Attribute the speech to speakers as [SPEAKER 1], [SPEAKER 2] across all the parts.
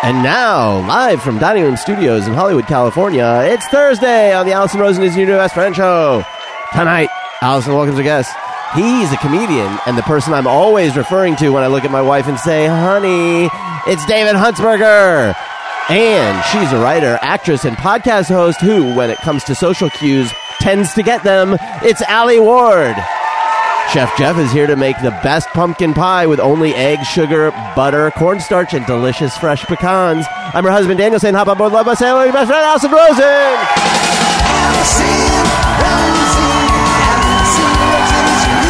[SPEAKER 1] And now, live from Dining Room Studios in Hollywood, California, it's Thursday on the Allison Rosen is Your New Best Friend show. Tonight, Allison welcomes a guest. He's a comedian and the person I'm always referring to when I look at my wife and say, honey, it's David Huntsberger. And she's a writer, actress, and podcast host who, when it comes to social cues, tends to get them. It's Allie Ward. Chef Jeff is here to make the best pumpkin pie with only egg, sugar, butter, cornstarch, and delicious fresh pecans. I'm her husband Daniel saying hop on board, love by sailor, your best friend Allison Rosen.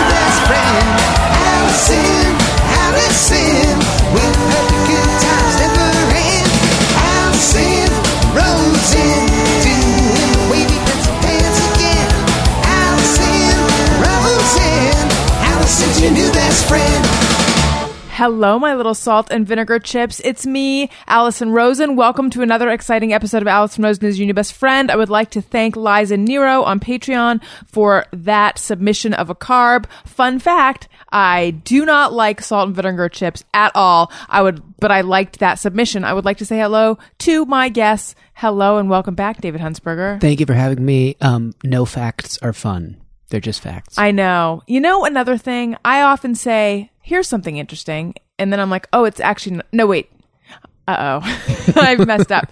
[SPEAKER 2] Your new best friend.
[SPEAKER 3] Hello, my little salt and vinegar chips. It's me, Allison Rosen. Welcome to another exciting episode of Allison Rosen is Your New Best Friend. I would like to thank Liza Nero on Patreon for that submission of a carb. Fun fact, I do not like salt and vinegar chips at all. I would, but I liked that submission. I would like to say hello to my guests. Hello and welcome back, David Huntsberger.
[SPEAKER 4] Thank you for having me. Um, no facts are fun. They're just facts.
[SPEAKER 3] I know. You know, another thing I often say, here's something interesting. And then I'm like, oh, it's actually, n- no, wait. Uh oh. I messed up.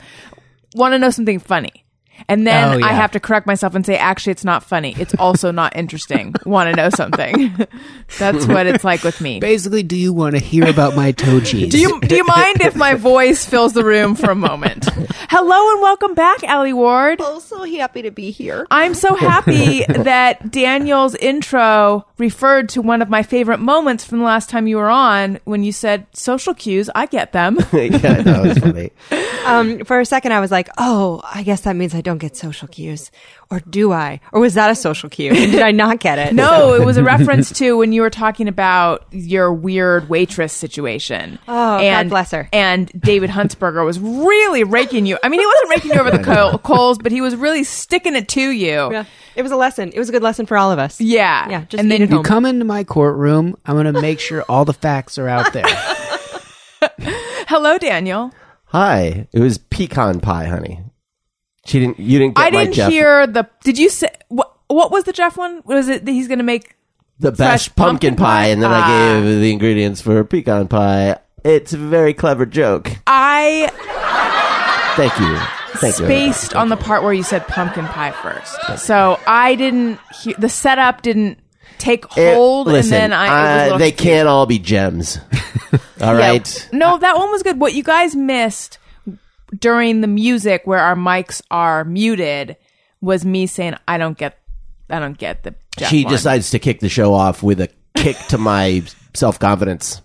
[SPEAKER 3] Want to know something funny. And then
[SPEAKER 4] Oh, yeah.
[SPEAKER 3] I have to correct myself and say, actually, it's not funny. It's also not interesting. Want to know something. That's what it's like with me.
[SPEAKER 4] Basically, do you want to hear about my toe cheese?
[SPEAKER 3] Do you, do you mind if my voice fills the room for a moment? Hello and welcome back, Allie Ward.
[SPEAKER 5] also happy to be here.
[SPEAKER 3] I'm so happy that Daniel's intro referred to one of my favorite moments from the last time you were on when you said social cues, I get them.
[SPEAKER 1] yeah, that was funny.
[SPEAKER 5] Um, for a second, I was like, oh, I guess that means I don't get social cues. Or do I? Or was that a social cue? Did I not get it?
[SPEAKER 3] No, it was a reference to when you were talking about your weird waitress situation.
[SPEAKER 5] Oh, God bless her.
[SPEAKER 3] And David Huntsberger was really raking you. I mean, he wasn't raking you over the co- coals, but he was really sticking it to you.
[SPEAKER 5] Yeah. It was a lesson. It was a good lesson for all of us.
[SPEAKER 3] Yeah.
[SPEAKER 5] Yeah. Just
[SPEAKER 3] And
[SPEAKER 5] eat
[SPEAKER 3] then
[SPEAKER 5] at
[SPEAKER 3] you
[SPEAKER 5] home.
[SPEAKER 4] come into my courtroom? I'm going to make sure all the facts are out there.
[SPEAKER 3] Hello, Daniel.
[SPEAKER 1] Hi, it was pecan pie, honey. She didn't. You didn't. Get
[SPEAKER 3] I
[SPEAKER 1] my
[SPEAKER 3] didn't
[SPEAKER 1] Jeff-
[SPEAKER 3] hear the. Did you say what? What was the Jeff one? Was it that he's going to make?
[SPEAKER 1] the
[SPEAKER 3] fresh
[SPEAKER 1] best pumpkin,
[SPEAKER 3] pumpkin
[SPEAKER 1] pie,
[SPEAKER 3] pie?
[SPEAKER 1] and then
[SPEAKER 3] Ah.
[SPEAKER 1] I gave the ingredients for pecan pie. It's a very clever joke.
[SPEAKER 3] I
[SPEAKER 1] Thank you. Thank you.
[SPEAKER 3] spaced on the part where you said pumpkin pie first, so I didn't. hear The setup didn't take
[SPEAKER 1] It-
[SPEAKER 3] hold,
[SPEAKER 1] listen,
[SPEAKER 3] and then I. it was a
[SPEAKER 1] uh,
[SPEAKER 3] little
[SPEAKER 1] they
[SPEAKER 3] confused.
[SPEAKER 1] can't all be gems. All right.
[SPEAKER 3] No, that one was good. What you guys missed during the music where our mics are muted was me saying, "I don't get, I don't get the." Jeff
[SPEAKER 1] She
[SPEAKER 3] one."
[SPEAKER 1] decides to kick the show off with a kick to my self confidence.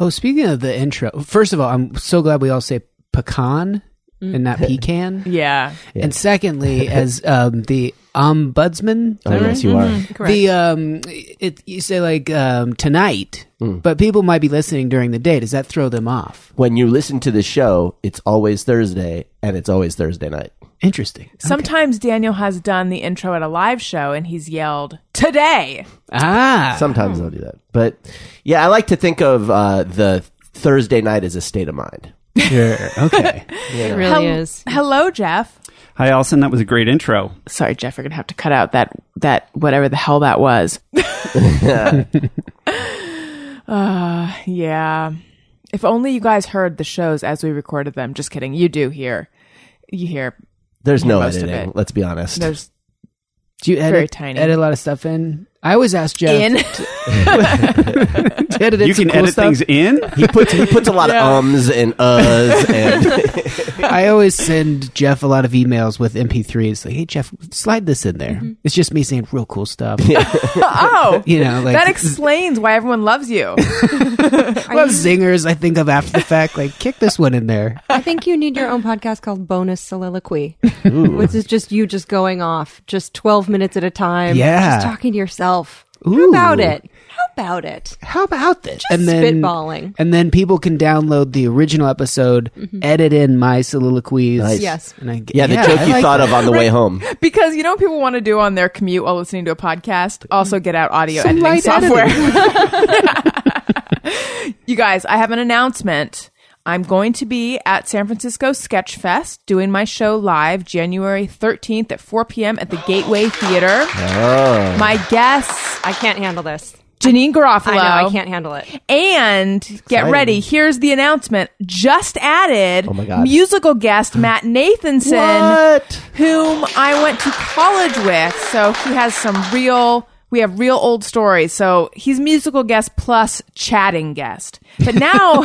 [SPEAKER 4] Oh, speaking of the intro, first of all, I'm so glad we all say pecan and not pecan.
[SPEAKER 3] Yeah.
[SPEAKER 4] And secondly, as um, the ombudsman,
[SPEAKER 1] Oh, yes, you are.
[SPEAKER 4] the um, it, you say like um, tonight, but people might be listening during the day. Does that throw them off?
[SPEAKER 1] When you listen to the show, it's always Thursday, and it's always Thursday night.
[SPEAKER 4] Interesting.
[SPEAKER 3] Sometimes Daniel has done the intro at a live show and he's yelled, Today!
[SPEAKER 4] Ah,
[SPEAKER 1] Sometimes I'll do that. But yeah, I like to think of uh, the Thursday night as a state of mind.
[SPEAKER 4] sure. Okay.
[SPEAKER 5] It really
[SPEAKER 3] Hel-
[SPEAKER 5] is.
[SPEAKER 3] Hello, Jeff.
[SPEAKER 6] Hi, Allison. That was a great intro.
[SPEAKER 3] Sorry, Jeff, we're going to have to cut out that, that, whatever the hell that was. uh, yeah. If only you guys heard the shows as we recorded them. Just kidding. You do hear. You hear.
[SPEAKER 1] There's no
[SPEAKER 3] most of
[SPEAKER 1] editing.
[SPEAKER 3] it.
[SPEAKER 1] Let's be honest.
[SPEAKER 3] There's
[SPEAKER 4] Do you edit,
[SPEAKER 3] Very tiny.
[SPEAKER 4] edit a lot of stuff in? I always ask Jeff
[SPEAKER 3] in.
[SPEAKER 4] to edit
[SPEAKER 6] you
[SPEAKER 4] some
[SPEAKER 6] can
[SPEAKER 4] cool
[SPEAKER 6] edit
[SPEAKER 4] stuff.
[SPEAKER 6] things in.
[SPEAKER 1] he puts he puts a lot
[SPEAKER 3] Yeah.
[SPEAKER 1] of ums and uhs and
[SPEAKER 4] I always send Jeff a lot of emails with MP3s. Like, hey Jeff, slide this in there.
[SPEAKER 3] Mm-hmm.
[SPEAKER 4] It's just me saying real cool stuff.
[SPEAKER 3] oh.
[SPEAKER 4] You know, like
[SPEAKER 3] that explains why everyone loves you.
[SPEAKER 4] I love zingers. I think of after the fact. Like, kick this one in there.
[SPEAKER 5] I think you need your own podcast called Bonus Soliloquy, which is just you just going off, just 12 minutes at a time.
[SPEAKER 4] Yeah.
[SPEAKER 5] Just talking to yourself.
[SPEAKER 4] Ooh.
[SPEAKER 5] How about it? How about it?
[SPEAKER 4] How about this? and
[SPEAKER 5] spitballing.
[SPEAKER 4] And then people can download the original episode,
[SPEAKER 3] Mm-hmm.
[SPEAKER 4] edit in my soliloquies.
[SPEAKER 1] Nice.
[SPEAKER 5] Yes.
[SPEAKER 4] And I get,
[SPEAKER 1] yeah, the joke
[SPEAKER 4] I
[SPEAKER 1] you
[SPEAKER 4] like
[SPEAKER 1] thought
[SPEAKER 4] that.
[SPEAKER 1] of on the way home.
[SPEAKER 3] Because you know what people want to do on their commute while listening to a podcast? Also get out audio editing
[SPEAKER 4] Some light
[SPEAKER 3] software. you guys, I have an announcement. I'm going to be at San Francisco Sketch Fest doing my show live January 13th at 4 p.m. at the Gateway Theater.
[SPEAKER 1] Oh.
[SPEAKER 3] My guests,
[SPEAKER 5] I can't handle this.
[SPEAKER 3] Janine Garofalo.
[SPEAKER 5] I know I can't handle it.
[SPEAKER 3] And get ready. Here's the announcement. Just added
[SPEAKER 1] Oh my God.
[SPEAKER 3] musical guest Matt Nathanson,
[SPEAKER 1] What?
[SPEAKER 3] whom I went to college with. So he has some real. We have real old stories. So he's musical guest plus chatting guest. But now,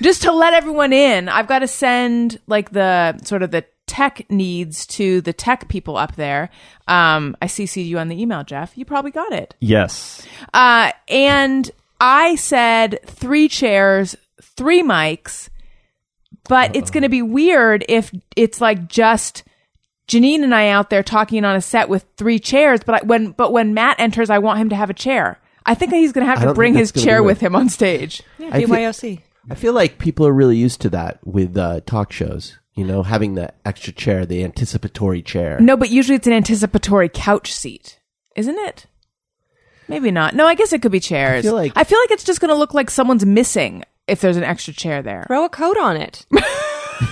[SPEAKER 3] just to let everyone in, I've got to send like the sort of the tech needs to the tech people up there. Um, I CC'd you on the email, Jeff. You probably got it.
[SPEAKER 6] Yes.
[SPEAKER 3] Uh, and I said three chairs, three mics, but it's going to be weird if it's like just Janine and I out there talking on a set with three chairs. But I, when but when Matt enters, I want him to have a chair. I think he's going to have
[SPEAKER 1] I
[SPEAKER 3] to
[SPEAKER 1] don't
[SPEAKER 3] bring
[SPEAKER 1] think
[SPEAKER 3] his
[SPEAKER 1] that's gonna
[SPEAKER 3] chair
[SPEAKER 1] do it.
[SPEAKER 3] with him on stage.
[SPEAKER 1] I feel,
[SPEAKER 5] BYOC.
[SPEAKER 1] I feel like people are really used to that with uh, talk shows. You know, having the extra chair, the anticipatory chair.
[SPEAKER 3] No, but usually it's an anticipatory couch seat, isn't it? Maybe not. No, I guess it could be chairs.
[SPEAKER 1] feel like-
[SPEAKER 3] it's just going to look like someone's missing if there's an extra chair there.
[SPEAKER 5] Throw a coat on it.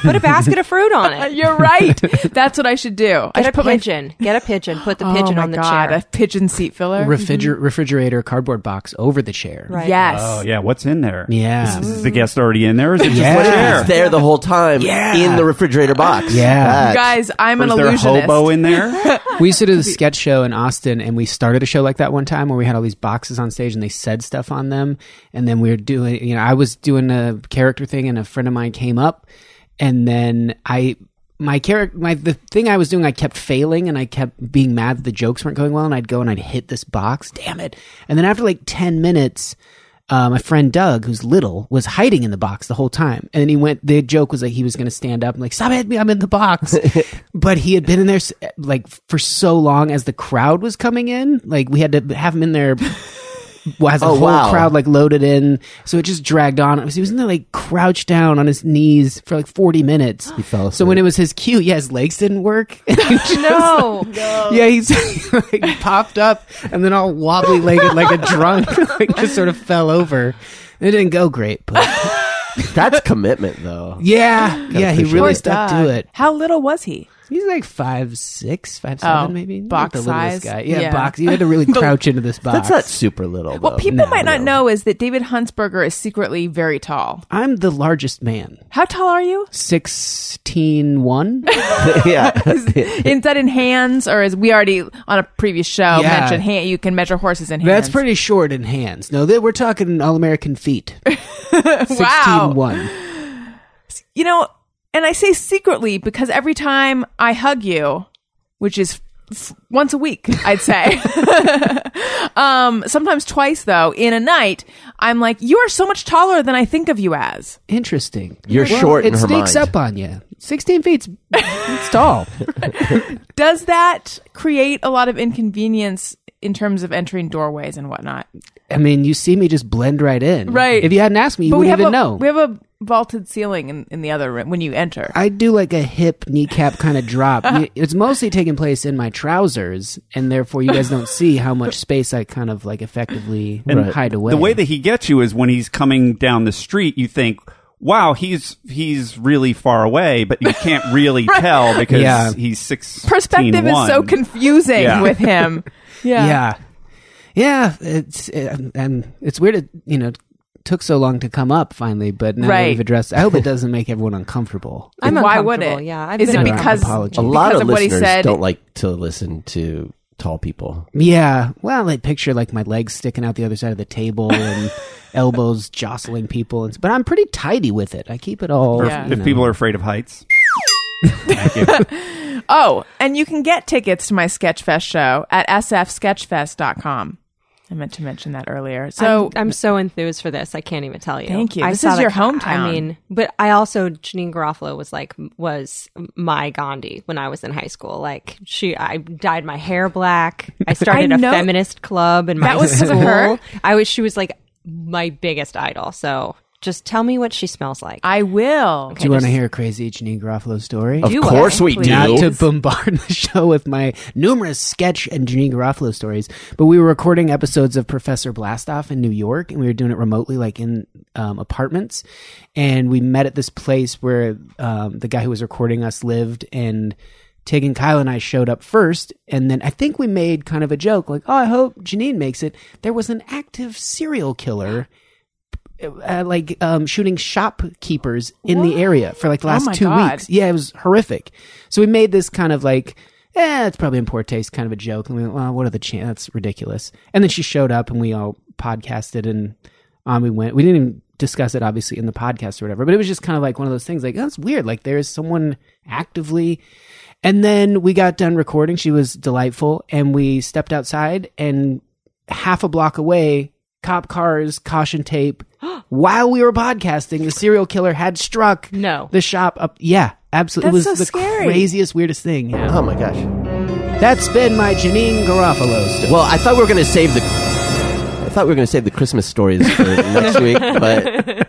[SPEAKER 5] Put a basket of fruit on it.
[SPEAKER 3] Uh, You're right. That's what I should do. I
[SPEAKER 5] Get
[SPEAKER 3] should
[SPEAKER 5] a pigeon. Get a pigeon. Put the pigeon
[SPEAKER 3] oh my
[SPEAKER 5] on the
[SPEAKER 3] God,
[SPEAKER 5] chair.
[SPEAKER 3] A pigeon seat filler.
[SPEAKER 4] Refriger- Refrigerator cardboard box over the chair.
[SPEAKER 5] Right.
[SPEAKER 3] Yes.
[SPEAKER 6] Oh yeah. What's in there?
[SPEAKER 4] Yeah.
[SPEAKER 6] Is the guest already in there? Or is it just
[SPEAKER 4] Yeah.
[SPEAKER 6] a chair?
[SPEAKER 4] Yeah.
[SPEAKER 1] It's there the whole time
[SPEAKER 4] Yeah.
[SPEAKER 1] in the refrigerator box.
[SPEAKER 4] Yeah.
[SPEAKER 1] That's-
[SPEAKER 3] Guys, I'm
[SPEAKER 6] Or
[SPEAKER 3] an
[SPEAKER 6] is there a
[SPEAKER 3] illusionist.
[SPEAKER 6] hobo in there?
[SPEAKER 4] We used to do the sketch show in Austin, and we started a show like that one time where we had all these boxes on stage and they said stuff on them. And then we were doing, you know, I was doing a character thing, and a friend of mine came up, and then I. My character, my the thing I was doing, I kept failing, and I kept being mad that the jokes weren't going well. And I'd go and I'd hit this box, damn it! And then after like ten minutes, uh, my friend Doug, who's little, was hiding in the box the whole time. And then he went, the joke was like he was going to stand up and like, stop hitting me, I'm in the box. but he had been in there s- like for so long as the crowd was coming in. Like we had to have him in there as the
[SPEAKER 1] Oh,
[SPEAKER 4] whole
[SPEAKER 1] wow.
[SPEAKER 4] crowd like loaded in. So it just dragged on. So he was in there like crouched down on his knees for like 40 minutes. He
[SPEAKER 1] fell
[SPEAKER 4] So when it was his cue, yeah, his legs didn't work.
[SPEAKER 5] No.
[SPEAKER 4] Yeah, he's like popped up and then all wobbly legged like a drunk, like just sort of fell over. It didn't go great, but
[SPEAKER 1] That's commitment, though.
[SPEAKER 4] yeah, yeah, he
[SPEAKER 1] appreciate
[SPEAKER 4] really
[SPEAKER 1] it.
[SPEAKER 4] stuck
[SPEAKER 3] Doug.
[SPEAKER 4] to it.
[SPEAKER 3] How little was he?
[SPEAKER 4] He's like five six, five seven,
[SPEAKER 3] Oh,
[SPEAKER 4] maybe
[SPEAKER 3] box
[SPEAKER 4] Not the littlest
[SPEAKER 3] size.
[SPEAKER 4] guy. Yeah,
[SPEAKER 3] Yeah.
[SPEAKER 4] box. You had to really crouch into this box.
[SPEAKER 1] That's not super little.
[SPEAKER 3] What
[SPEAKER 1] though.
[SPEAKER 3] people might not know is that David Huntsberger is secretly very tall.
[SPEAKER 4] I'm the largest man,
[SPEAKER 3] How tall are you?
[SPEAKER 4] sixteen one.
[SPEAKER 1] yeah.
[SPEAKER 3] Is that in hands, or is we already on a previous show
[SPEAKER 4] Yeah.
[SPEAKER 3] mentioned hand? You can measure horses in hands.
[SPEAKER 4] That's pretty short in hands. No, that we're talking all American feet.
[SPEAKER 3] Wow.
[SPEAKER 4] Sixteen one.
[SPEAKER 3] you know, and I say secretly because every time I hug you, which is f- once a week, I'd say, um, sometimes twice though, in a night, I'm like, you are so much taller than I think of you as.
[SPEAKER 4] Interesting.
[SPEAKER 1] You're
[SPEAKER 4] Well,
[SPEAKER 1] short in
[SPEAKER 4] It
[SPEAKER 1] her
[SPEAKER 4] sneaks
[SPEAKER 1] mind.
[SPEAKER 4] up on you. Sixteen feet's it's tall.
[SPEAKER 3] Does that create a lot of inconvenience in terms of entering doorways and whatnot?
[SPEAKER 4] I mean, you see me just blend right in.
[SPEAKER 3] Right.
[SPEAKER 4] If you hadn't asked me, you
[SPEAKER 3] but we have
[SPEAKER 4] wouldn't even
[SPEAKER 3] a,
[SPEAKER 4] know.
[SPEAKER 3] we have a vaulted ceiling in, in the other room when you enter.
[SPEAKER 4] I do like a hip kneecap kind of drop. You- it's mostly taking place in my trousers, and therefore you guys don't see how much space I kind of like effectively hide away.
[SPEAKER 6] The way that he gets you is when he's coming down the street. You think, "Wow, he's he's really far away," but you can't really tell because
[SPEAKER 4] Yeah.
[SPEAKER 6] he's six.
[SPEAKER 3] Perspective is so confusing
[SPEAKER 6] Yeah.
[SPEAKER 3] with him. Yeah.
[SPEAKER 4] yeah, yeah, it's it, and it's weird. It you know took so long to come up finally, but now that
[SPEAKER 3] Right.
[SPEAKER 4] we've addressed. I hope it doesn't make everyone uncomfortable.
[SPEAKER 5] I'm
[SPEAKER 3] why would
[SPEAKER 5] uncomfortable,
[SPEAKER 3] it?
[SPEAKER 5] yeah. I've
[SPEAKER 3] is
[SPEAKER 5] been
[SPEAKER 3] it
[SPEAKER 5] around
[SPEAKER 3] because
[SPEAKER 4] apology.
[SPEAKER 1] A lot
[SPEAKER 3] because
[SPEAKER 1] of,
[SPEAKER 3] of what he
[SPEAKER 1] listeners
[SPEAKER 3] said?
[SPEAKER 1] don't like to listen to tall people.
[SPEAKER 4] Yeah. Well, I picture like my legs sticking out the other side of the table and elbows jostling people. And, s- but I'm pretty tidy with it. I keep it all.
[SPEAKER 3] Yeah.
[SPEAKER 4] you
[SPEAKER 6] If
[SPEAKER 4] know.
[SPEAKER 6] people are afraid of heights,
[SPEAKER 3] Oh, and you can get tickets to my Sketchfest show at sfsketchfest.com. I meant to mention that earlier. So
[SPEAKER 5] I'm, I'm so enthused for this. I can't even tell you.
[SPEAKER 3] Thank you.
[SPEAKER 5] I
[SPEAKER 3] This
[SPEAKER 5] saw
[SPEAKER 3] is
[SPEAKER 5] the
[SPEAKER 3] your
[SPEAKER 5] co-
[SPEAKER 3] hometown.
[SPEAKER 5] I mean, but I also Janine Garofalo was like was my Gandhi when I was in high school. Like she, I dyed my hair black. I started a
[SPEAKER 3] know-
[SPEAKER 5] feminist club in my
[SPEAKER 3] That was 'cause of
[SPEAKER 5] school.
[SPEAKER 3] her?
[SPEAKER 5] I was. She was like my biggest idol. So Just tell me what she smells like.
[SPEAKER 3] I will.
[SPEAKER 4] Do you want to hear a crazy Janine Garofalo story?
[SPEAKER 1] Of
[SPEAKER 5] Do
[SPEAKER 1] course
[SPEAKER 5] I,
[SPEAKER 1] we
[SPEAKER 5] please?
[SPEAKER 1] do.
[SPEAKER 4] Not to bombard the show with my numerous sketch and Janine Garofalo stories, but we were recording episodes of Professor Blastoff in New York, and we were doing it remotely, like in um, apartments. And we met at this place where um, the guy who was recording us lived, and Tig and Kyle and I showed up first, and then I think we made kind of a joke, like, "Oh, I hope Janine makes it." There was an active serial killer. Uh, like um, shooting shopkeepers in the area for like the last
[SPEAKER 3] Oh my
[SPEAKER 4] two
[SPEAKER 3] God.
[SPEAKER 4] weeks. Yeah, it was horrific. So we made this kind of like, eh, it's probably in poor taste kind of a joke. And we went, well, what are the chances? That's ridiculous. And then she showed up and we all podcasted and on we went. We didn't even discuss it, obviously, in the podcast or whatever, but it was just kind of like one of those things like, "Oh, that's weird. Like there is someone actively. And then we got done recording. She was delightful. And we stepped outside and half a block away, cop cars, caution tape. While we were podcasting, the serial killer had struck
[SPEAKER 5] No.
[SPEAKER 4] the shop up. Yeah, absolutely.
[SPEAKER 3] That's
[SPEAKER 4] it was
[SPEAKER 3] so
[SPEAKER 4] the
[SPEAKER 3] scary.
[SPEAKER 4] craziest, weirdest thing. Yeah.
[SPEAKER 1] Oh my gosh.
[SPEAKER 4] That's been my Janine Garofalo story.
[SPEAKER 1] Well, I thought we were going to save the. I thought we were going to save the Christmas stories for next week, but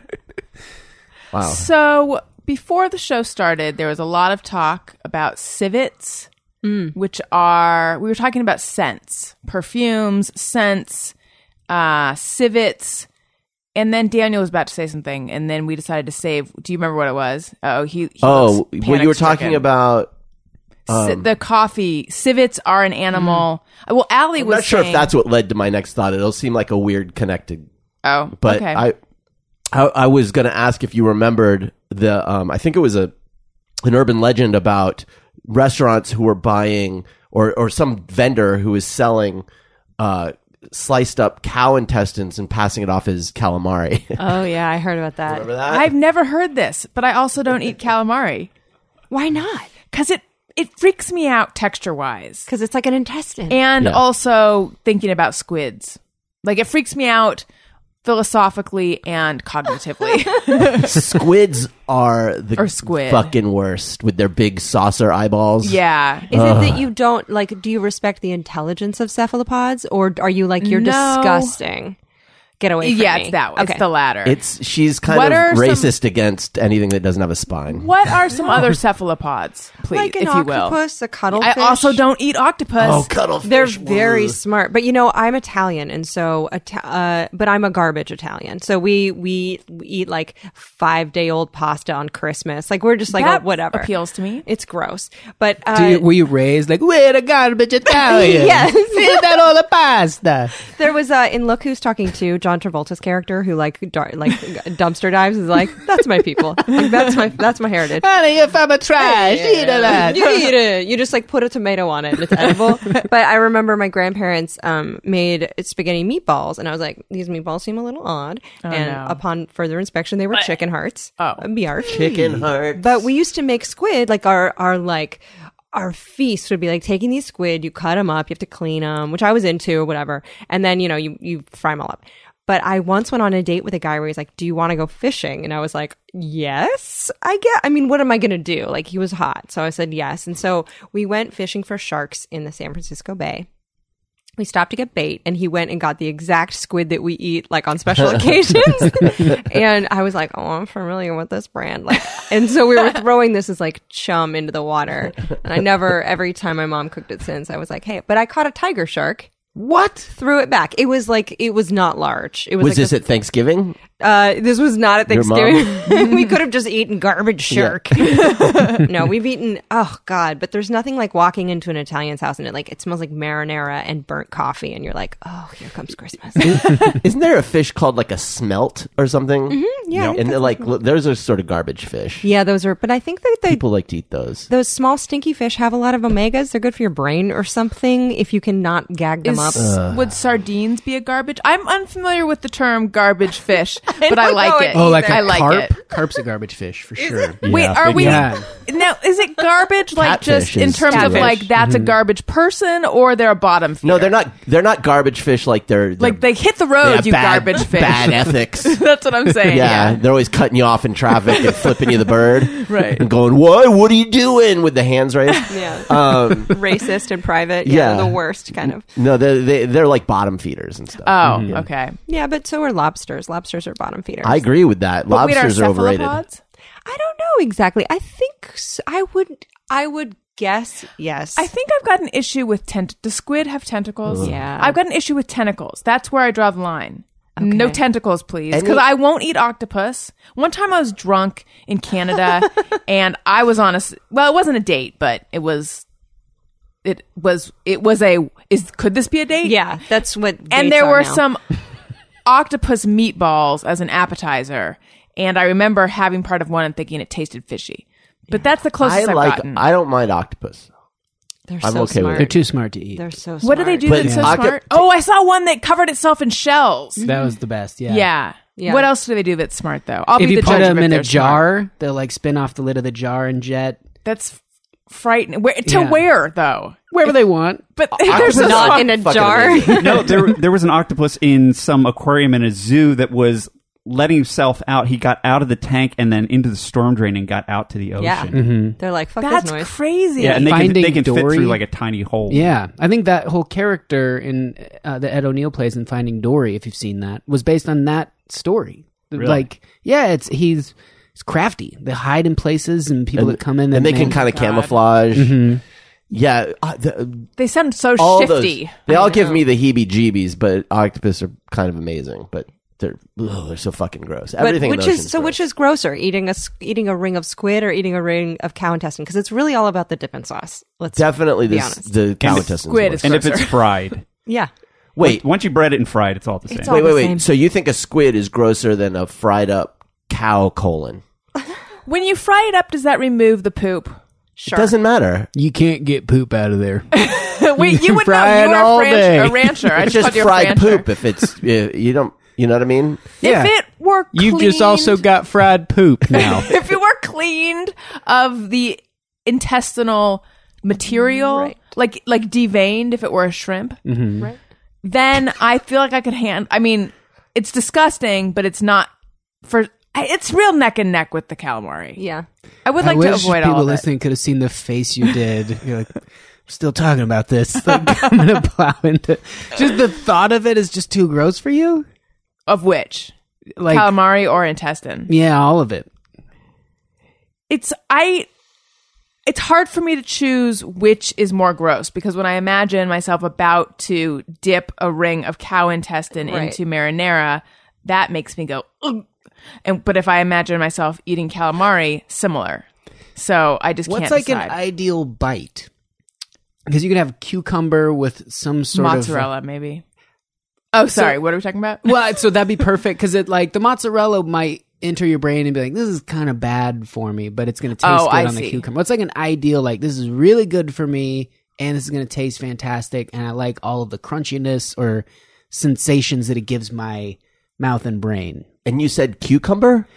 [SPEAKER 1] wow.
[SPEAKER 3] So before the show started, there was a lot of talk about civets,
[SPEAKER 5] Mm.
[SPEAKER 3] which are we were talking about scents, perfumes, scents, uh, civets, and then Daniel was about to say something, and then we decided to save. Do you remember what it was? Oh, he. he
[SPEAKER 1] Oh,
[SPEAKER 3] looks
[SPEAKER 1] well, you were
[SPEAKER 3] panic-stricken.
[SPEAKER 1] talking about. Um,
[SPEAKER 3] Ci- the coffee. Civets are an animal. Uh, Well, Allie
[SPEAKER 1] Mm. I'm
[SPEAKER 3] was
[SPEAKER 1] not sure if
[SPEAKER 3] saying-
[SPEAKER 1] that's what led to my next thought. It'll seem like a weird connected
[SPEAKER 3] Oh,
[SPEAKER 1] but
[SPEAKER 3] okay.
[SPEAKER 1] I, I I was going to ask if you remembered the um I think it was a an urban legend about restaurants who were buying or or some vendor who was selling uh sliced up cow intestines and passing it off as calamari.
[SPEAKER 3] Uh.
[SPEAKER 5] Oh yeah, I heard about that.
[SPEAKER 1] Remember that?
[SPEAKER 3] I've never heard this, but I also don't eat calamari
[SPEAKER 5] Why not?
[SPEAKER 3] because it it freaks me out texture wise.
[SPEAKER 5] Because it's like an intestine.
[SPEAKER 3] and
[SPEAKER 1] Yeah.
[SPEAKER 3] also thinking about squids. Like it freaks me out philosophically and cognitively.
[SPEAKER 1] Squids are the
[SPEAKER 3] Or squid.
[SPEAKER 1] fucking worst with their big saucer eyeballs.
[SPEAKER 3] yeah.
[SPEAKER 5] Is it that you don't like? Do you respect the intelligence of cephalopods, or are you like you're
[SPEAKER 3] No.
[SPEAKER 5] disgusting? Get away from
[SPEAKER 3] yeah,
[SPEAKER 5] me.
[SPEAKER 3] it's that one.
[SPEAKER 5] Okay.
[SPEAKER 3] It's the latter.
[SPEAKER 1] It's she's kind
[SPEAKER 3] What are
[SPEAKER 1] of
[SPEAKER 3] some-
[SPEAKER 1] racist against anything that doesn't have a spine.
[SPEAKER 3] what are some other cephalopods, please,
[SPEAKER 5] like an
[SPEAKER 3] if you will?
[SPEAKER 5] octopus, a
[SPEAKER 3] I
[SPEAKER 5] cuttlefish.
[SPEAKER 3] also don't eat octopus.
[SPEAKER 1] Oh, cuttlefish.
[SPEAKER 5] They're
[SPEAKER 1] woo.
[SPEAKER 5] very smart, but you know I'm Italian, and so Ita- uh, but I'm a garbage Italian. So we we, we eat like five day old pasta on Christmas. Like we're just like
[SPEAKER 3] That
[SPEAKER 5] oh, whatever
[SPEAKER 3] appeals to me.
[SPEAKER 5] It's gross, but uh,
[SPEAKER 4] Do you, were you raised like we're the garbage Italian?
[SPEAKER 5] Yes.
[SPEAKER 4] Feed that all the pasta.
[SPEAKER 5] There was uh, in Look Who's Talking to John Travolta's character who like dar- like dumpster dives is like that's my people like, that's my that's my heritage.
[SPEAKER 4] Honey, if I'm a trash, eat a lot.
[SPEAKER 5] You eat it. You just like put a tomato on it and it's edible. but I remember my grandparents um, made spaghetti meatballs, and I was like, these meatballs seem a little odd. and
[SPEAKER 3] Oh, no.
[SPEAKER 5] upon further inspection, they were chicken hearts.
[SPEAKER 3] Oh.
[SPEAKER 5] BR.
[SPEAKER 1] chicken heart.
[SPEAKER 5] But we used to make squid like our our like our feast would be like taking these squid, you cut them up, you have to clean them, which I was into, whatever, and then you know you you fry them all up. But I once went on a date with a guy where he's like, "Do you want to go fishing?" And I was like, "Yes, I get. I mean, what am I gonna do?" Like he was hot, so I said yes, and so we went fishing for sharks in the San Francisco Bay. We stopped to get bait, and he went and got the exact squid that we eat, like on special occasions. and I was like, "Oh, I'm familiar with this brand." Like, and so we were throwing this as like chum into the water. And I never, every time my mom cooked it since, I was like, "Hey!" But I caught a tiger shark,
[SPEAKER 1] What?
[SPEAKER 5] threw it back. It was like it was not large. It was,
[SPEAKER 1] Was
[SPEAKER 5] like
[SPEAKER 1] this
[SPEAKER 5] a-
[SPEAKER 1] at Thanksgiving?
[SPEAKER 5] uh, this was not at
[SPEAKER 1] Your mom?
[SPEAKER 5] Thanksgiving. we could have just eaten garbage shark. no, we've eaten. Oh God! But there's nothing like walking into an Italian's house and it like it smells like marinara and burnt coffee, and you're like, oh, here comes Christmas.
[SPEAKER 1] Isn't there a fish called like a smelt or something? Mm-hmm,
[SPEAKER 5] yeah, I think
[SPEAKER 1] and they're like l- those are sort of garbage fish.
[SPEAKER 5] yeah, those are. But I think that they.
[SPEAKER 1] People like to eat those.
[SPEAKER 5] Those small stinky fish have a lot of omegas. They're good for your brain or something if you cannot gag them
[SPEAKER 3] Is-
[SPEAKER 1] uh,
[SPEAKER 5] up.
[SPEAKER 3] would sardines be a garbage? I'm unfamiliar with the term garbage fish, but I like
[SPEAKER 5] know
[SPEAKER 3] it.
[SPEAKER 5] it
[SPEAKER 4] Oh, like a
[SPEAKER 3] I like
[SPEAKER 4] carp.
[SPEAKER 3] it.
[SPEAKER 4] Carp's a garbage fish for sure.
[SPEAKER 3] Wait,
[SPEAKER 6] Yeah,
[SPEAKER 3] are
[SPEAKER 6] big
[SPEAKER 3] we
[SPEAKER 4] time.
[SPEAKER 3] now? Is it garbage? like just
[SPEAKER 1] Catfish
[SPEAKER 3] in
[SPEAKER 1] is
[SPEAKER 3] terms of
[SPEAKER 5] Catfish.
[SPEAKER 3] like that's a garbage person or they're a bottom feeder?
[SPEAKER 1] No, they're not. They're not garbage fish. Like they're, they're
[SPEAKER 3] Like they hit the
[SPEAKER 1] they
[SPEAKER 3] road,
[SPEAKER 1] have
[SPEAKER 3] you
[SPEAKER 1] bad-
[SPEAKER 3] garbage fish.
[SPEAKER 1] Bad ethics.
[SPEAKER 3] That's what I'm saying.
[SPEAKER 1] Yeah, they're always cutting you off in traffic and flipping you the bird,
[SPEAKER 3] Right.
[SPEAKER 1] And going, what? What are you doing with the hands raised?
[SPEAKER 5] Yeah.
[SPEAKER 1] Um,
[SPEAKER 5] Racist and private.
[SPEAKER 1] Yeah.
[SPEAKER 5] Yeah. They're the worst, kind of.
[SPEAKER 1] no, they, they they're like bottom feeders and stuff.
[SPEAKER 3] Oh, okay.
[SPEAKER 5] Yeah, but so are lobsters. Lobsters are bottom feeders.
[SPEAKER 1] I agree with that.
[SPEAKER 3] But wait,
[SPEAKER 1] Lobsters are overrated.
[SPEAKER 3] cephalopods?
[SPEAKER 5] I don't know exactly. I think s- I would. I would guess yes.
[SPEAKER 3] I think I've got an issue with tent. Does squid have tentacles?
[SPEAKER 5] Yeah.
[SPEAKER 3] I've got an issue with tentacles. That's where I draw the line. No tentacles, please, because
[SPEAKER 1] Any-
[SPEAKER 3] I won't eat octopus. One time I was drunk in Canada, and I was on a s- well, it wasn't a date, but it was, it was, it was a is could this be a date?
[SPEAKER 5] yeah, that's what. dates
[SPEAKER 3] and there
[SPEAKER 5] are
[SPEAKER 3] were
[SPEAKER 5] now.
[SPEAKER 3] some octopus meatballs as an appetizer, and I remember having part of one and thinking it tasted fishy. But that's the
[SPEAKER 1] I
[SPEAKER 3] closest I've
[SPEAKER 1] like.
[SPEAKER 3] gotten.
[SPEAKER 1] I don't mind octopus.
[SPEAKER 5] They're
[SPEAKER 1] I'm okay
[SPEAKER 5] so
[SPEAKER 1] with
[SPEAKER 5] smart.
[SPEAKER 1] it.
[SPEAKER 4] They're too smart to eat.
[SPEAKER 5] They're so. Smart.
[SPEAKER 3] what do they do
[SPEAKER 1] But
[SPEAKER 3] that's so
[SPEAKER 1] octo-
[SPEAKER 3] smart? Oh, I saw one that covered itself in shells.
[SPEAKER 4] that was the best. Yeah.
[SPEAKER 3] Yeah.
[SPEAKER 5] Yeah.
[SPEAKER 3] What else do they do that's smart though? I'll
[SPEAKER 4] If
[SPEAKER 3] be
[SPEAKER 4] you
[SPEAKER 3] the
[SPEAKER 4] put
[SPEAKER 3] judge of
[SPEAKER 4] them
[SPEAKER 3] if
[SPEAKER 4] in a
[SPEAKER 3] they're smart.
[SPEAKER 4] jar, they'll like spin off the lid of the jar and jet
[SPEAKER 3] That's frightening. Where to
[SPEAKER 4] Yeah.
[SPEAKER 3] where though?
[SPEAKER 4] wherever they want.
[SPEAKER 3] But they're
[SPEAKER 1] Octopus
[SPEAKER 3] so
[SPEAKER 1] is
[SPEAKER 5] Not
[SPEAKER 3] smart.
[SPEAKER 5] in a
[SPEAKER 1] fucking
[SPEAKER 5] jar.
[SPEAKER 1] amazing.
[SPEAKER 6] no, there there was an octopus in some aquarium in a zoo that was letting himself out. He got out of the tank and then into the storm drain and got out to the ocean.
[SPEAKER 5] Yeah. They're like fuck
[SPEAKER 3] That's
[SPEAKER 5] this noise.
[SPEAKER 3] crazy.
[SPEAKER 6] Yeah, and they can,
[SPEAKER 4] Finding
[SPEAKER 6] they can fit
[SPEAKER 4] Dory.
[SPEAKER 6] through like a tiny hole.
[SPEAKER 4] Yeah, I think that whole character in uh, that Ed O'Neill plays in Finding Dory, if you've seen that, was based on that story. Like, yeah, it's he's he's crafty. They hide in places and people that come in
[SPEAKER 1] and they
[SPEAKER 4] they
[SPEAKER 1] can kind of camouflage. Yeah, uh, the,
[SPEAKER 3] they sound so
[SPEAKER 1] all
[SPEAKER 3] shifty.
[SPEAKER 1] those. They all give me the heebie-jeebies, but octopus are kind of amazing. But they're ugh, they're so fucking gross.
[SPEAKER 5] But
[SPEAKER 1] Everything. in
[SPEAKER 5] which
[SPEAKER 1] the
[SPEAKER 5] is
[SPEAKER 1] ocean's
[SPEAKER 5] so?
[SPEAKER 1] gross.
[SPEAKER 5] Which is grosser, eating a s- eating a ring of squid or eating a ring of cow intestine? Because it's really all about the dipping sauce. Let's
[SPEAKER 1] definitely
[SPEAKER 5] Be
[SPEAKER 1] this
[SPEAKER 5] honest.
[SPEAKER 1] the cow intestines.
[SPEAKER 3] squid
[SPEAKER 1] worse.
[SPEAKER 3] is
[SPEAKER 6] And if
[SPEAKER 3] Sure.
[SPEAKER 6] it's fried,
[SPEAKER 5] yeah.
[SPEAKER 1] wait,
[SPEAKER 6] once you bread it and fry it, it's all the same.
[SPEAKER 5] all-
[SPEAKER 1] wait, wait,
[SPEAKER 5] the
[SPEAKER 1] wait.
[SPEAKER 5] same.
[SPEAKER 1] So you think a squid is grosser than a fried up cow colon?
[SPEAKER 3] When you fry it up, does that remove the poop?
[SPEAKER 1] It doesn't matter.
[SPEAKER 4] You can't get poop out of there.
[SPEAKER 3] Wait, you
[SPEAKER 4] can
[SPEAKER 3] would
[SPEAKER 4] fry it
[SPEAKER 3] know. You're
[SPEAKER 4] all
[SPEAKER 3] a, rancher,
[SPEAKER 4] day.
[SPEAKER 3] a rancher. I
[SPEAKER 1] It's
[SPEAKER 3] just,
[SPEAKER 1] just
[SPEAKER 3] called you a
[SPEAKER 1] fried
[SPEAKER 3] rancher.
[SPEAKER 1] poop. If it's uh, you don't, you know what I mean.
[SPEAKER 4] Yeah.
[SPEAKER 3] If it were cleaned,
[SPEAKER 4] You've just also got fried poop now.
[SPEAKER 3] if it were cleaned of the intestinal material,
[SPEAKER 5] Right.
[SPEAKER 3] like like deveined, if it were a shrimp,
[SPEAKER 4] Mm-hmm.
[SPEAKER 3] then I feel like I could hand. I mean, it's disgusting, but it's not for. I- It's real neck and neck with the calamari.
[SPEAKER 5] Yeah.
[SPEAKER 3] I would like
[SPEAKER 4] I wish
[SPEAKER 3] to avoid
[SPEAKER 4] people
[SPEAKER 3] all of it.
[SPEAKER 4] listening could have seen the face you did. You're like, I'm still talking about this. Like, I'm gonna plow into. Just the thought of it is just too gross for you.
[SPEAKER 3] Of which
[SPEAKER 4] Like,
[SPEAKER 3] calamari or intestine?
[SPEAKER 4] yeah, all of it.
[SPEAKER 3] it's I it's hard for me to choose which is more gross because when I imagine myself about to dip a ring of cow intestine
[SPEAKER 5] Right.
[SPEAKER 3] into marinara, that makes me go Ugh. and but if I imagine myself eating calamari, similar. So I just
[SPEAKER 4] What's
[SPEAKER 3] can't
[SPEAKER 4] like
[SPEAKER 3] decide.
[SPEAKER 4] an ideal bite? Because you can have cucumber with some sort of
[SPEAKER 3] mozzarella maybe. Oh, sorry. what are we talking about?
[SPEAKER 4] Well, so that'd be perfect because it like the mozzarella might enter your brain and be like, "This is kind of bad for me," but it's going to taste
[SPEAKER 3] Oh,
[SPEAKER 4] good
[SPEAKER 3] I
[SPEAKER 4] on
[SPEAKER 3] see.
[SPEAKER 4] the cucumber. What's like an ideal? Like this is really good for me, and this is going to taste fantastic, and I like all of the crunchiness or sensations that it gives my mouth and brain.
[SPEAKER 1] And you said cucumber.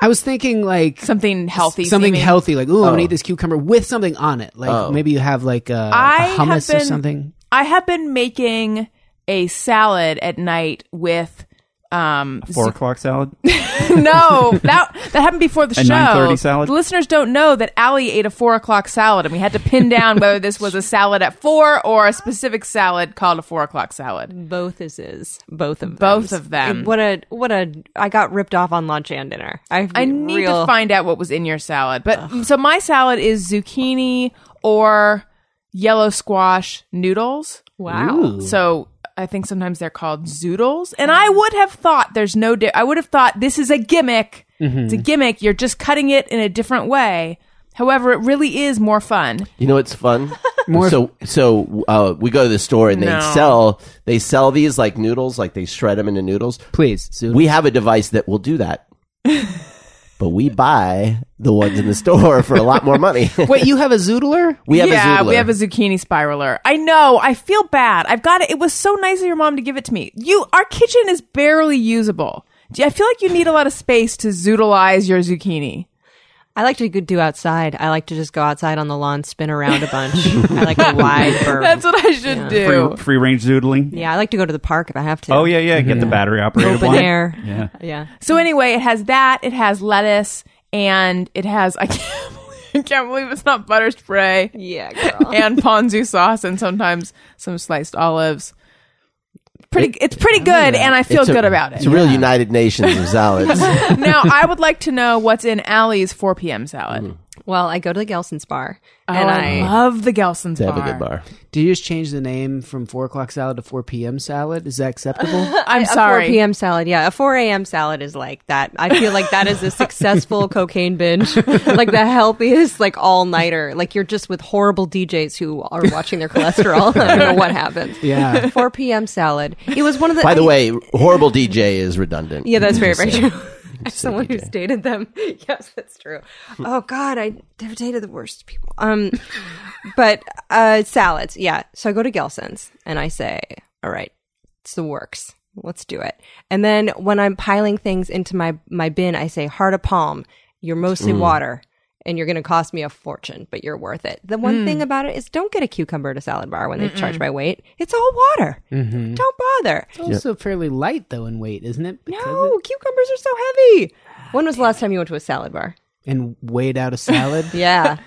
[SPEAKER 4] I was thinking like
[SPEAKER 3] Something healthy. Oh.
[SPEAKER 4] something
[SPEAKER 3] seeming.
[SPEAKER 4] healthy, like ooh, I'm gonna eat this cucumber with something on it. Like maybe you have like a, a
[SPEAKER 3] Oh. I have
[SPEAKER 4] hummus or
[SPEAKER 3] been-
[SPEAKER 4] something.
[SPEAKER 3] I have been making a salad at night with um
[SPEAKER 6] Four o'clock salad.
[SPEAKER 3] no, that that happened before the
[SPEAKER 6] A
[SPEAKER 3] show.
[SPEAKER 6] 9:30 salad?
[SPEAKER 3] The listeners don't know that Allie ate a four o'clock salad, and we had to pin down whether this was a salad at four or a specific salad called a four o'clock salad.
[SPEAKER 5] Both is is both of
[SPEAKER 3] Both
[SPEAKER 5] thems.
[SPEAKER 3] of them.
[SPEAKER 5] And What a what a I got ripped off on lunch and dinner. I
[SPEAKER 3] I need
[SPEAKER 5] real-
[SPEAKER 3] to find out what was in your salad, but so my salad is zucchini or yellow squash noodles.
[SPEAKER 5] wow.
[SPEAKER 3] So I think sometimes they're called zoodles. And I would have thought there's no. Di- I would have thought this is a gimmick. It's a
[SPEAKER 6] Mm-hmm.
[SPEAKER 3] gimmick. You're just cutting it in a different way. However, it really is more fun.
[SPEAKER 1] You know what's fun?
[SPEAKER 4] More-
[SPEAKER 1] so so uh, we go to the store and they
[SPEAKER 3] No.
[SPEAKER 1] sell they sell these like noodles, like they shred them into noodles.
[SPEAKER 4] Please, Sue.
[SPEAKER 1] We have a device that will do that. But we buy the ones in the store for a lot more money.
[SPEAKER 4] Wait, you have a zoodler?
[SPEAKER 1] we have a
[SPEAKER 3] yeah,
[SPEAKER 1] zoodler.
[SPEAKER 3] we have a zucchini spiraler. I know. I feel bad. I've got it. It was so nice of your mom to give it to me. You, our kitchen is barely usable. Do you- I feel like you need a lot of space to zoodleize your zucchini.
[SPEAKER 5] I like to go- do outside. I like to just go outside on the lawn, spin around a bunch. I like a wide berm.
[SPEAKER 3] That's what I should do.
[SPEAKER 6] Free, free range zoodling.
[SPEAKER 5] yeah, I like to go to the park if I have to.
[SPEAKER 6] Oh yeah, yeah. Get the battery operated
[SPEAKER 5] Open
[SPEAKER 6] one.
[SPEAKER 5] air.
[SPEAKER 6] Yeah.
[SPEAKER 5] Yeah.
[SPEAKER 3] So anyway, it has that. It has lettuce, and it has I can't. believe- I can't believe it's not butter spray
[SPEAKER 5] Yeah, girl.
[SPEAKER 3] and ponzu sauce and sometimes some sliced olives. Pretty, it's pretty good, and I feel
[SPEAKER 1] It's a-
[SPEAKER 3] good about
[SPEAKER 1] It's
[SPEAKER 3] it.
[SPEAKER 1] a real United Nations of salads.
[SPEAKER 3] now, I would like to know what's in Allie's 4 p.m.
[SPEAKER 1] Mm.
[SPEAKER 3] salad.
[SPEAKER 5] well, I go to the Gelson's bar
[SPEAKER 3] Oh,
[SPEAKER 5] and
[SPEAKER 3] I,
[SPEAKER 5] I.
[SPEAKER 3] love the Gelson's
[SPEAKER 1] they
[SPEAKER 3] bar.
[SPEAKER 1] have a good bar.
[SPEAKER 4] Do you just change the name from four o'clock salad to four p.m. salad? Is that acceptable?
[SPEAKER 3] I'm
[SPEAKER 5] A
[SPEAKER 3] sorry.
[SPEAKER 5] 4 p.m. salad, yeah. A 4 a.m. salad is like that. I feel like that is a successful cocaine binge, like the healthiest, like all nighter. Like you're just with horrible DJs who are watching their cholesterol. I don't know what happened.
[SPEAKER 4] Yeah.
[SPEAKER 5] 4 p.m. salad. It was one of the.
[SPEAKER 1] By the
[SPEAKER 5] I-
[SPEAKER 1] way, horrible DJ is redundant.
[SPEAKER 5] Yeah, that's very, very
[SPEAKER 1] Just saying.
[SPEAKER 5] true. As someone who's dated them, yes, that's true. Oh God, I never dated the worst people. Um, but uh, salads, yeah. So I go to Gelson's and I say, "All right, it's the works. Let's do it." And then when I'm piling things into my my bin, I say, "Heart of palm. You're mostly water." And you're going to cost me a fortune, but you're worth it. The one thing about it is, don't get a cucumber to salad bar when they charge by weight. It's all water. Don't bother.
[SPEAKER 4] also fairly light though in weight, isn't it? Because
[SPEAKER 5] No,
[SPEAKER 4] it-
[SPEAKER 5] cucumbers are so heavy. When was the last time you went to a salad bar?
[SPEAKER 4] and weighed out a salad.
[SPEAKER 5] Yeah.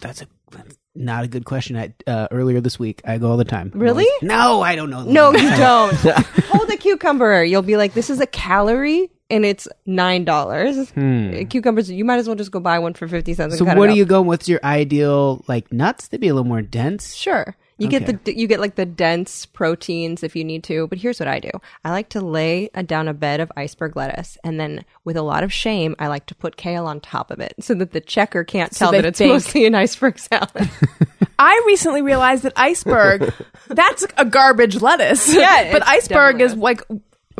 [SPEAKER 4] That's a that's not a good question. I, uh, earlier this week, I go all the time. I'm
[SPEAKER 5] Really?
[SPEAKER 4] always- no, I don't know.
[SPEAKER 5] No, you don't. Hold a cucumber. You'll be like, this is a calorie and it's nine dollars. Cucumbers, you might as well just go buy one for fifty cents. And
[SPEAKER 4] Hmm. So
[SPEAKER 5] cut
[SPEAKER 4] what are
[SPEAKER 5] it up.
[SPEAKER 4] you going? What's your ideal like nuts? They'd be a little more dense.
[SPEAKER 5] Sure. You
[SPEAKER 4] Okay.
[SPEAKER 5] get the you get like the dense proteins if you need to, but here's what I do. I like to lay a, down a bed of iceberg lettuce, and then with a lot of shame, I like to put kale on top of it so that the checker can't tell
[SPEAKER 3] they
[SPEAKER 5] that it's
[SPEAKER 3] think-
[SPEAKER 5] mostly an iceberg salad.
[SPEAKER 3] I recently realized that iceberg, that's a garbage lettuce.
[SPEAKER 5] Yeah,
[SPEAKER 3] but
[SPEAKER 5] it's
[SPEAKER 3] iceberg
[SPEAKER 5] definitely
[SPEAKER 3] is
[SPEAKER 5] is.
[SPEAKER 3] like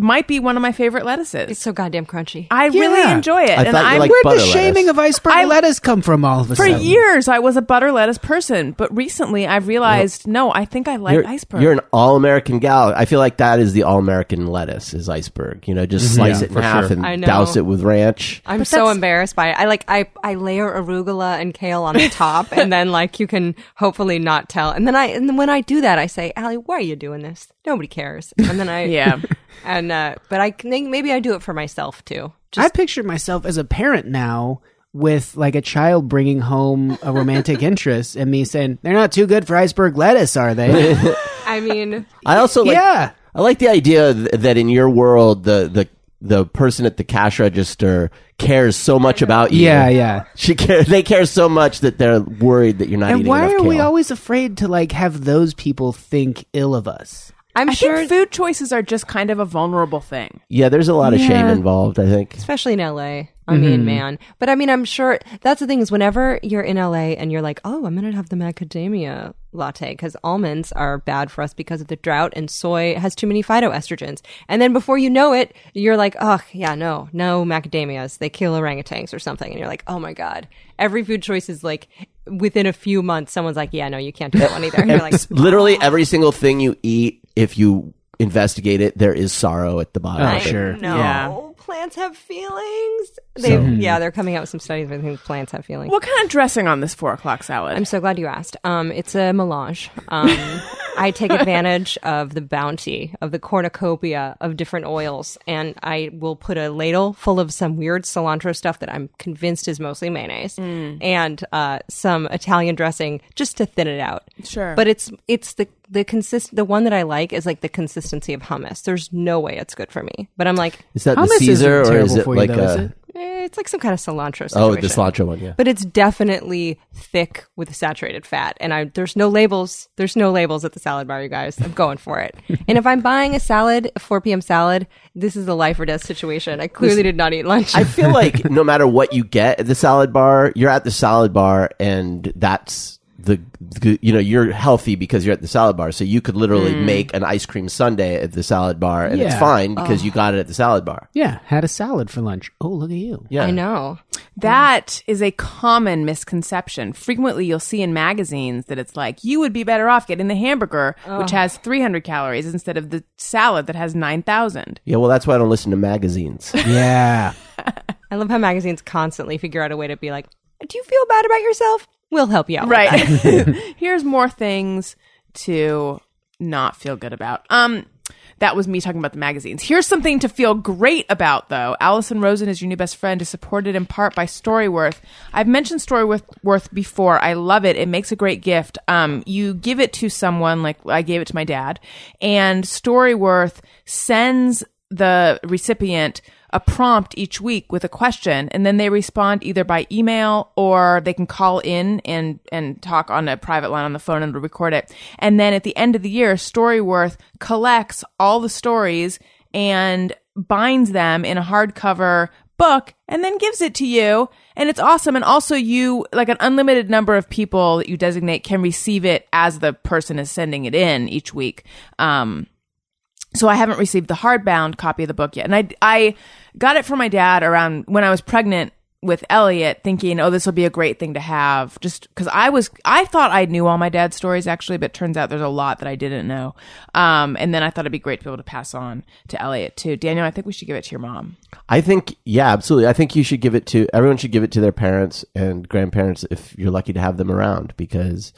[SPEAKER 3] might be one of my favorite lettuces.
[SPEAKER 5] it's so goddamn crunchy.
[SPEAKER 3] I really
[SPEAKER 4] Yeah.
[SPEAKER 3] enjoy it,
[SPEAKER 1] I
[SPEAKER 3] and
[SPEAKER 1] thought you
[SPEAKER 3] I'm
[SPEAKER 1] liked
[SPEAKER 4] Where'd
[SPEAKER 1] Butter
[SPEAKER 4] the shaming
[SPEAKER 1] lettuce.
[SPEAKER 4] of iceberg
[SPEAKER 3] I-
[SPEAKER 4] lettuce come from? All of a
[SPEAKER 3] For
[SPEAKER 4] sudden,
[SPEAKER 3] years, I was a butter lettuce person, but recently I've realized no, I think I like
[SPEAKER 1] You're,
[SPEAKER 3] iceberg.
[SPEAKER 1] you're an all-American gal. I feel like that is the all-American lettuce is iceberg. You know, just slice
[SPEAKER 6] Mm-hmm. Yeah,
[SPEAKER 1] it in
[SPEAKER 6] for
[SPEAKER 1] half
[SPEAKER 6] sure.
[SPEAKER 5] I
[SPEAKER 1] and
[SPEAKER 5] know.
[SPEAKER 1] douse it with ranch.
[SPEAKER 5] I'm
[SPEAKER 3] But
[SPEAKER 5] so
[SPEAKER 3] that's-
[SPEAKER 5] embarrassed by it. I like I I layer arugula and kale on the top, and then like you can hopefully not tell. And then I and then when I do that, I say, Allie, why are you doing this? Nobody cares. And then I
[SPEAKER 3] Yeah.
[SPEAKER 5] And uh, but I think maybe I do it for myself too.
[SPEAKER 4] I picture myself as a parent now with like a child bringing home a romantic interest and me saying they're not too good for iceberg lettuce, are they?
[SPEAKER 5] I mean,
[SPEAKER 1] I also like
[SPEAKER 4] yeah.
[SPEAKER 1] I like the idea th- that in your world, the the the person at the cash register cares so much about you.
[SPEAKER 4] Yeah, yeah.
[SPEAKER 1] She care, they care so much that they're worried that you're not
[SPEAKER 4] And
[SPEAKER 1] eating
[SPEAKER 4] why
[SPEAKER 1] enough
[SPEAKER 4] are we
[SPEAKER 1] kale.
[SPEAKER 4] always afraid to like have those people think ill of us?
[SPEAKER 5] I'm
[SPEAKER 3] I
[SPEAKER 5] sure,
[SPEAKER 3] think food choices are just kind of a vulnerable thing.
[SPEAKER 1] yeah, there's a lot of shame involved. I think.
[SPEAKER 5] especially in LA. I mean, man. But I mean, I'm sure that's the thing is whenever you're in LA and you're like, oh, I'm gonna have the macadamia latte because almonds are bad for us because of the drought and soy has too many phytoestrogens. And then before you know it, you're like, oh yeah, no, no macadamias. They kill orangutans or something. And you're like, oh my god. Every food choice is like within a few months, someone's like, yeah, no, you can't do that one either. And you're like,
[SPEAKER 1] It's literally every single thing you eat, if you investigate it, there is sorrow at the bottom.
[SPEAKER 4] Oh,
[SPEAKER 1] of it.
[SPEAKER 4] sure.
[SPEAKER 5] no, plants have feelings. They, yeah, they're coming out with some studies that think plants have feelings.
[SPEAKER 3] What kind of dressing on this four o'clock salad?
[SPEAKER 5] I'm so glad you asked. Um, it's a melange. Um, I take advantage of the bounty of the cornucopia of different oils, and I will put a ladle full of some weird cilantro stuff that I'm convinced is mostly mayonnaise, and uh, some Italian dressing just to thin it out.
[SPEAKER 3] Sure.
[SPEAKER 5] but it's it's the the consist the one that I like is like the consistency of hummus. There's no way it's good for me, but I'm like
[SPEAKER 1] Is that the
[SPEAKER 4] Hummus isn't
[SPEAKER 1] Caesar or is
[SPEAKER 4] terrible
[SPEAKER 1] it
[SPEAKER 4] for you,
[SPEAKER 1] like
[SPEAKER 4] though,
[SPEAKER 1] a?
[SPEAKER 4] is it?
[SPEAKER 5] eh, it's like some kind of cilantro. Situation.
[SPEAKER 1] Oh, the cilantro one. Yeah.
[SPEAKER 5] but it's definitely thick with saturated fat. And I there's no labels. There's no labels at the salad bar, you guys. I'm going for it. and if I'm buying a salad, a 4 p.m. salad, this is a life or death situation. I clearly did not eat lunch.
[SPEAKER 1] I feel like no matter what you get at the salad bar, you're at the salad bar, and that's the, the- you know you're healthy because you're at the salad bar. So you could literally
[SPEAKER 5] Hmm.
[SPEAKER 1] make an ice cream sundae at the salad bar, and it's
[SPEAKER 4] Yeah.
[SPEAKER 1] fine because you got it at the salad bar.
[SPEAKER 4] Yeah, had a salad for lunch. Oh, look at you.
[SPEAKER 1] Yeah,
[SPEAKER 5] I know.
[SPEAKER 3] That is a common misconception. Frequently, you'll see in magazines that it's like you would be better off getting the hamburger, which has 300 calories, instead of the salad that has 9,000.
[SPEAKER 1] Yeah, well, that's why I don't listen to magazines.
[SPEAKER 4] Yeah.
[SPEAKER 5] I love how magazines constantly figure out a way to be like, do you feel bad about yourself? We'll help you out. with
[SPEAKER 3] Right. Here's more things to not feel good about. Um, That was me talking about the magazines. Here's something to feel great about, though. Allison Rosen is your new best friend, is supported in part by Storyworth. I've mentioned Storyworth Worth before. I love it. It makes a great gift. Um, you give it to someone, like I gave it to my dad, and Storyworth sends the recipient a prompt each week with a question and then they respond either by email or they can call in and and talk on a private line on the phone and record it and then at the end of the year storyworth collects all the stories and binds them in a hardcover book and then gives it to you and it's awesome and also you like an unlimited number of people that you designate can receive it as the person is sending it in each week um so I haven't received the hardbound copy of the book yet. And I, I got it from my dad around when I was pregnant with Elliot, thinking, oh, this will be a great thing to have. Just because I was, I thought I knew all my dad's stories actually, but turns out there's a lot that I didn't know. Um, and then I thought it'd be great to be able to pass on to Elliot too. Daniel, I think we should give it to your mom.
[SPEAKER 1] I think, yeah, absolutely. I think you should give it to everyone. Should give it to their parents and grandparents if you're lucky to have them around, because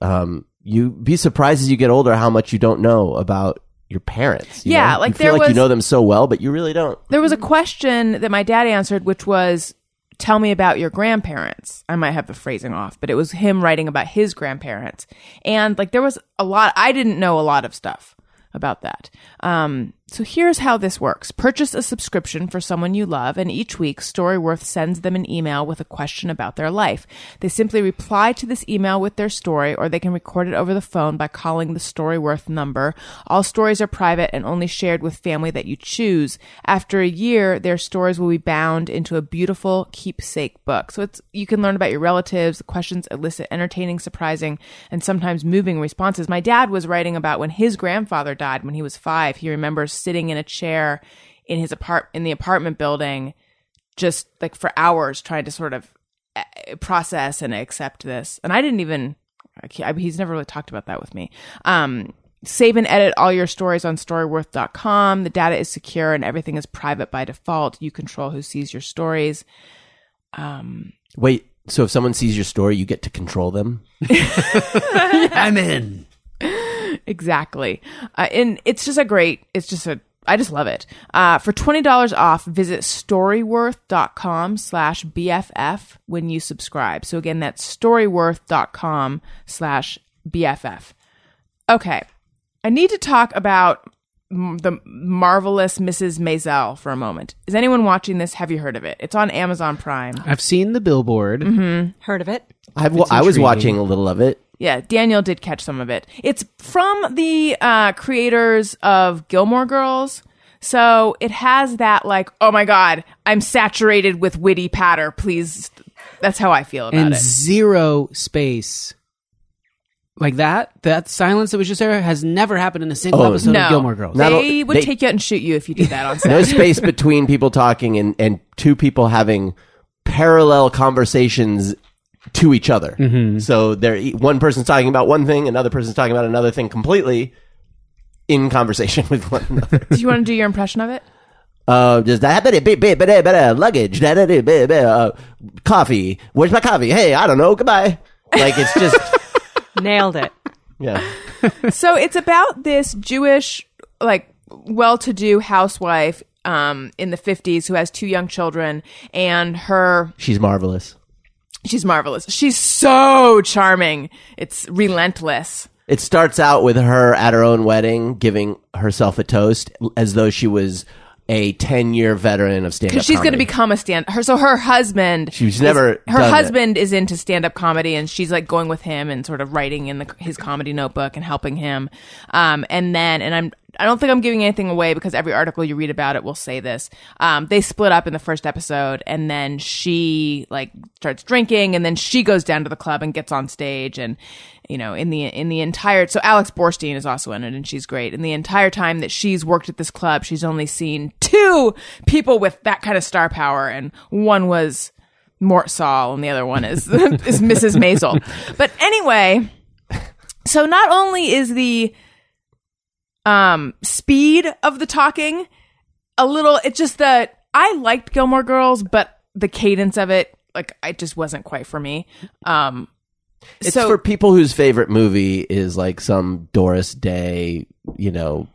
[SPEAKER 1] um, you be surprised as you get older how much you don't know about your parents. you
[SPEAKER 3] Yeah,
[SPEAKER 1] know?
[SPEAKER 3] like
[SPEAKER 1] you feel
[SPEAKER 3] there
[SPEAKER 1] like you
[SPEAKER 3] was-
[SPEAKER 1] know them so well, but you really don't.
[SPEAKER 3] There was a question that my dad answered, which was, Tell me about your grandparents. I might have the phrasing off, but it was him writing about his grandparents. And like there was a lot, I didn't know a lot of stuff about that. Um, so here's how this works purchase a subscription for someone you love, and each week Storyworth sends them an email with a question about their life. They simply reply to this email with their story, or they can record it over the phone by calling the Storyworth number. All stories are private and only shared with family that you choose. After a year, their stories will be bound into a beautiful keepsake book. So it's you can learn about your relatives. The questions elicit entertaining, surprising, and sometimes moving responses. My dad was writing about when his grandfather died when he was five. He remembers sitting in a chair in his apart in the apartment building, just like for hours, trying to sort of eh, process and accept this. And I didn't even. I can't- I mean, he's never really talked about that with me. Um, Save and edit all your stories on storyworth.com. The data is secure and everything is private by default. You control who sees your stories.
[SPEAKER 1] Wait, so if someone sees your story, you get to control them?
[SPEAKER 4] I'm in.
[SPEAKER 3] Exactly. Uh, and it's just a great, it's just a, I just love it. Uh, for $20 off, visit storyworth.com slash BFF when you subscribe. So again, that's storyworth.com slash BFF. Okay. I need to talk about m- the marvelous Mrs. Maisel for a moment. Is anyone watching this? Have you heard of it? It's on Amazon Prime.
[SPEAKER 4] I've seen the billboard.
[SPEAKER 5] Heard of it?
[SPEAKER 1] I've, wa- I was
[SPEAKER 4] intriguing.
[SPEAKER 1] watching a little of it.
[SPEAKER 3] Yeah, Daniel did catch some of it. It's from the uh, creators of Gilmore Girls. So it has that, like, oh my God, I'm saturated with witty patter. Please. That's how I feel about
[SPEAKER 4] and
[SPEAKER 3] it.
[SPEAKER 4] zero space like that that silence that was just there has never happened in a single
[SPEAKER 1] Oh,
[SPEAKER 4] episode
[SPEAKER 3] No.
[SPEAKER 4] of gilmore girls
[SPEAKER 1] Not
[SPEAKER 3] they
[SPEAKER 1] al-
[SPEAKER 3] would
[SPEAKER 1] they-
[SPEAKER 3] take you out and shoot you if you did that on set.
[SPEAKER 1] No space between people talking and, and two people having parallel conversations to each other. So they're e- one person's talking about one thing, another person's talking about another thing completely in conversation with one another.
[SPEAKER 3] do you want to do your impression of it?
[SPEAKER 1] Uh, just that bit, bit, bit, bit, bit, uh, luggage, da, da, da, bit, bit, uh, coffee. Where's my coffee? Hey, I don't know. Goodbye. Like it's just
[SPEAKER 5] Nailed it.
[SPEAKER 1] yeah.
[SPEAKER 3] so it's about this Jewish, like, well-to-do housewife um, in the 50s who has two young children and her
[SPEAKER 1] She's marvelous.
[SPEAKER 3] she's marvelous she's so charming it's relentless
[SPEAKER 1] It starts out with her at her own wedding giving herself a toast as though she was a 10 year veteran of stand up.
[SPEAKER 3] Because she's going to become a stand. Her so her husband.
[SPEAKER 1] She's
[SPEAKER 3] is-
[SPEAKER 1] never
[SPEAKER 3] Her
[SPEAKER 1] done it.
[SPEAKER 3] husband is into stand up comedy, and she's like going with him and sort of writing in the, his comedy notebook and helping him. Um, and then, and I'm I don't think I'm giving anything away because every article you read about it will say this. Um, they split up in the first episode, and then she like starts drinking, and then she goes down to the club and gets on stage, and you know in the in the entire so Alex Borstein is also in it, and she's great. And the entire time that she's worked at this club, she's only seen two people with that kind of star power, and one was Mort Saul, and the other one is is Mrs. Maisel. But anyway, so not only is the um speed of the talking a little, it's just that I liked Gilmore Girls, but the cadence of it, like, it just wasn't quite for me. Um,
[SPEAKER 1] It's
[SPEAKER 3] so
[SPEAKER 1] for people whose favorite movie is like some Doris Day, you know,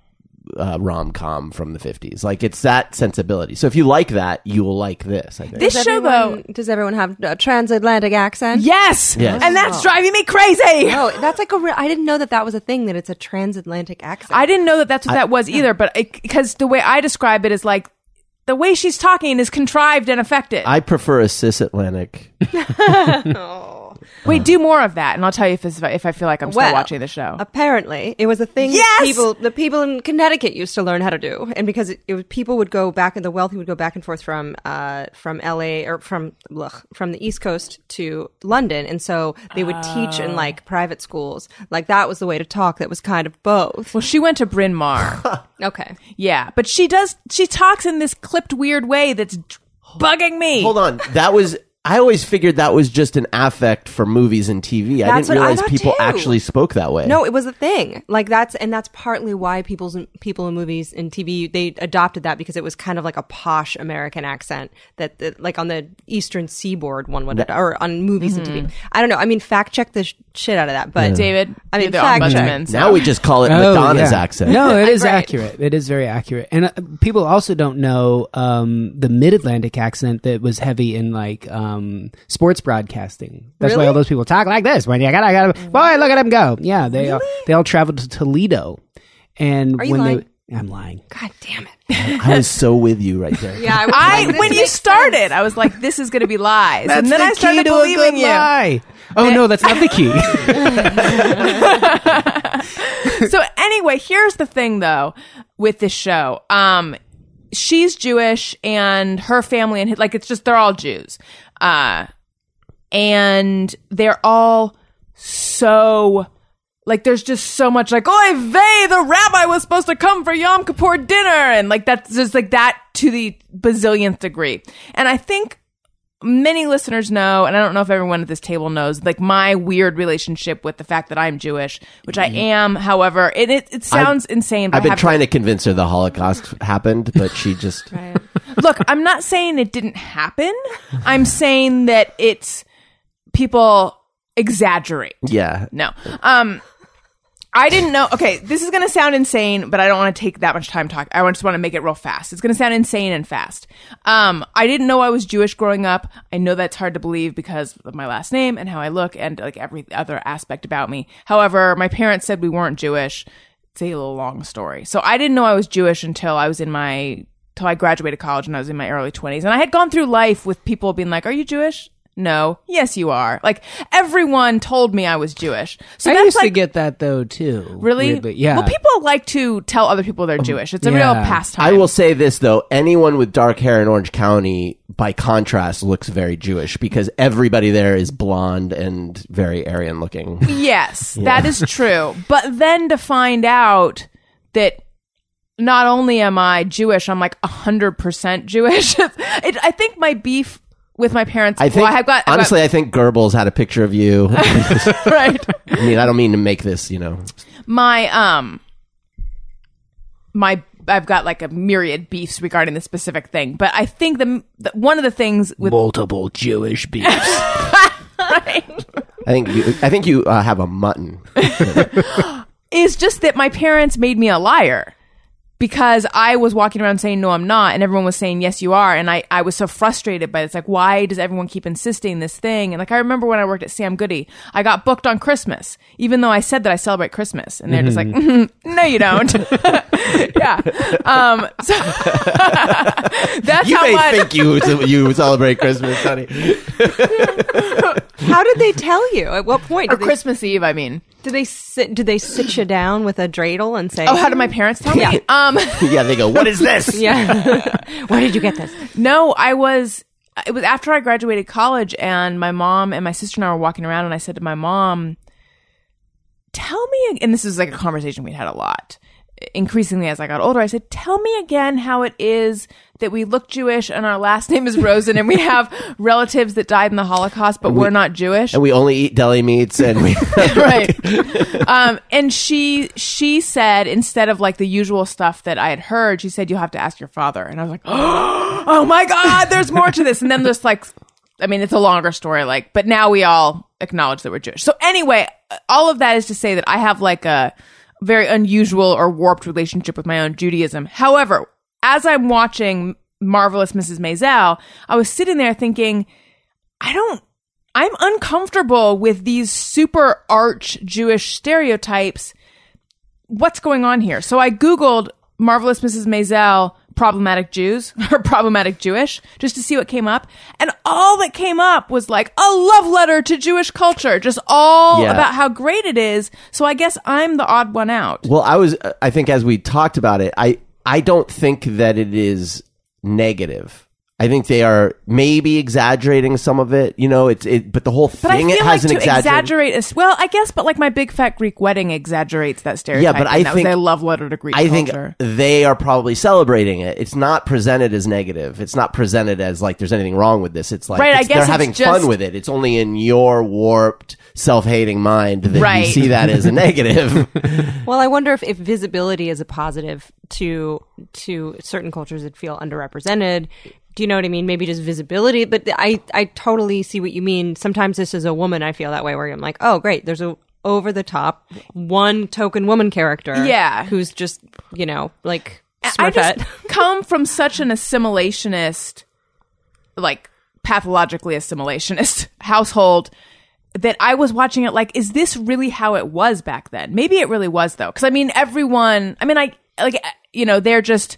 [SPEAKER 1] uh, rom com from the fifties. Like it's that sensibility. So if you like that, you will like this. I think.
[SPEAKER 3] This
[SPEAKER 5] Does
[SPEAKER 3] show,
[SPEAKER 5] everyone-
[SPEAKER 3] though.
[SPEAKER 5] Does everyone have a transatlantic accent?
[SPEAKER 3] Yes.
[SPEAKER 1] Yes.
[SPEAKER 3] And that's driving me crazy.
[SPEAKER 5] No, that's like a real. I didn't know that that was a thing. That it's a transatlantic accent.
[SPEAKER 3] I didn't know that that's what that was either, but because the way I describe it is like the way she's talking is contrived and affected.
[SPEAKER 1] I prefer a cis-Atlantic.
[SPEAKER 3] Wait, do more of that, and I'll tell you if it's, if I feel like I'm still
[SPEAKER 5] Well,
[SPEAKER 3] watching the show.
[SPEAKER 5] Apparently, it was a thing. that
[SPEAKER 3] Oh. Yes!
[SPEAKER 5] people the people in Connecticut used to learn how to do, and because it, it was, people would go back, and the wealthy would go back and forth from uh, from L.A. or from ugh, from the East Coast to London, and so they would teach in like private schools. Like that was the way to talk. That was kind of both.
[SPEAKER 3] well, she went to Bryn Mawr.
[SPEAKER 5] Okay,
[SPEAKER 3] yeah, but she does. She talks in this clipped, weird way that's bugging me.
[SPEAKER 1] Hold on, that was. I always figured that was just an affect for movies and TV. I didn't
[SPEAKER 5] That's what I
[SPEAKER 1] realize
[SPEAKER 5] thought
[SPEAKER 1] people
[SPEAKER 5] too.
[SPEAKER 1] actually spoke that way.
[SPEAKER 5] no, it was a thing. Like that's and that's partly why people's people in movies and TV they adopted that because it was kind of like a posh American accent that, that like on the Eastern Seaboard one would or on movies and TV. I don't know. I mean, fact check the sh- shit out of that, but
[SPEAKER 3] David.
[SPEAKER 5] I mean,
[SPEAKER 3] you're the
[SPEAKER 5] fact
[SPEAKER 3] ombudsman.
[SPEAKER 1] now we just call it
[SPEAKER 4] Oh,
[SPEAKER 1] Madonna's
[SPEAKER 4] yeah.
[SPEAKER 1] accent.
[SPEAKER 4] No, it is
[SPEAKER 5] Right.
[SPEAKER 4] accurate. It is very accurate. And uh, people also don't know um, the mid Atlantic accent that was heavy in like um, sports broadcasting. That's why all those people talk like this. When you got, I got,
[SPEAKER 3] Mm.
[SPEAKER 4] boy, look at him go. Yeah, they all, they all traveled to Toledo, and
[SPEAKER 5] you
[SPEAKER 4] when
[SPEAKER 5] lying?
[SPEAKER 4] they, I'm lying.
[SPEAKER 5] God damn it!
[SPEAKER 1] I was so with you right there.
[SPEAKER 5] Yeah, I, was
[SPEAKER 3] I
[SPEAKER 5] like, this
[SPEAKER 3] when you
[SPEAKER 5] makes
[SPEAKER 3] started,
[SPEAKER 5] sense.
[SPEAKER 3] I was like, "This is going to be lies," and then I started believing you.
[SPEAKER 4] lie. Oh no, that's not the key.
[SPEAKER 3] so anyway, here's the thing though with this show. Um she's Jewish and her family and hi- like it's just they're all Jews. Uh and they're all so like there's just so much like oy vey the rabbi was supposed to come for Yom Kippur dinner and like that's just like that to the bazillionth degree. And I think many listeners know, and I don't know if everyone at this table knows, like my weird relationship with the fact that I'm Jewish, which I am. However, it it, it sounds insane.
[SPEAKER 1] Mm-hmm.
[SPEAKER 3] But
[SPEAKER 1] I've been
[SPEAKER 3] have
[SPEAKER 1] trying to convince her the Holocaust happened, but she just.
[SPEAKER 3] look. I'm not saying it didn't happen. I'm saying that it's people exaggerate.
[SPEAKER 1] Yeah.
[SPEAKER 3] No. Um I didn't know. Okay, this is going to sound insane, but I don't want to take that much time talk. I just want to make it real fast. It's going to sound insane and fast. Um I didn't know I was Jewish growing up. I know that's hard to believe because of my last name and how I look and like every other aspect about me. However, my parents said we weren't Jewish. It's a little long story. So I didn't know I was Jewish until I was in my till I graduated college and I was in my early 20s. And I had gone through life with people being like, "Are you Jewish?" No. Yes, you are. Like everyone told me I was Jewish. So
[SPEAKER 4] I
[SPEAKER 3] that's
[SPEAKER 4] used
[SPEAKER 3] like
[SPEAKER 4] to get that though too.
[SPEAKER 3] really
[SPEAKER 4] weirdly. yeah. Um,
[SPEAKER 3] Well, people like to tell other people they're Jewish. It's a
[SPEAKER 4] yeah.
[SPEAKER 3] real pastime.
[SPEAKER 1] I will say this though: anyone with dark hair in Orange County, by contrast, looks very Jewish because everybody there is blonde and very Aryan looking.
[SPEAKER 3] Yes, that is true. But then to find out that not only am I Jewish, I'm like 100% Jewish. it, I think my beef with my parents
[SPEAKER 1] I think
[SPEAKER 3] well, I've got I've got-
[SPEAKER 1] honestly, I think Goebbels had a picture of you. I
[SPEAKER 3] right.
[SPEAKER 1] mean, I don't mean to make this, you know.
[SPEAKER 3] my um my I've got like a myriad beefs regarding this specific thing, but I think the, the one of the things with
[SPEAKER 4] multiple Jewish beefs.
[SPEAKER 1] I think you, I think you uh, have a mutton.
[SPEAKER 3] is just that my parents made me a liar because I was walking around saying no, I'm not, and everyone was saying yes, you are, and I I was so frustrated by this. Like, why does everyone keep insisting this thing? And like, I remember when I worked at Sam Goody, I got booked on Christmas, even though I said that I celebrate Christmas, and they're just like, "Mhm,
[SPEAKER 1] Mm-hmm.
[SPEAKER 3] no, you don't. yeah. Um. So that's
[SPEAKER 1] You
[SPEAKER 3] how
[SPEAKER 1] may
[SPEAKER 3] much.
[SPEAKER 1] think you you celebrate Christmas, honey.
[SPEAKER 5] How did they tell you? At what point?
[SPEAKER 3] or
[SPEAKER 5] Did they,
[SPEAKER 3] Christmas Eve, I mean.
[SPEAKER 5] did they sit? Did they sit you down with a dreidel and say?
[SPEAKER 3] Oh, how did my parents tell me?
[SPEAKER 5] Yeah.
[SPEAKER 3] Um,
[SPEAKER 1] yeah, they go. What is this?
[SPEAKER 5] Yeah. Where did you get this?
[SPEAKER 3] no, I was. It was after I graduated college, and my mom and my sister and I were walking around, and I said to my mom, "Tell me." And this is like a conversation we'd had a lot. Increasingly, as I got older, I said, "Tell me again how it is that we look Jewish and our last name is Rosen, and we have relatives that died in the Holocaust, but we, are not Jewish."
[SPEAKER 1] And we only eat deli meats, and we
[SPEAKER 3] right um and she she said instead of like the usual stuff that i had heard she said you have to ask your father and i was like oh my god there's more to this and then just like i mean it's a longer story like but now we all acknowledge that we're jewish so anyway all of that is to say that i have like a very unusual or warped relationship with my own Judaism. However, as I'm watching Marvelous Mrs. Maisel, I was sitting there thinking, I don't I'm uncomfortable with these super arch Jewish stereotypes. What's going on here? So I Googled Marvelous Mrs. Maisel problematic Jews or problematic Jewish just to see what came up. And all that came up was like a love letter to Jewish culture, just all
[SPEAKER 1] Yeah.
[SPEAKER 3] about how great it is. So I guess I'm the odd one out.
[SPEAKER 1] Well, I was. uh, I think as we talked about it, I I don't think that it is negative. I think they are maybe exaggerating some of it. You know, it's it, but the whole
[SPEAKER 3] But I
[SPEAKER 1] thing
[SPEAKER 3] feel
[SPEAKER 1] it
[SPEAKER 3] like
[SPEAKER 1] has
[SPEAKER 3] to
[SPEAKER 1] an exaggerate.
[SPEAKER 3] exaggerate is well, I guess, but like my big fat Greek wedding exaggerates that stereotype.
[SPEAKER 1] but I
[SPEAKER 3] and that
[SPEAKER 1] think-
[SPEAKER 3] was their love letter to Greek
[SPEAKER 1] I think
[SPEAKER 3] culture.
[SPEAKER 1] they are probably celebrating it. It's not presented as negative. It's not presented as like there's anything wrong with this. It's like
[SPEAKER 3] Right, I
[SPEAKER 1] it's-
[SPEAKER 3] guess
[SPEAKER 1] they're
[SPEAKER 3] it's
[SPEAKER 1] having
[SPEAKER 3] just-
[SPEAKER 1] fun with it. It's only in your warped, self-hating mind that
[SPEAKER 3] Right.
[SPEAKER 1] you see that as a negative.
[SPEAKER 5] Well, I wonder if, if visibility is a positive to to certain cultures that feel underrepresented. Do you know what I mean? Maybe just visibility, but I I totally see what you mean. Sometimes this is a woman I feel that way where I'm like, "Oh, great, there's a over the top one token woman character."
[SPEAKER 3] Yeah.
[SPEAKER 5] Who's just, you know, like
[SPEAKER 3] I
[SPEAKER 5] Smurfette.
[SPEAKER 3] just come from such an assimilationist, like pathologically assimilationist household that I was watching it like, is this really how it was back then? Maybe it really was though, because I mean, everyone. I mean, I like you know they're just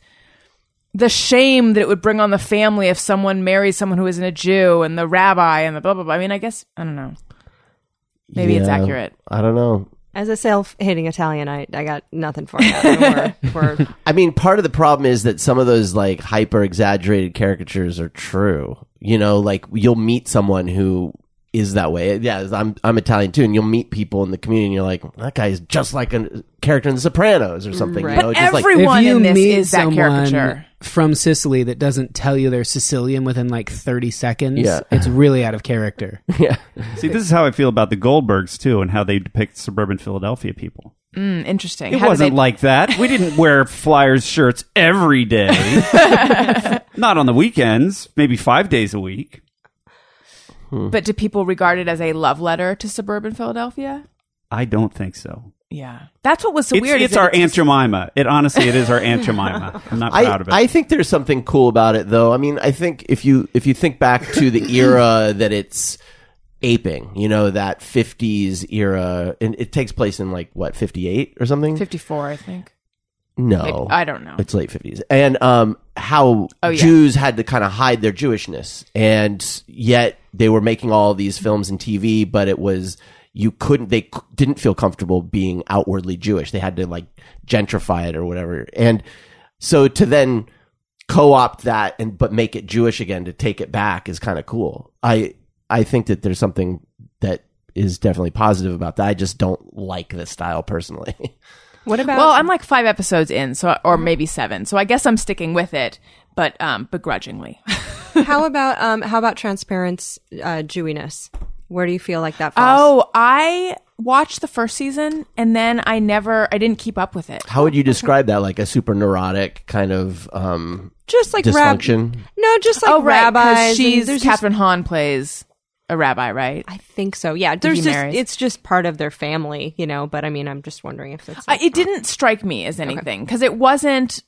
[SPEAKER 3] the shame that it would bring on the family if someone marries someone who isn't a Jew and the rabbi and the blah blah blah. I mean, I guess I don't know. Maybe it's
[SPEAKER 1] Yeah.
[SPEAKER 3] accurate.
[SPEAKER 1] I don't know.
[SPEAKER 5] As a self-hating Italian, I, I got nothing for that. We're, we're
[SPEAKER 1] I mean, part of the problem is that some of those like hyper exaggerated caricatures are true. You know, like you'll meet someone who is that way. Yeah, I'm I'm Italian too, and you'll meet people in the community, and you're like, that guy is just like a character in The Sopranos or something. You
[SPEAKER 5] Right.
[SPEAKER 1] know,
[SPEAKER 3] But
[SPEAKER 1] just like
[SPEAKER 3] every- Everyone in this is that caricature.
[SPEAKER 4] from Sicily that doesn't tell you they're Sicilian within like 30 seconds,
[SPEAKER 1] Yeah.
[SPEAKER 4] it's really out of character.
[SPEAKER 6] See, this is how I feel about the Goldbergs too, and how they depict suburban Philadelphia people.
[SPEAKER 3] Mm, Interesting.
[SPEAKER 6] It
[SPEAKER 3] How do
[SPEAKER 6] wasn't
[SPEAKER 3] they-
[SPEAKER 6] like that. We didn't wear Flyers shirts every day. Not on the weekends. Maybe five days a week.
[SPEAKER 3] but do people regard it as a love letter to suburban Philadelphia?
[SPEAKER 6] I don't think so.
[SPEAKER 3] Yeah, that's what was so
[SPEAKER 6] it's
[SPEAKER 3] weird.
[SPEAKER 6] it's
[SPEAKER 3] is that
[SPEAKER 6] our Aunt Jemima. It honestly, it is our Aunt Jemima. I'm not
[SPEAKER 1] I,
[SPEAKER 6] proud of it.
[SPEAKER 1] I think there's something cool about it though. I mean, I think if you if you think back to the era that it's aping, you know, that 50s era, and it takes place in like what 58 or something.
[SPEAKER 3] 54, I think.
[SPEAKER 1] No,
[SPEAKER 3] Like, I don't know.
[SPEAKER 1] Oh. It's late fifties, and um, how
[SPEAKER 3] Oh, yeah.
[SPEAKER 1] Jews had to kind of hide their Jewishness, and yet they were making all these films and TV, but it was you couldn't. They c- didn't feel comfortable being outwardly Jewish. They had to like gentrify it or whatever, and so to then co-opt that and but make it Jewish again to take it back is kind of cool. I I think that there's something that is definitely positive about that. I just don't like the style personally.
[SPEAKER 5] what about
[SPEAKER 3] Well, I'm like five episodes in, so or maybe seven. So I guess I'm sticking with it, but um, begrudgingly.
[SPEAKER 5] how about um how about transparent uh, Jewiness? Where do you feel like that falls?
[SPEAKER 3] oh, I watched the first season and then I never, I didn't keep up with it.
[SPEAKER 1] How would you describe that? Like a super neurotic kind of um,
[SPEAKER 5] just like rab-
[SPEAKER 1] dysfunction.
[SPEAKER 5] No, just like
[SPEAKER 3] oh, right, 'cause
[SPEAKER 5] rabbis. and
[SPEAKER 3] she's
[SPEAKER 5] there's just-
[SPEAKER 3] Catherine Hahn plays a rabbi, right?
[SPEAKER 5] I think so. Yeah, there's
[SPEAKER 3] he
[SPEAKER 5] just
[SPEAKER 3] marries.
[SPEAKER 5] it's just part of their family, you know. But I mean, I'm just wondering if it's.
[SPEAKER 3] I, it didn't strike me as anything because it wasn't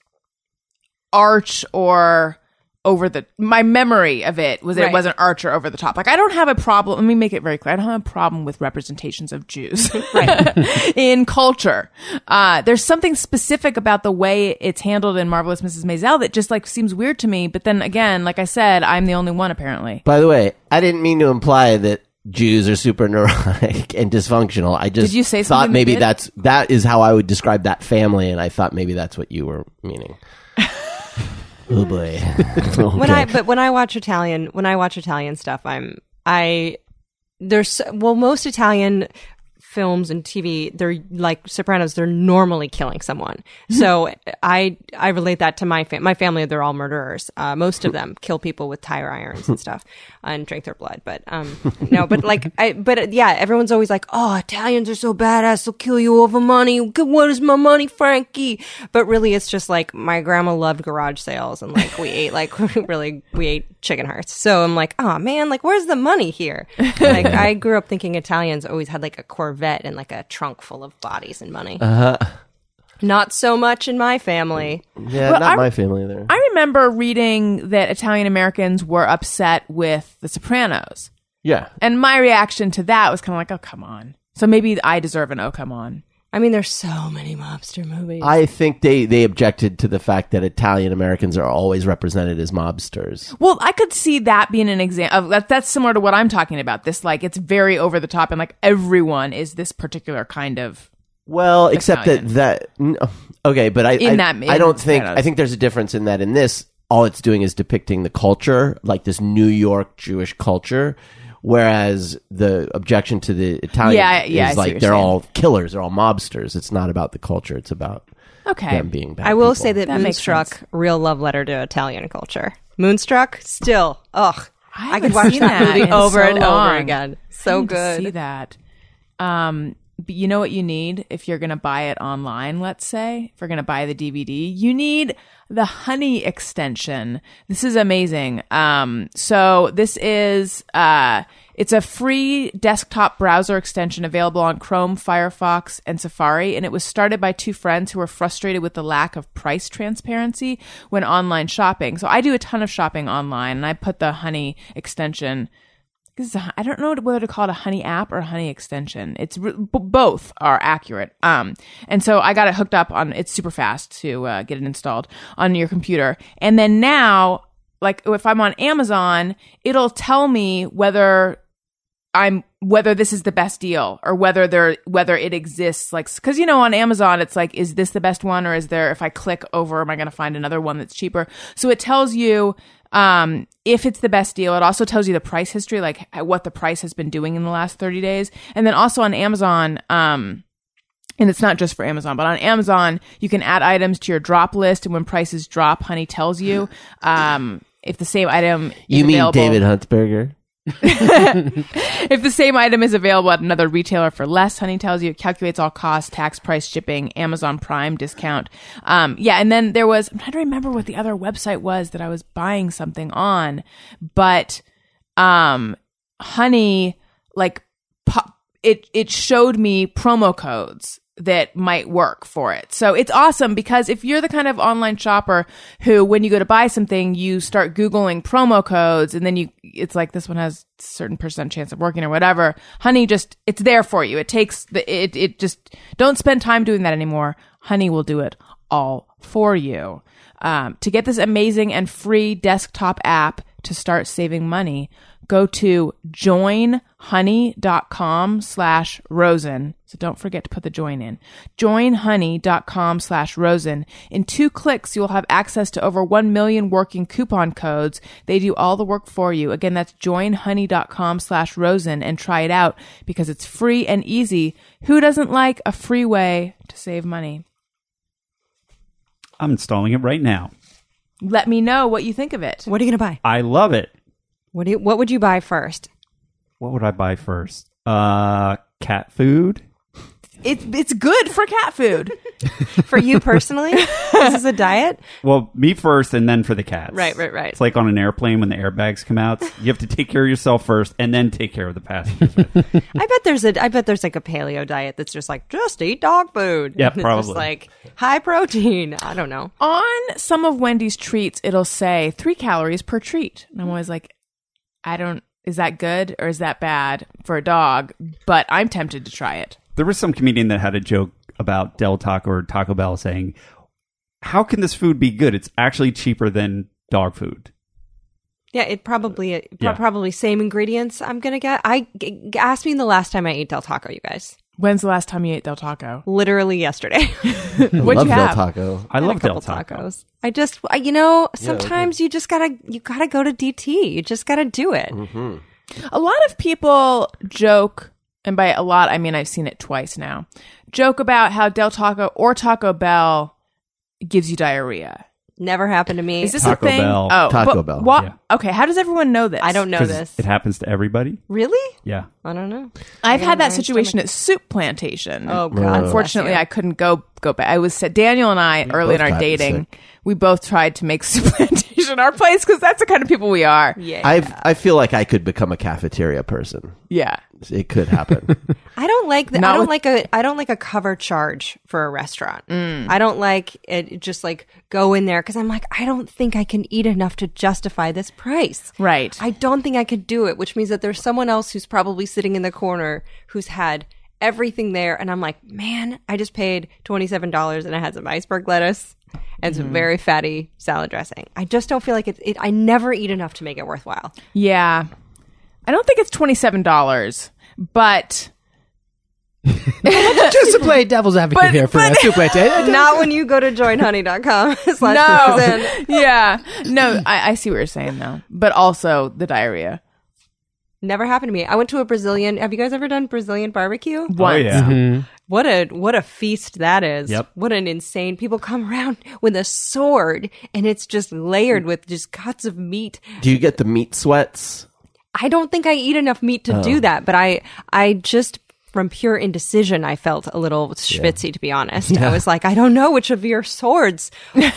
[SPEAKER 3] arch or over the my memory of it was that
[SPEAKER 5] Right.
[SPEAKER 3] it wasn't arch or over the top like i don't have a problem let me make it very clear i don't have a problem with representations of jews in culture uh, there's something specific about the way it's handled in marvelous mrs maisel that just like seems weird to me but then again like i said i'm the only one apparently
[SPEAKER 1] By the way, I didn't mean to imply that Jews are super neurotic and dysfunctional. I just
[SPEAKER 3] Did you say
[SPEAKER 1] thought
[SPEAKER 3] something that
[SPEAKER 1] maybe
[SPEAKER 3] did?
[SPEAKER 1] that's that is how I would describe that family, and I thought maybe that's what you were meaning. oh boy.
[SPEAKER 5] when
[SPEAKER 1] Okay.
[SPEAKER 5] I but when I watch Italian when I watch Italian stuff, I'm I there's well most Italian films and TV they're like Sopranos they're normally killing someone. So I I relate that to my fam- my family they're all murderers. Uh, most of them kill people with tire irons and stuff and drink their blood. But um no but like I but yeah everyone's always like oh Italians are so badass they'll kill you over money. Good what is my money Frankie? But really it's just like my grandma loved garage sales and like we ate like really we ate chicken hearts. So I'm like, oh man, like where's the money here? Like I grew up thinking Italians always had like a Corvette and like a trunk full of bodies and money. Not so much in my family.
[SPEAKER 1] Yeah,
[SPEAKER 3] Well,
[SPEAKER 1] not
[SPEAKER 3] I-
[SPEAKER 1] my family either.
[SPEAKER 3] I remember reading that Italian Americans were upset with The Sopranos.
[SPEAKER 1] yeah.
[SPEAKER 3] And my reaction to that was kind of like, oh, come on. So maybe I deserve an oh, come on.
[SPEAKER 5] I mean, there's so many mobster movies.
[SPEAKER 1] I think they, they objected to the fact that Italian Americans are always represented as mobsters.
[SPEAKER 3] Well, I could see that being an example. That, that's similar to what I'm talking about. This, like, it's very over the top, and like everyone is this particular kind of.
[SPEAKER 1] Well, except
[SPEAKER 3] Italian.
[SPEAKER 1] that that n- okay, but I
[SPEAKER 3] In
[SPEAKER 1] I,
[SPEAKER 3] that-
[SPEAKER 1] I
[SPEAKER 3] in
[SPEAKER 1] don't think
[SPEAKER 3] Sopranos.
[SPEAKER 1] I think there's a difference in that. In this, all it's doing is depicting the culture, like this New York Jewish culture. Whereas the objection to the Italian
[SPEAKER 3] Yeah, yeah, I
[SPEAKER 1] is
[SPEAKER 3] see
[SPEAKER 1] like
[SPEAKER 3] what
[SPEAKER 1] they're
[SPEAKER 3] you're saying.
[SPEAKER 1] all killers, they're all mobsters. It's not about the culture; it's about
[SPEAKER 3] Okay.
[SPEAKER 1] them being bad.
[SPEAKER 5] I will
[SPEAKER 1] people.
[SPEAKER 5] say that,
[SPEAKER 3] That makes
[SPEAKER 5] Moonstruck, real love letter to Italian culture. Moonstruck, still, ugh,
[SPEAKER 3] I
[SPEAKER 5] I, could
[SPEAKER 3] haven't
[SPEAKER 5] watch
[SPEAKER 3] seen
[SPEAKER 5] that,
[SPEAKER 3] that in
[SPEAKER 5] movie over
[SPEAKER 3] so
[SPEAKER 5] and over
[SPEAKER 3] long.
[SPEAKER 5] again.
[SPEAKER 3] I
[SPEAKER 5] So
[SPEAKER 3] need To see
[SPEAKER 5] good.
[SPEAKER 3] that. Um, but you know what you need if you're going to buy it online, let's say, if you're going to buy the DVD, you need the honey extension. This is amazing. Um, so this is, uh, it's a free desktop browser extension available on Chrome, Firefox, and Safari, and it was started by two friends who were frustrated with the lack of price transparency when online shopping. So I do a ton of shopping online, and I put the Honey extension this is a, I don't know whether to call it a honey app or a honey extension. It's re- b- both are accurate. Um, and so I got it hooked up on. It's super fast to uh, get it installed on your computer. And then now, like if I'm on Amazon, it'll tell me whether I'm whether this is the best deal or whether there whether it exists like cuz you know on Amazon it's like is this the best one or is there if I click over am I going to find another one that's cheaper so it tells you um if it's the best deal it also tells you the price history like uh, what the price has been doing in the last 30 days and then also on Amazon um and it's not just for Amazon, but on Amazon, you can add items to your drop list. And when prices drop, Honey tells you um, if the same item. is
[SPEAKER 1] you mean
[SPEAKER 3] available-
[SPEAKER 1] David Huntsberger?
[SPEAKER 3] if the same item is available at another retailer for less, Honey tells you it calculates all costs, tax, price, shipping, Amazon Prime discount. Um, yeah, and then there was I'm trying to remember what the other website was that I was buying something on, but um, Honey like pop, it it showed me promo codes that might work for it. So it's awesome because if you're the kind of online shopper who when you go to buy something you start googling promo codes and then you it's like this one has certain percent chance of working or whatever, honey just it's there for you. It takes the it it just don't spend time doing that anymore. Honey will do it all for you. Um, to get this amazing and free desktop app to start saving money, go to joinhoney.com slash rosen. So don't forget to put the join in. Joinhoney.com slash rosen. In two clicks, you will have access to over 1 million working coupon codes. They do all the work for you. Again, that's joinhoney.com slash rosen and try it out because it's free and easy. Who doesn't like a free way to save money?
[SPEAKER 6] I'm installing it right now.
[SPEAKER 3] Let me know what you think of it.
[SPEAKER 5] What are you gonna buy?
[SPEAKER 6] I love it.
[SPEAKER 5] What do you, What would you buy first?
[SPEAKER 6] What would I buy first? Uh, cat food.
[SPEAKER 3] It's it's good for cat food.
[SPEAKER 5] For you personally, this is a diet.
[SPEAKER 6] Well, me first, and then for the cats.
[SPEAKER 5] Right, right, right.
[SPEAKER 6] It's like on an airplane when the airbags come out. You have to take care of yourself first, and then take care of the passengers.
[SPEAKER 5] I bet there's a. I bet there's like a paleo diet that's just like just eat dog food.
[SPEAKER 6] Yeah,
[SPEAKER 5] It's just
[SPEAKER 6] probably.
[SPEAKER 5] like high protein. I don't know.
[SPEAKER 3] on some of Wendy's treats, it'll say three calories per treat. And I'm always like, I don't, is that good or is that bad for a dog? But I'm tempted to try it.
[SPEAKER 6] there was some comedian that had a joke about Del Taco or Taco Bell saying, "How can this food be good? It's actually cheaper than dog food."
[SPEAKER 5] Yeah, it probably it pro-
[SPEAKER 6] Yeah.
[SPEAKER 5] probably same ingredients. I'm gonna get. I g- asked me the last time I ate Del Taco, you guys.
[SPEAKER 3] When's the last time you ate Del Taco?
[SPEAKER 5] Literally yesterday.
[SPEAKER 3] What'd
[SPEAKER 1] Hmm, Love
[SPEAKER 3] you
[SPEAKER 1] Del
[SPEAKER 3] have?
[SPEAKER 1] Taco.
[SPEAKER 6] I love
[SPEAKER 5] a couple
[SPEAKER 6] Del Taco.
[SPEAKER 5] tacos. I just, I- you know, sometimes you just gotta, you gotta go to DT. You just gotta do it.
[SPEAKER 6] Mm.
[SPEAKER 3] A lot of people joke, and by a lot, I mean I've seen it twice now, joke about how Del Taco or Taco Bell gives you diarrhea.
[SPEAKER 5] Never happened to me.
[SPEAKER 3] Is this
[SPEAKER 6] Taco
[SPEAKER 3] a thing?
[SPEAKER 6] Bell.
[SPEAKER 3] Oh,
[SPEAKER 1] Taco
[SPEAKER 3] but
[SPEAKER 1] Bell,
[SPEAKER 3] wha-
[SPEAKER 6] yeah.
[SPEAKER 3] Okay, how does everyone know this?
[SPEAKER 5] I don't know
[SPEAKER 6] 'Cause
[SPEAKER 5] this.
[SPEAKER 6] It happens to everybody.
[SPEAKER 5] really?
[SPEAKER 6] Yeah.
[SPEAKER 5] I don't know.
[SPEAKER 3] I've
[SPEAKER 5] I
[SPEAKER 3] had
[SPEAKER 5] got
[SPEAKER 3] that
[SPEAKER 5] my
[SPEAKER 3] situation
[SPEAKER 5] stomach.
[SPEAKER 3] at Soup Plantation.
[SPEAKER 5] Oh, God bless
[SPEAKER 3] Unfortunately,
[SPEAKER 5] you.
[SPEAKER 3] I couldn't go go back. I was sa- Daniel and I early in
[SPEAKER 1] both
[SPEAKER 3] our
[SPEAKER 1] gotten
[SPEAKER 3] dating. We both tried to make Soup Plantation our place because that's the kind of people we are.
[SPEAKER 5] Yeah.
[SPEAKER 1] I I feel like I could become a cafeteria person.
[SPEAKER 3] Yeah.
[SPEAKER 1] It could happen.
[SPEAKER 5] I don't like the,
[SPEAKER 3] Not
[SPEAKER 5] I don't
[SPEAKER 3] with-
[SPEAKER 5] like a I don't like a cover charge for a restaurant.
[SPEAKER 3] Mm.
[SPEAKER 5] I don't like it just like go in there cuz I'm like I don't think I can eat enough to justify this price.
[SPEAKER 3] Right.
[SPEAKER 5] I don't think I could do it, which means that there's someone else who's probably sitting in the corner who's had everything there and I'm like, "Man, I just paid $27 and I had some iceberg lettuce and
[SPEAKER 3] Mm-hmm.
[SPEAKER 5] some very fatty salad dressing. I just don't feel like it, it I never eat enough to make it worthwhile."
[SPEAKER 3] Yeah. I don't think it's $27, but
[SPEAKER 4] Just to play devil's advocate
[SPEAKER 3] But-
[SPEAKER 4] here for
[SPEAKER 3] but-
[SPEAKER 4] a soup
[SPEAKER 5] Not when you go to joinhoney.com slash frozen.
[SPEAKER 3] no. yeah. No, I, I see what you're saying though. But also the diarrhea.
[SPEAKER 5] Never happened to me. I went to a Brazilian. Have you guys ever done Brazilian barbecue?
[SPEAKER 3] Once.
[SPEAKER 6] Oh, yeah.
[SPEAKER 5] What a what a feast that is.
[SPEAKER 6] Yep.
[SPEAKER 5] What an insane people come around with a sword and it's just layered with just cuts of meat.
[SPEAKER 1] Do you get the meat sweats?
[SPEAKER 5] I don't think I eat enough meat to do that, but I I just from pure indecision I felt a little schwitzy to be honest. I was like, I don't know which of your swords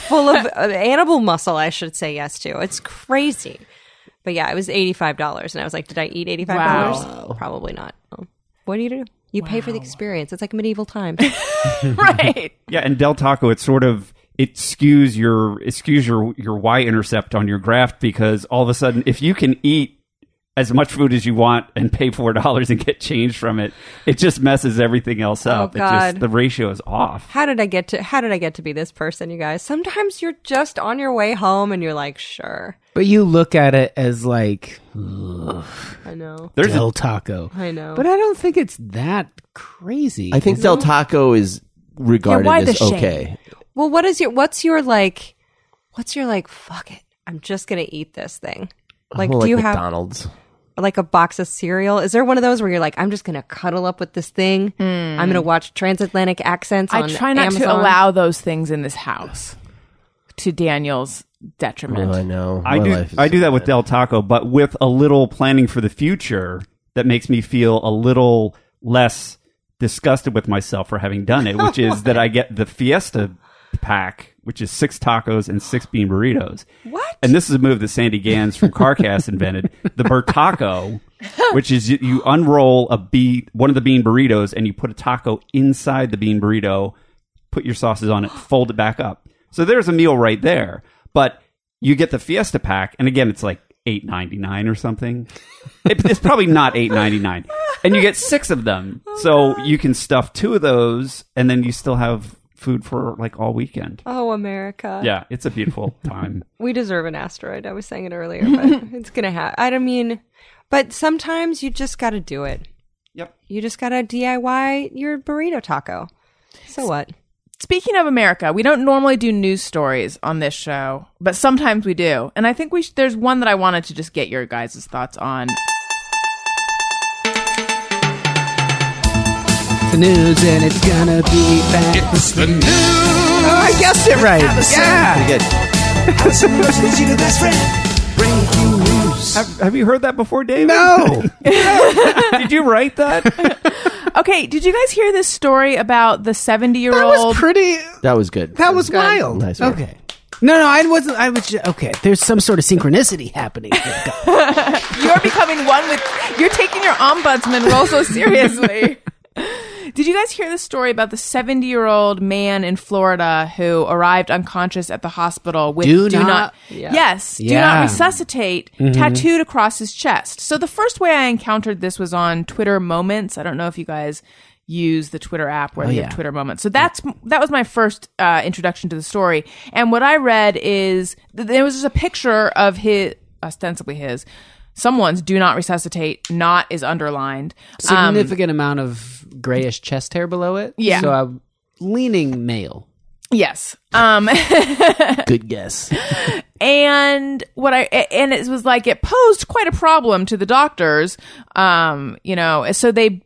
[SPEAKER 5] full of uh, animal muscle I should say yes to. It's crazy. But yeah, it was $85 and I was like, did I eat $85? Probably not. Oh. What do you do? You pay for the experience. It's like medieval times.
[SPEAKER 3] Right.
[SPEAKER 6] Yeah, and Del Taco, it sort of it skews your it skews your your y intercept on your graph because all of a sudden, if you can eat as much food as you want and pay four dollars and get change from it, it just messes everything else up. It
[SPEAKER 5] God.
[SPEAKER 6] just the ratio is off.
[SPEAKER 5] how did I get to how did I get to be this person, you guys? Sometimes you're just on your way home and you're like, sure.
[SPEAKER 4] But you look at it as like
[SPEAKER 5] I know.
[SPEAKER 6] There's a,
[SPEAKER 4] Del Taco.
[SPEAKER 5] I know.
[SPEAKER 4] But I don't think it's that crazy.
[SPEAKER 1] I think Del Taco is regarded
[SPEAKER 3] Yeah, why the
[SPEAKER 1] as
[SPEAKER 3] shame?
[SPEAKER 1] okay.
[SPEAKER 5] Well, what is your what's your like what's your like fuck it. I'm just going to eat this thing. Like
[SPEAKER 1] Well,
[SPEAKER 5] do you have
[SPEAKER 1] Oh, McDonald's?
[SPEAKER 5] like a box of cereal? Is there one of those where you're like I'm just going to cuddle up with this thing. I'm going to watch transatlantic accents
[SPEAKER 3] Hmm. I
[SPEAKER 5] on
[SPEAKER 3] try not to
[SPEAKER 5] Amazon.
[SPEAKER 3] allow those things in this house to Daniel's detriment.
[SPEAKER 1] Oh, I know.
[SPEAKER 6] I
[SPEAKER 1] My
[SPEAKER 6] do
[SPEAKER 1] life is
[SPEAKER 6] I do that with
[SPEAKER 1] bad.
[SPEAKER 6] Del Taco, but with a little planning for the future that makes me feel a little less disgusted with myself for having done it, which is that I get the Fiesta pack, which is six tacos and six bean burritos.
[SPEAKER 5] What?
[SPEAKER 6] And this is a move that Sandy Gans from Carcass invented, the Bertaco, which is you, you unroll a bean, one of the bean burritos, and you put a taco inside the bean burrito, put your sauces on it, fold it back up. So there's a meal right there. But you get the Fiesta pack, and again, it's like eight ninety nine or something. It- it's probably not eight ninety nine, and you get six of them, so you can stuff two of those, and then you still have food for like all weekend.
[SPEAKER 5] Oh, America.
[SPEAKER 6] Yeah, it's a beautiful time.
[SPEAKER 5] we deserve an asteroid. I was saying it earlier, but it's gonna happen. I don't mean, but sometimes you just gotta do it.
[SPEAKER 6] Yep.
[SPEAKER 5] You just gotta DIY your burrito taco. So what?
[SPEAKER 3] Speaking of America, we don't normally do news stories on this show, but sometimes we do. And I think we sh- there's one that I wanted to just get your guys' thoughts on.
[SPEAKER 4] it's the news and it's gonna be bad. It's the news. Oh, I guessed it right. Yeah.
[SPEAKER 1] Pretty good.
[SPEAKER 2] Allison Rosen is your best friend. Breaking news.
[SPEAKER 6] Have, have you heard that before, Dave?
[SPEAKER 4] No.
[SPEAKER 6] Did you write that?
[SPEAKER 3] Okay, did you guys hear this story about the 70 year
[SPEAKER 4] That was
[SPEAKER 3] old?
[SPEAKER 4] pretty.
[SPEAKER 1] That was good.
[SPEAKER 4] That was wild.
[SPEAKER 1] Nice work.
[SPEAKER 4] okay. No, no, I wasn't. I was just, okay. There's some sort of synchronicity happening. here.
[SPEAKER 3] you're becoming one with. You're taking your ombudsman role so seriously. Did you guys hear the story about the 70 year old man in Florida who arrived unconscious at the hospital with
[SPEAKER 4] Do not-
[SPEAKER 3] yes, do
[SPEAKER 4] Yeah. Mm-hmm.
[SPEAKER 3] not resuscitate tattooed across his chest? So the first way I encountered this was on Twitter Moments. I don't know if you guys use the Twitter app where you
[SPEAKER 4] Oh, yeah.
[SPEAKER 3] have Twitter Moments. So that's that was my first uh, introduction to the story. And what I read is th- there was just a picture of his ostensibly his someone's do not resuscitate not is underlined. Um,
[SPEAKER 4] Significant amount of grayish chest hair below it.
[SPEAKER 3] Yeah.
[SPEAKER 4] So I'm leaning male.
[SPEAKER 3] yes. Um
[SPEAKER 1] Good guess.
[SPEAKER 3] and what I and it was like it posed quite a problem to the doctors. Um, you know, so they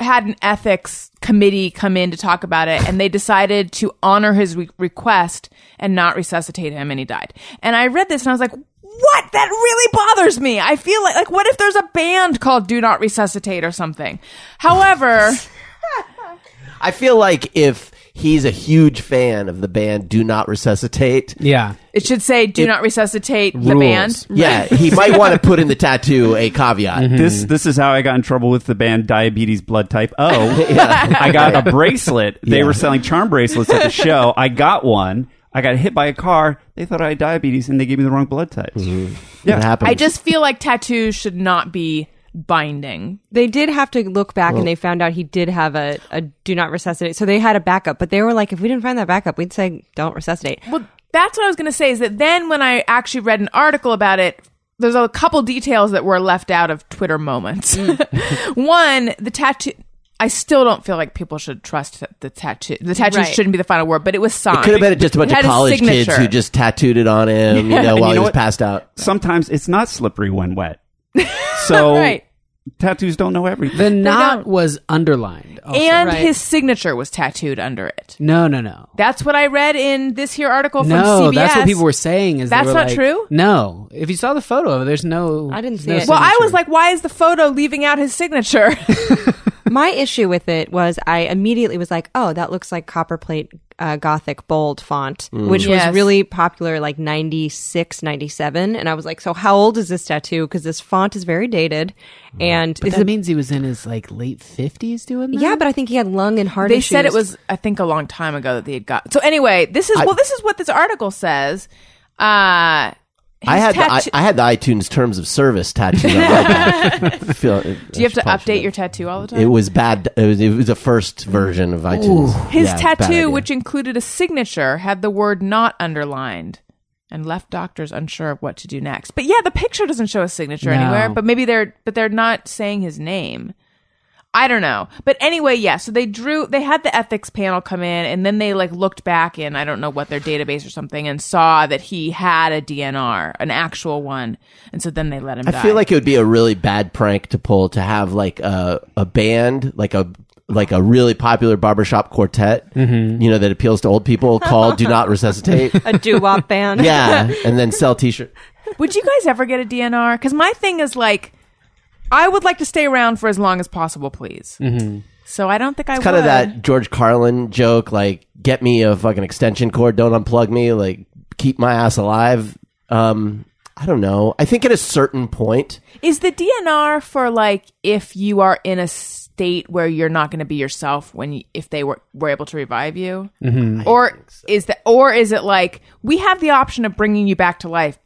[SPEAKER 3] had an ethics committee come in to talk about it, and they decided to honor his re- request and not resuscitate him, and he died. And I read this, and I was like. What? That really bothers me. I feel like, like, what if there's a band called Do Not Resuscitate or something? However,
[SPEAKER 1] I feel like if he's a huge fan of the band Do Not Resuscitate.
[SPEAKER 4] Yeah.
[SPEAKER 3] It should say, "Do not resuscitate the
[SPEAKER 4] Rules.
[SPEAKER 3] band."
[SPEAKER 1] Yeah, he might want to put in the tattoo a caveat.
[SPEAKER 6] This this is how I got in trouble with the band Diabetes Blood Type O. I got a bracelet. They were selling charm bracelets at the show. I got one. I got hit by a car. They thought I had diabetes and they gave me the wrong blood type.
[SPEAKER 1] It happens.
[SPEAKER 3] I just feel like tattoos should not be binding.
[SPEAKER 5] They did have to look back and they found out he did have a, a do not resuscitate. So they had a backup, but they were like, if we didn't find that backup, we'd say don't resuscitate.
[SPEAKER 3] Well, that's what I was going to say is that then when I actually read an article about it, there's a couple details that were left out of Twitter moments.
[SPEAKER 5] Mm.
[SPEAKER 3] One, the tattoo. I still don't feel like people should trust that the tattoo. The tattoo
[SPEAKER 5] Right.
[SPEAKER 3] shouldn't be the final word, but it was signed.
[SPEAKER 1] could have been just a bunch
[SPEAKER 3] It
[SPEAKER 1] of
[SPEAKER 3] had
[SPEAKER 1] college kids
[SPEAKER 3] signature.
[SPEAKER 1] who just tattooed it on him, you know, while
[SPEAKER 6] And you
[SPEAKER 1] he
[SPEAKER 6] know
[SPEAKER 1] was
[SPEAKER 6] what?
[SPEAKER 1] passed out.
[SPEAKER 6] Sometimes it's not slippery when wet. So
[SPEAKER 3] Right.
[SPEAKER 6] tattoos don't know everything.
[SPEAKER 4] The knot
[SPEAKER 3] don't-
[SPEAKER 4] was underlined. also.
[SPEAKER 3] and
[SPEAKER 5] Right.
[SPEAKER 3] his signature was tattooed under it.
[SPEAKER 4] no, no, no.
[SPEAKER 3] That's what I read in this here article from
[SPEAKER 4] No,
[SPEAKER 3] CBS.
[SPEAKER 4] that's what people were saying. Is they
[SPEAKER 3] That's
[SPEAKER 4] were
[SPEAKER 3] not
[SPEAKER 4] like-
[SPEAKER 3] true?
[SPEAKER 4] No, if you saw the photo of it, there's no.
[SPEAKER 5] I didn't
[SPEAKER 4] there's
[SPEAKER 5] see
[SPEAKER 4] no
[SPEAKER 5] it.
[SPEAKER 3] Well, I
[SPEAKER 4] signature.
[SPEAKER 3] was like, why is the photo leaving out his signature?
[SPEAKER 5] My issue with it was I immediately was like, oh, that looks like copperplate uh, gothic bold font, which
[SPEAKER 3] Yes.
[SPEAKER 5] was really popular like 96, 97. And I was like, so how old is this tattoo? Because this font is very dated.
[SPEAKER 3] Mm.
[SPEAKER 5] And
[SPEAKER 4] But
[SPEAKER 5] this
[SPEAKER 4] that
[SPEAKER 5] is,
[SPEAKER 4] means he was in his like late fifties doing that.
[SPEAKER 5] yeah, but I think he had lung and heart
[SPEAKER 3] they
[SPEAKER 5] issues.
[SPEAKER 3] said it was i think a long time ago that they had got so anyway this is well this is what this article says uh his
[SPEAKER 1] I had
[SPEAKER 3] tattoo-
[SPEAKER 1] the, I, I had the iTunes terms of service tattooed on my back. I feel-
[SPEAKER 3] do you have to
[SPEAKER 1] I should
[SPEAKER 3] update
[SPEAKER 1] probably
[SPEAKER 3] your tattoo all the
[SPEAKER 1] It
[SPEAKER 3] time
[SPEAKER 1] was bad. It was, it was the first version of iTunes.
[SPEAKER 3] his
[SPEAKER 1] Yeah, bad idea.
[SPEAKER 3] tattoo which included a signature had the word not underlined and left doctors unsure of what to do next but yeah the picture doesn't show a signature
[SPEAKER 4] No.
[SPEAKER 3] anywhere but maybe they're but they're not saying his name I don't know. But anyway, yeah, so they drew they had the ethics panel come in and then they like looked back in I don't know what their database or something and saw that he had a DNR, an actual one. And so then they let him
[SPEAKER 1] I
[SPEAKER 3] die.
[SPEAKER 1] feel like it would be a really bad prank to pull to have like a a band like a like a really popular barbershop quartet,
[SPEAKER 3] Mm-hmm.
[SPEAKER 1] you know, that appeals to old people called "Do Not Resuscitate."
[SPEAKER 5] a doo wop band.
[SPEAKER 1] yeah, and then sell T-shirt.
[SPEAKER 3] Would you guys ever get a DNR? Cuz my thing is like I would like to stay around for as long as possible, please. So I don't think I
[SPEAKER 1] Mm-hmm. It's kind
[SPEAKER 3] would.
[SPEAKER 1] of that George Carlin joke, like "Get me a fucking extension cord, don't unplug me, like keep my ass alive." Um, I don't know. I think at a certain point,
[SPEAKER 3] Is the DNR for like if you are in a state where you're not going to be yourself when you, if they were were able to revive you,
[SPEAKER 1] Mm-hmm.
[SPEAKER 3] or is that or is it like we have the option of bringing you back to life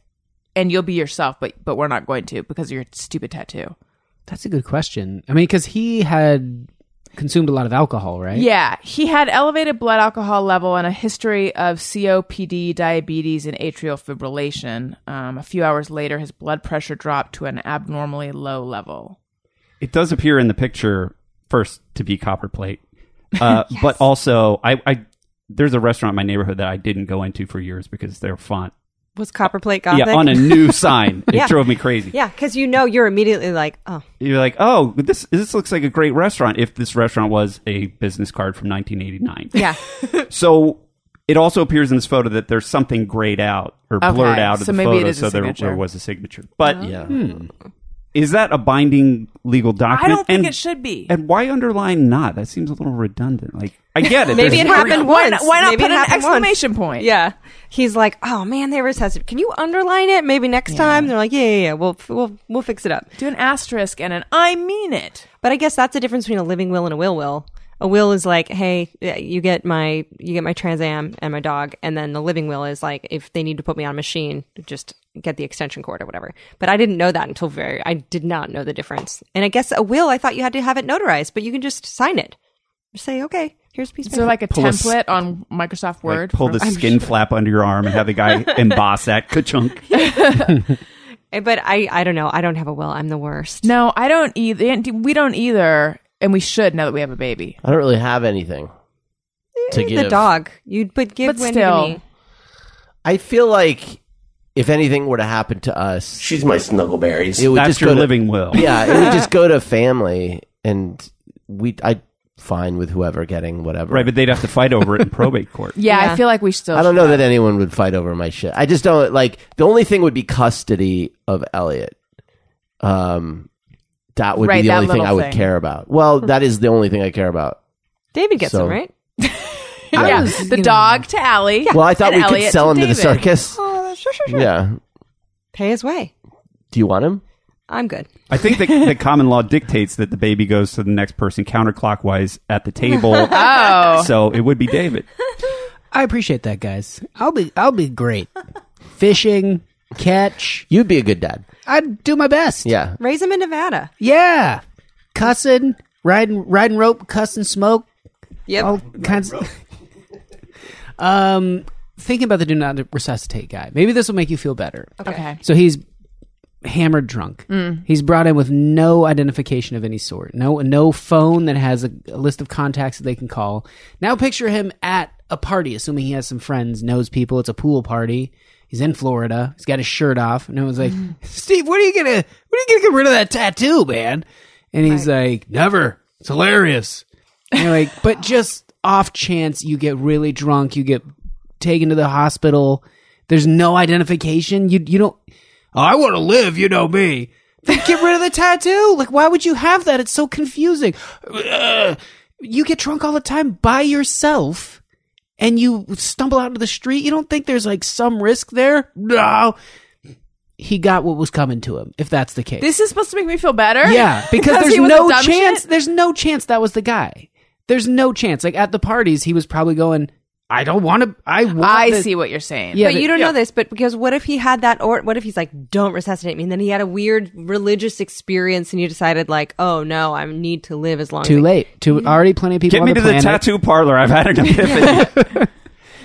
[SPEAKER 3] and you'll be yourself, but but we're not going to because of your stupid tattoo.
[SPEAKER 4] That's a good question. I mean, because he had consumed a lot of alcohol, right?
[SPEAKER 3] Yeah, he had elevated blood alcohol level and a history of COPD, diabetes, and atrial fibrillation. Um, a few hours later, his blood pressure dropped to an abnormally low level.
[SPEAKER 6] It does appear in the picture first to be copper plate, uh, but also I, I there's a restaurant in my neighborhood that I didn't go into for years because their font
[SPEAKER 5] Was copperplate gothic?
[SPEAKER 6] yeah on a new sign. It
[SPEAKER 5] Yeah.
[SPEAKER 6] drove me crazy.
[SPEAKER 5] Yeah, because you know you're immediately like, oh,
[SPEAKER 6] you're like, oh, this this looks like a great restaurant. If this restaurant was a business card from 1989,
[SPEAKER 5] yeah.
[SPEAKER 6] so it also appears in this photo that there's something grayed out or
[SPEAKER 3] Okay,
[SPEAKER 6] blurred out
[SPEAKER 3] so
[SPEAKER 6] of the
[SPEAKER 3] maybe it
[SPEAKER 6] photo,
[SPEAKER 3] is a
[SPEAKER 6] so there,
[SPEAKER 3] signature. Oh.
[SPEAKER 6] there was a signature. But hmm,
[SPEAKER 1] yeah,
[SPEAKER 6] is that a binding legal
[SPEAKER 3] I
[SPEAKER 6] document?
[SPEAKER 3] don't think
[SPEAKER 6] and,
[SPEAKER 3] it should be.
[SPEAKER 6] And why underline not? That seems a little redundant. Like I get it.
[SPEAKER 5] Maybe
[SPEAKER 6] there's
[SPEAKER 5] it
[SPEAKER 6] three-
[SPEAKER 5] happened
[SPEAKER 3] Why
[SPEAKER 5] once.
[SPEAKER 3] not- why not
[SPEAKER 5] Maybe
[SPEAKER 3] put
[SPEAKER 5] it
[SPEAKER 3] an
[SPEAKER 5] happened
[SPEAKER 3] exclamation
[SPEAKER 5] once.
[SPEAKER 3] point?
[SPEAKER 5] Yeah. He's like, oh man, they resuscitated. Can you underline it? Maybe next time. They're like, yeah, yeah, yeah. We'll, we'll, we'll fix it up.
[SPEAKER 3] Do an asterisk and an I mean it.
[SPEAKER 5] But I guess that's the difference between a living will and a will will. A will is like, hey, yeah, you get my you get my Trans Am and my dog, and then the living will is like, if they need to put me on a machine, just get the extension cord or whatever. But I didn't know that until very. I did not know the difference. And I guess a will, I thought you had to have it notarized, but you can just sign it. Just say, okay, here's a piece.
[SPEAKER 3] Is there
[SPEAKER 5] of
[SPEAKER 3] like a
[SPEAKER 6] Pull a s-
[SPEAKER 3] template on Microsoft
[SPEAKER 6] like,
[SPEAKER 3] Word?
[SPEAKER 6] pull
[SPEAKER 3] for-
[SPEAKER 6] the skin flap under your arm and have the guy emboss that ka-chunk.
[SPEAKER 5] paper. Eh, But I, I don't know. I don't have a will. I'm the worst.
[SPEAKER 3] No, I don't e-, either. We don't either, and we should now that we have a baby.
[SPEAKER 1] I don't really have anything to
[SPEAKER 5] the
[SPEAKER 1] give.
[SPEAKER 5] dog. You but give
[SPEAKER 3] But
[SPEAKER 5] Wendy
[SPEAKER 3] still.
[SPEAKER 5] to me.
[SPEAKER 1] I feel like if anything were to happen to us,
[SPEAKER 2] She's my snuggleberries.
[SPEAKER 1] it would
[SPEAKER 6] That's
[SPEAKER 1] just
[SPEAKER 6] your
[SPEAKER 1] go to-
[SPEAKER 6] living will.
[SPEAKER 1] yeah, it would just go to family, and we I fine with whoever getting whatever.
[SPEAKER 6] Right, but they'd have to fight over it in probate court.
[SPEAKER 3] Yeah, I
[SPEAKER 5] Yeah.
[SPEAKER 3] feel like we still.
[SPEAKER 1] I don't know that anyone would fight over my shit. I just don't like the only thing would be custody of Elliot. Um, that would
[SPEAKER 3] Right,
[SPEAKER 1] be the
[SPEAKER 3] that
[SPEAKER 1] only thing
[SPEAKER 3] little
[SPEAKER 1] I would
[SPEAKER 3] thing.
[SPEAKER 1] care about. Well, that is the only thing I care about.
[SPEAKER 5] David gets
[SPEAKER 1] So-
[SPEAKER 5] him right.
[SPEAKER 3] yeah,
[SPEAKER 4] was,
[SPEAKER 3] the
[SPEAKER 4] you know-
[SPEAKER 3] dog to Allie.
[SPEAKER 1] Well, I thought
[SPEAKER 3] and
[SPEAKER 1] we could
[SPEAKER 3] Elliot
[SPEAKER 1] sell him to the
[SPEAKER 3] David.
[SPEAKER 1] circus.
[SPEAKER 5] Oh, sure, sure, sure.
[SPEAKER 1] Yeah.
[SPEAKER 5] Pay his way.
[SPEAKER 1] Do you want him?
[SPEAKER 5] I'm good.
[SPEAKER 6] I think that the common law dictates that the baby goes to the next person counterclockwise at the table.
[SPEAKER 3] Oh,
[SPEAKER 6] So it would be David.
[SPEAKER 4] I appreciate that, guys. I'll be I'll be great. Fishing, catch.
[SPEAKER 1] You'd be a good dad.
[SPEAKER 4] I'd do my best.
[SPEAKER 1] Yeah.
[SPEAKER 5] Raise him in Nevada.
[SPEAKER 4] Yeah. Cussing, riding riding rope, cussing smoke,
[SPEAKER 5] Yep.
[SPEAKER 4] all kinds Um thinking about the do not resuscitate guy. Maybe this will make you feel better.
[SPEAKER 3] okay.
[SPEAKER 4] So he's hammered drunk. He's brought in with no identification of any sort. No no phone that has a, a list of contacts that they can call. Now picture him at a party, assuming he has some friends, knows people. It's a pool party. He's in Florida. He's got his shirt off, and everyone's like, "Steve, what are you gonna? What are you gonna get rid of that tattoo, man?" And he's like, "Never. It's hilarious." And you're like, "But just off chance, you get really drunk, you get taken to the hospital. There's no identification. You you don't. Oh, I want to live. You know me. Then get rid of the tattoo. Like, why would you have that? It's so confusing. Ugh. You get drunk all the time by yourself, and you stumble out into the street. You don't think there's like some risk there? No. He got what was coming to him. If that's the case,
[SPEAKER 3] This is supposed to make me feel better.
[SPEAKER 4] yeah, because,
[SPEAKER 3] he
[SPEAKER 4] there's
[SPEAKER 3] was a
[SPEAKER 4] no
[SPEAKER 3] dumb
[SPEAKER 4] chance.
[SPEAKER 3] shit?
[SPEAKER 4] There's no chance that was the guy. There's no chance. Like at the parties, he was probably going. I don't want to. I want
[SPEAKER 3] I
[SPEAKER 4] the-
[SPEAKER 3] see what you're saying.
[SPEAKER 4] Yeah,
[SPEAKER 5] but you don't know this, but because what if he had that, or what if he's like, don't resuscitate me? And then he had a weird religious experience and you decided, like, oh no, I need to live as long as
[SPEAKER 4] Too
[SPEAKER 5] I
[SPEAKER 4] late. Too already plenty of people.
[SPEAKER 6] Get
[SPEAKER 4] on
[SPEAKER 6] me
[SPEAKER 4] the
[SPEAKER 6] to the
[SPEAKER 4] planet.
[SPEAKER 6] tattoo parlor. I've had an epiphany.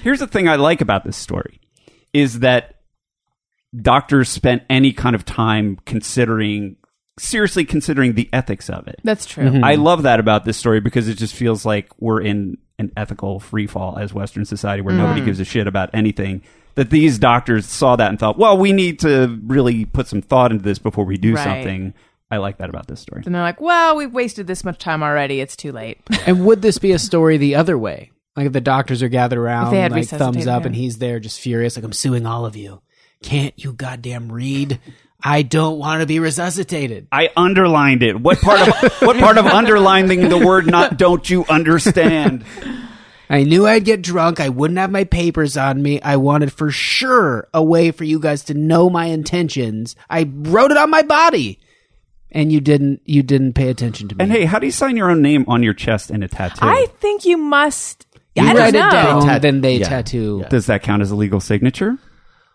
[SPEAKER 6] Here's the thing I like about this story is that doctors spent any kind of time considering seriously considering the ethics of it.
[SPEAKER 3] that's true.
[SPEAKER 6] I love that about this story because it just feels like we're in an ethical free fall as Western society where nobody gives a shit about anything. That these doctors saw that and thought, well, we need to really put some thought into this before we do
[SPEAKER 3] Right.
[SPEAKER 6] something. I like that about this story.
[SPEAKER 3] And they're like, "Well, we've wasted this much time already. It's too late."
[SPEAKER 4] And would this be a story the other way? Like if the doctors are gathered around,
[SPEAKER 3] had
[SPEAKER 4] like
[SPEAKER 3] resuscitated
[SPEAKER 4] thumbs up,
[SPEAKER 3] him.
[SPEAKER 4] and he's there just furious, like I'm suing all of you. Can't you goddamn read? I don't want to be resuscitated.
[SPEAKER 6] I underlined it. What part of what part of underlining the word not don't you understand?
[SPEAKER 4] I knew I'd get drunk. I wouldn't have my papers on me. I wanted for sure a way for you guys to know my intentions. I wrote it on my body, and you didn't. You didn't pay attention to me.
[SPEAKER 6] And hey, how do you sign your own name on your chest in a tattoo?
[SPEAKER 3] I think you must.
[SPEAKER 4] you
[SPEAKER 3] I
[SPEAKER 4] write
[SPEAKER 3] don't know.
[SPEAKER 4] it down,
[SPEAKER 1] They tat-
[SPEAKER 4] then they
[SPEAKER 1] yeah.
[SPEAKER 4] tattoo.
[SPEAKER 6] Does that count as a legal signature?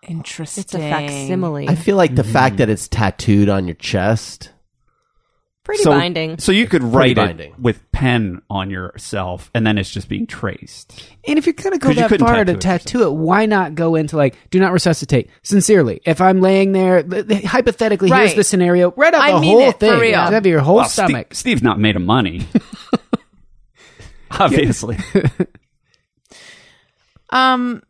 [SPEAKER 3] Interesting.
[SPEAKER 5] It's a facsimile.
[SPEAKER 1] I feel like the
[SPEAKER 6] Mm.
[SPEAKER 1] fact that it's tattooed on your chest.
[SPEAKER 5] Pretty
[SPEAKER 6] so,
[SPEAKER 5] binding.
[SPEAKER 6] So you could write
[SPEAKER 1] binding.
[SPEAKER 6] it with pen on yourself, and then it's just being traced.
[SPEAKER 4] And if you're gonna go
[SPEAKER 6] 'Cause you
[SPEAKER 4] that
[SPEAKER 6] couldn't
[SPEAKER 4] far to
[SPEAKER 6] tattoo it
[SPEAKER 4] tattoo it, why not go into like do not resuscitate? Sincerely, if I'm laying there, th- th- hypothetically, here's
[SPEAKER 3] Right.
[SPEAKER 4] the scenario. Right up
[SPEAKER 3] I
[SPEAKER 4] the
[SPEAKER 3] mean
[SPEAKER 4] whole
[SPEAKER 3] it, for
[SPEAKER 4] thing.
[SPEAKER 3] real.
[SPEAKER 4] That'd be your whole
[SPEAKER 6] Well, Ste-
[SPEAKER 4] stomach.
[SPEAKER 6] Steve's not made of money. Obviously.
[SPEAKER 3] Um,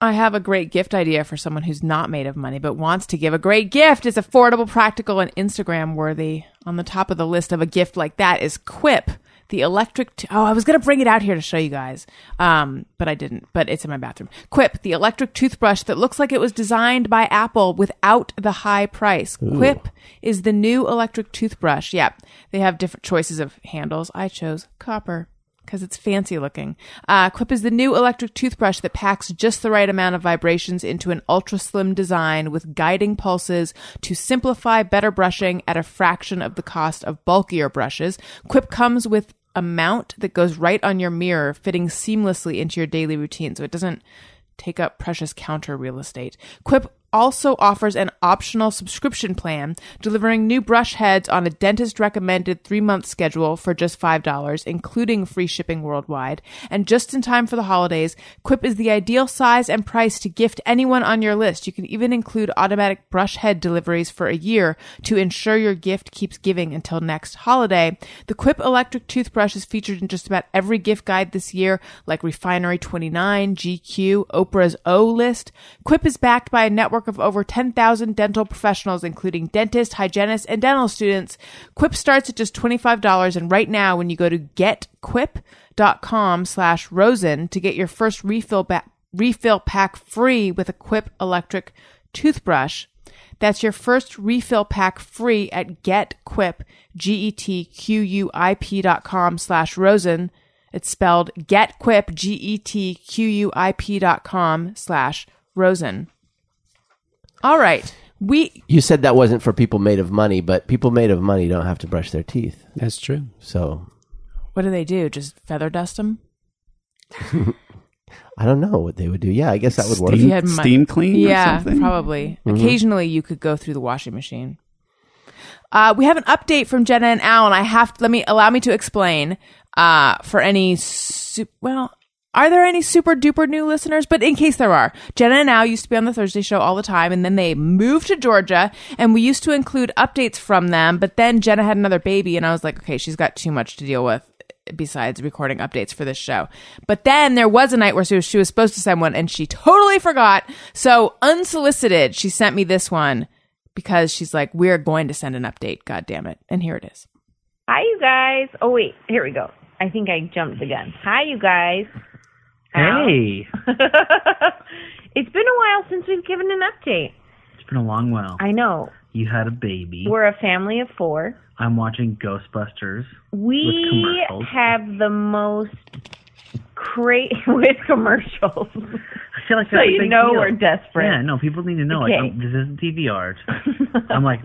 [SPEAKER 3] I have a great gift idea for someone who's not made of money but wants to give a great gift. It's affordable, practical, and Instagram worthy. On the top of the list of a gift like that is Quip, the electric. T- oh, I was gonna bring it out here to show you guys, um, but I didn't. But it's in my bathroom. Quip, the electric toothbrush that looks like it was designed by Apple without the high price. Quip is the new electric toothbrush. Yep, they have different choices of handles. I chose copper because it's fancy looking. Uh, Quip is the new electric toothbrush that packs just the right amount of vibrations into an ultra slim design with guiding pulses to simplify better brushing at a fraction of the cost of bulkier brushes. Quip comes with a mount that goes right on your mirror, fitting seamlessly into your daily routine, so it doesn't take up precious counter real estate. Quip also offers an optional subscription plan, delivering new brush heads on a dentist recommended three month schedule for just $5, including free shipping worldwide. And just in time for the holidays, Quip is the ideal size and price to gift anyone on your list. You can even include automatic brush head deliveries for a year to ensure your gift keeps giving until next holiday. The Quip electric toothbrush is featured in just about every gift guide this year, like Refinery 29, GQ, Oprah's O list. Quip is backed by a network of over 10,000 dental professionals, including dentists, hygienists, and dental students. Quip starts at just $25, and right now, when you go to getquip.com slash rosen to get your first refill, ba- refill pack free with a Quip electric toothbrush, that's your first refill pack free E at getquip, G-E-T-Q-U-I-P dot com slash Rosen. It's spelled getquip, E G-E-T-Q-U-I-P dot com slash Rosen. All right. We,
[SPEAKER 1] You said that wasn't for people made of money, but people made of money don't have to brush their teeth.
[SPEAKER 4] That's true.
[SPEAKER 1] So
[SPEAKER 3] what do they do? Just feather dust them?
[SPEAKER 1] I don't know what they would do. Yeah, I guess that would work.
[SPEAKER 3] If you had mon-
[SPEAKER 6] steam clean or
[SPEAKER 3] Yeah,
[SPEAKER 6] something?
[SPEAKER 3] probably. Occasionally, you could go through the washing machine. Uh, we have an update from Jenna and Al, and I have let me allow me to explain. Uh, for any su- well, are there any super duper new listeners? But in case there are, Jenna and Al used to be on the Thursday show all the time, and then they moved to Georgia, and we used to include updates from them. But then Jenna had another baby, and I was like, okay, she's got too much to deal with besides recording updates for this show. But then there was a night where she was, she was supposed to send one and she totally forgot. So unsolicited, she sent me this one because she's like, we're going to send an update. God damn it. And here it is.
[SPEAKER 7] Hi, you guys. Oh, wait. Here we go. I think I jumped again. Hi, you guys.
[SPEAKER 8] Hey,
[SPEAKER 7] it's been a while since we've given an update.
[SPEAKER 8] it's been a long while.
[SPEAKER 7] I know.
[SPEAKER 8] You had a baby.
[SPEAKER 7] We're a family of four.
[SPEAKER 8] I'm watching Ghostbusters.
[SPEAKER 7] We
[SPEAKER 8] With commercials.
[SPEAKER 7] have the most cra with commercials.
[SPEAKER 8] I feel like
[SPEAKER 7] So
[SPEAKER 8] that's a
[SPEAKER 7] you
[SPEAKER 8] big
[SPEAKER 7] know
[SPEAKER 8] deal.
[SPEAKER 7] we're desperate.
[SPEAKER 8] Yeah, no, people need to know.
[SPEAKER 7] Okay.
[SPEAKER 8] Like, I'm- this isn't TV art. I'm like,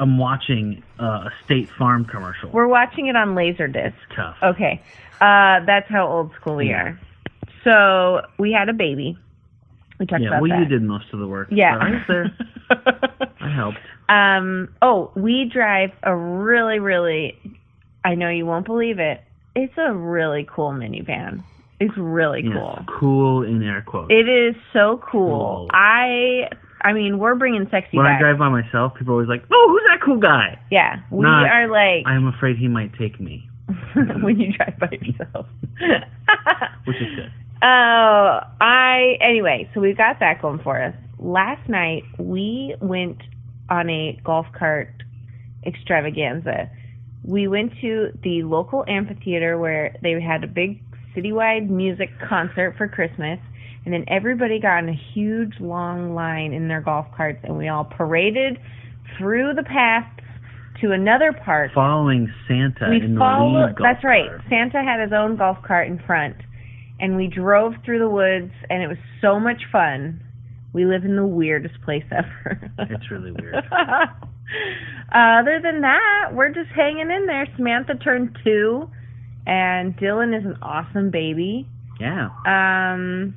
[SPEAKER 8] I'm watching uh, a State Farm commercial.
[SPEAKER 7] We're watching it on Laserdisc.
[SPEAKER 8] Tough.
[SPEAKER 7] Okay. Uh, that's how old school we are. So we had a baby. We talked
[SPEAKER 8] yeah,
[SPEAKER 7] about
[SPEAKER 8] well,
[SPEAKER 7] that.
[SPEAKER 8] you did most of the work.
[SPEAKER 7] Yeah.
[SPEAKER 8] but I was there. I helped.
[SPEAKER 7] Um, oh, we drive a really, really, I know you won't believe it. It's a really cool minivan. It's really
[SPEAKER 8] Yes,
[SPEAKER 7] cool.
[SPEAKER 8] cool in air quotes.
[SPEAKER 7] It is so cool.
[SPEAKER 8] Cool.
[SPEAKER 7] I, I mean, we're bringing sexy
[SPEAKER 8] when
[SPEAKER 7] back.
[SPEAKER 8] I drive by myself, people are always like, "Oh, who's that cool guy?"
[SPEAKER 7] yeah, we
[SPEAKER 8] Not-
[SPEAKER 7] are like
[SPEAKER 8] I'm afraid he might take me,
[SPEAKER 7] when you drive by yourself.
[SPEAKER 8] which is good.
[SPEAKER 7] Oh, I anyway, so we've got that going for us. Last night we went on a golf cart extravaganza. We went to the local amphitheater where they had a big citywide music concert for Christmas, and then everybody got in a huge long line in their golf carts, and we all paraded through the paths to another park
[SPEAKER 8] Following Santa in the lead golf
[SPEAKER 7] that's right.
[SPEAKER 8] cart.
[SPEAKER 7] Santa had his own golf cart in front, and we drove through the woods, and it was so much fun. We live in the weirdest place ever.
[SPEAKER 8] It's really weird.
[SPEAKER 7] Other than that, we're just hanging in there. Samantha turned two, and Dylan is an awesome baby.
[SPEAKER 8] Yeah,
[SPEAKER 7] Um,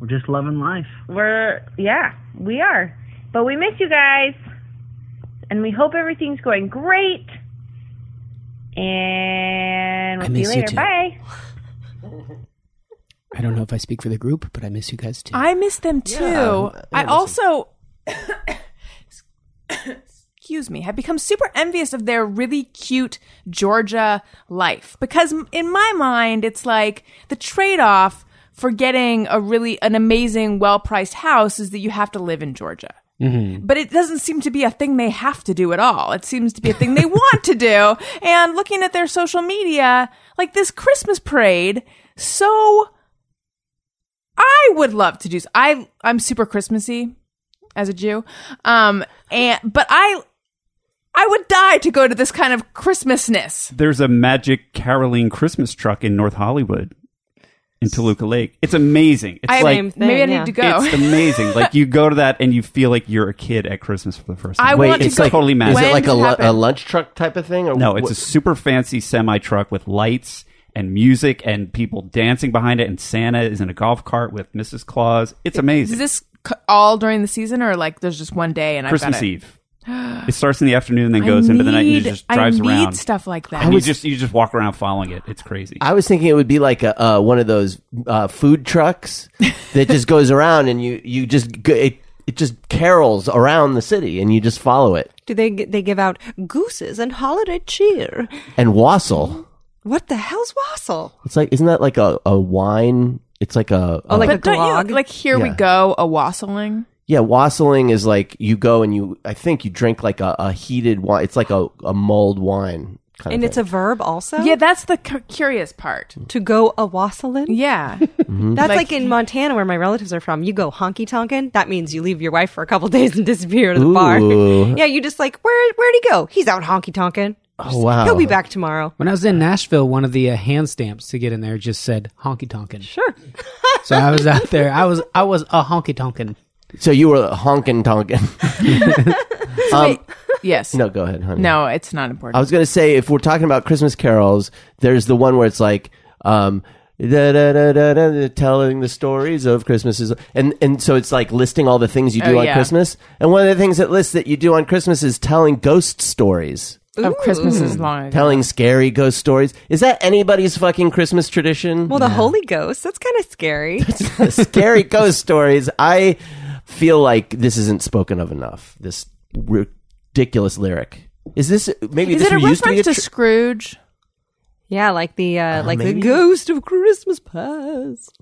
[SPEAKER 8] we're just loving life.
[SPEAKER 7] we're yeah, we are. But we miss you guys. And we hope everything's going great. And we'll
[SPEAKER 4] I
[SPEAKER 7] see
[SPEAKER 4] miss
[SPEAKER 7] you
[SPEAKER 4] you
[SPEAKER 7] later.
[SPEAKER 4] too.
[SPEAKER 7] Bye.
[SPEAKER 4] I don't know if I speak for the group, but I miss you guys too.
[SPEAKER 3] I miss them too. I also, excuse me, have become super envious of their really cute Georgia life because m- in my mind, it's like the trade off for getting a really an amazing, well priced house is that you have to live in Georgia. But it doesn't seem to be a thing they have to do at all. It seems to be a thing they want to do. And looking at their social media, like this Christmas parade, so I would love to do. s- I I'm super Christmassy as a Jew, um, and but I I would die to go to this kind of Christmasness.
[SPEAKER 6] There's a magic caroling Christmas truck in North Hollywood, in Toluca Lake. It's amazing. It's
[SPEAKER 3] I
[SPEAKER 6] like
[SPEAKER 5] Same thing,
[SPEAKER 3] maybe I need
[SPEAKER 5] yeah.
[SPEAKER 3] to go.
[SPEAKER 6] It's amazing. like you go to that and you feel like you're a kid at Christmas for the first time.
[SPEAKER 3] I want to
[SPEAKER 6] it's
[SPEAKER 3] go.
[SPEAKER 6] like- totally
[SPEAKER 1] Is
[SPEAKER 6] magic.
[SPEAKER 1] it
[SPEAKER 3] When
[SPEAKER 1] like a,
[SPEAKER 3] did it
[SPEAKER 1] lu-
[SPEAKER 3] happen?
[SPEAKER 1] a lunch truck type of thing? Or
[SPEAKER 6] no, it's a
[SPEAKER 1] wh-
[SPEAKER 6] super fancy semi truck with lights and music and people dancing behind it, and Santa is in a golf cart with Mrs. Claus. It's amazing.
[SPEAKER 3] Is this c- all during the season, or like there's just one day and I've
[SPEAKER 6] Christmas
[SPEAKER 3] got it?
[SPEAKER 6] Eve. It starts in the afternoon and then
[SPEAKER 3] I
[SPEAKER 6] goes into the night and it
[SPEAKER 3] need-
[SPEAKER 6] just drives
[SPEAKER 3] I need
[SPEAKER 6] around.
[SPEAKER 3] stuff like that.
[SPEAKER 6] And you just you just walk around following it. It's crazy.
[SPEAKER 1] I was thinking it would be like a, uh, one of those uh, food trucks that just goes around and you you just go, it it just carols around the city and you just follow it
[SPEAKER 5] Do they g- they give out gooses and holiday cheer?
[SPEAKER 1] and wassail.
[SPEAKER 5] What the hell's wassail?
[SPEAKER 1] It's like isn't that like a, a wine? It's like a,
[SPEAKER 5] Oh,
[SPEAKER 1] a-
[SPEAKER 5] like
[SPEAKER 3] but
[SPEAKER 5] a
[SPEAKER 3] don't
[SPEAKER 5] glog.
[SPEAKER 3] you like? Here we
[SPEAKER 1] Yeah.
[SPEAKER 3] go, a wassailing.
[SPEAKER 1] yeah, wassailing is like you go and you I think you drink like a, a heated wine. It's like a, a mulled wine kind
[SPEAKER 5] And
[SPEAKER 1] of.
[SPEAKER 5] it's a verb also.
[SPEAKER 3] Yeah, that's the cu- curious part.
[SPEAKER 5] to go a wassailing.
[SPEAKER 3] Yeah,
[SPEAKER 5] That's like, in Montana where my relatives are from. You go honky tonkin'. That means you leave your wife for a couple days and disappear to the bar.
[SPEAKER 1] Ooh.
[SPEAKER 5] yeah, you just like where where'd he go? He's out honky tonkin'.
[SPEAKER 1] Oh wow.
[SPEAKER 5] He'll be back tomorrow.
[SPEAKER 4] When I was in Nashville, one of the uh, hand stamps to get in there just said honky tonkin. Sure. so I was out there. I was I was a honky tonkin.
[SPEAKER 1] So you were honking tonking. um,
[SPEAKER 3] Yes.
[SPEAKER 1] no, go ahead, honey.
[SPEAKER 3] No, it's not
[SPEAKER 1] I
[SPEAKER 3] important.
[SPEAKER 1] was gonna say if we're talking about Christmas carols, there's the one where it's like um da, da, da, da, da, da, telling the stories of Christmases and and so it's like listing all the things you do
[SPEAKER 3] Oh,
[SPEAKER 1] on
[SPEAKER 3] yeah.
[SPEAKER 1] Christmas. And one of the things that lists that you do on Christmas is telling ghost stories.
[SPEAKER 3] of Christmas is long ago.
[SPEAKER 1] Telling scary ghost stories. Is that anybody's fucking Christmas tradition?
[SPEAKER 5] Well, the Holy Ghost. That's kind of scary.
[SPEAKER 1] scary ghost stories. I feel like this isn't spoken of enough. This ridiculous lyric. Is this maybe
[SPEAKER 3] Is
[SPEAKER 1] this
[SPEAKER 3] it a
[SPEAKER 1] used to be
[SPEAKER 3] reference
[SPEAKER 1] a
[SPEAKER 3] to
[SPEAKER 1] tr-
[SPEAKER 3] Scrooge?
[SPEAKER 5] Yeah, like the uh, like
[SPEAKER 1] Oh, maybe.
[SPEAKER 5] the ghost of Christmas past,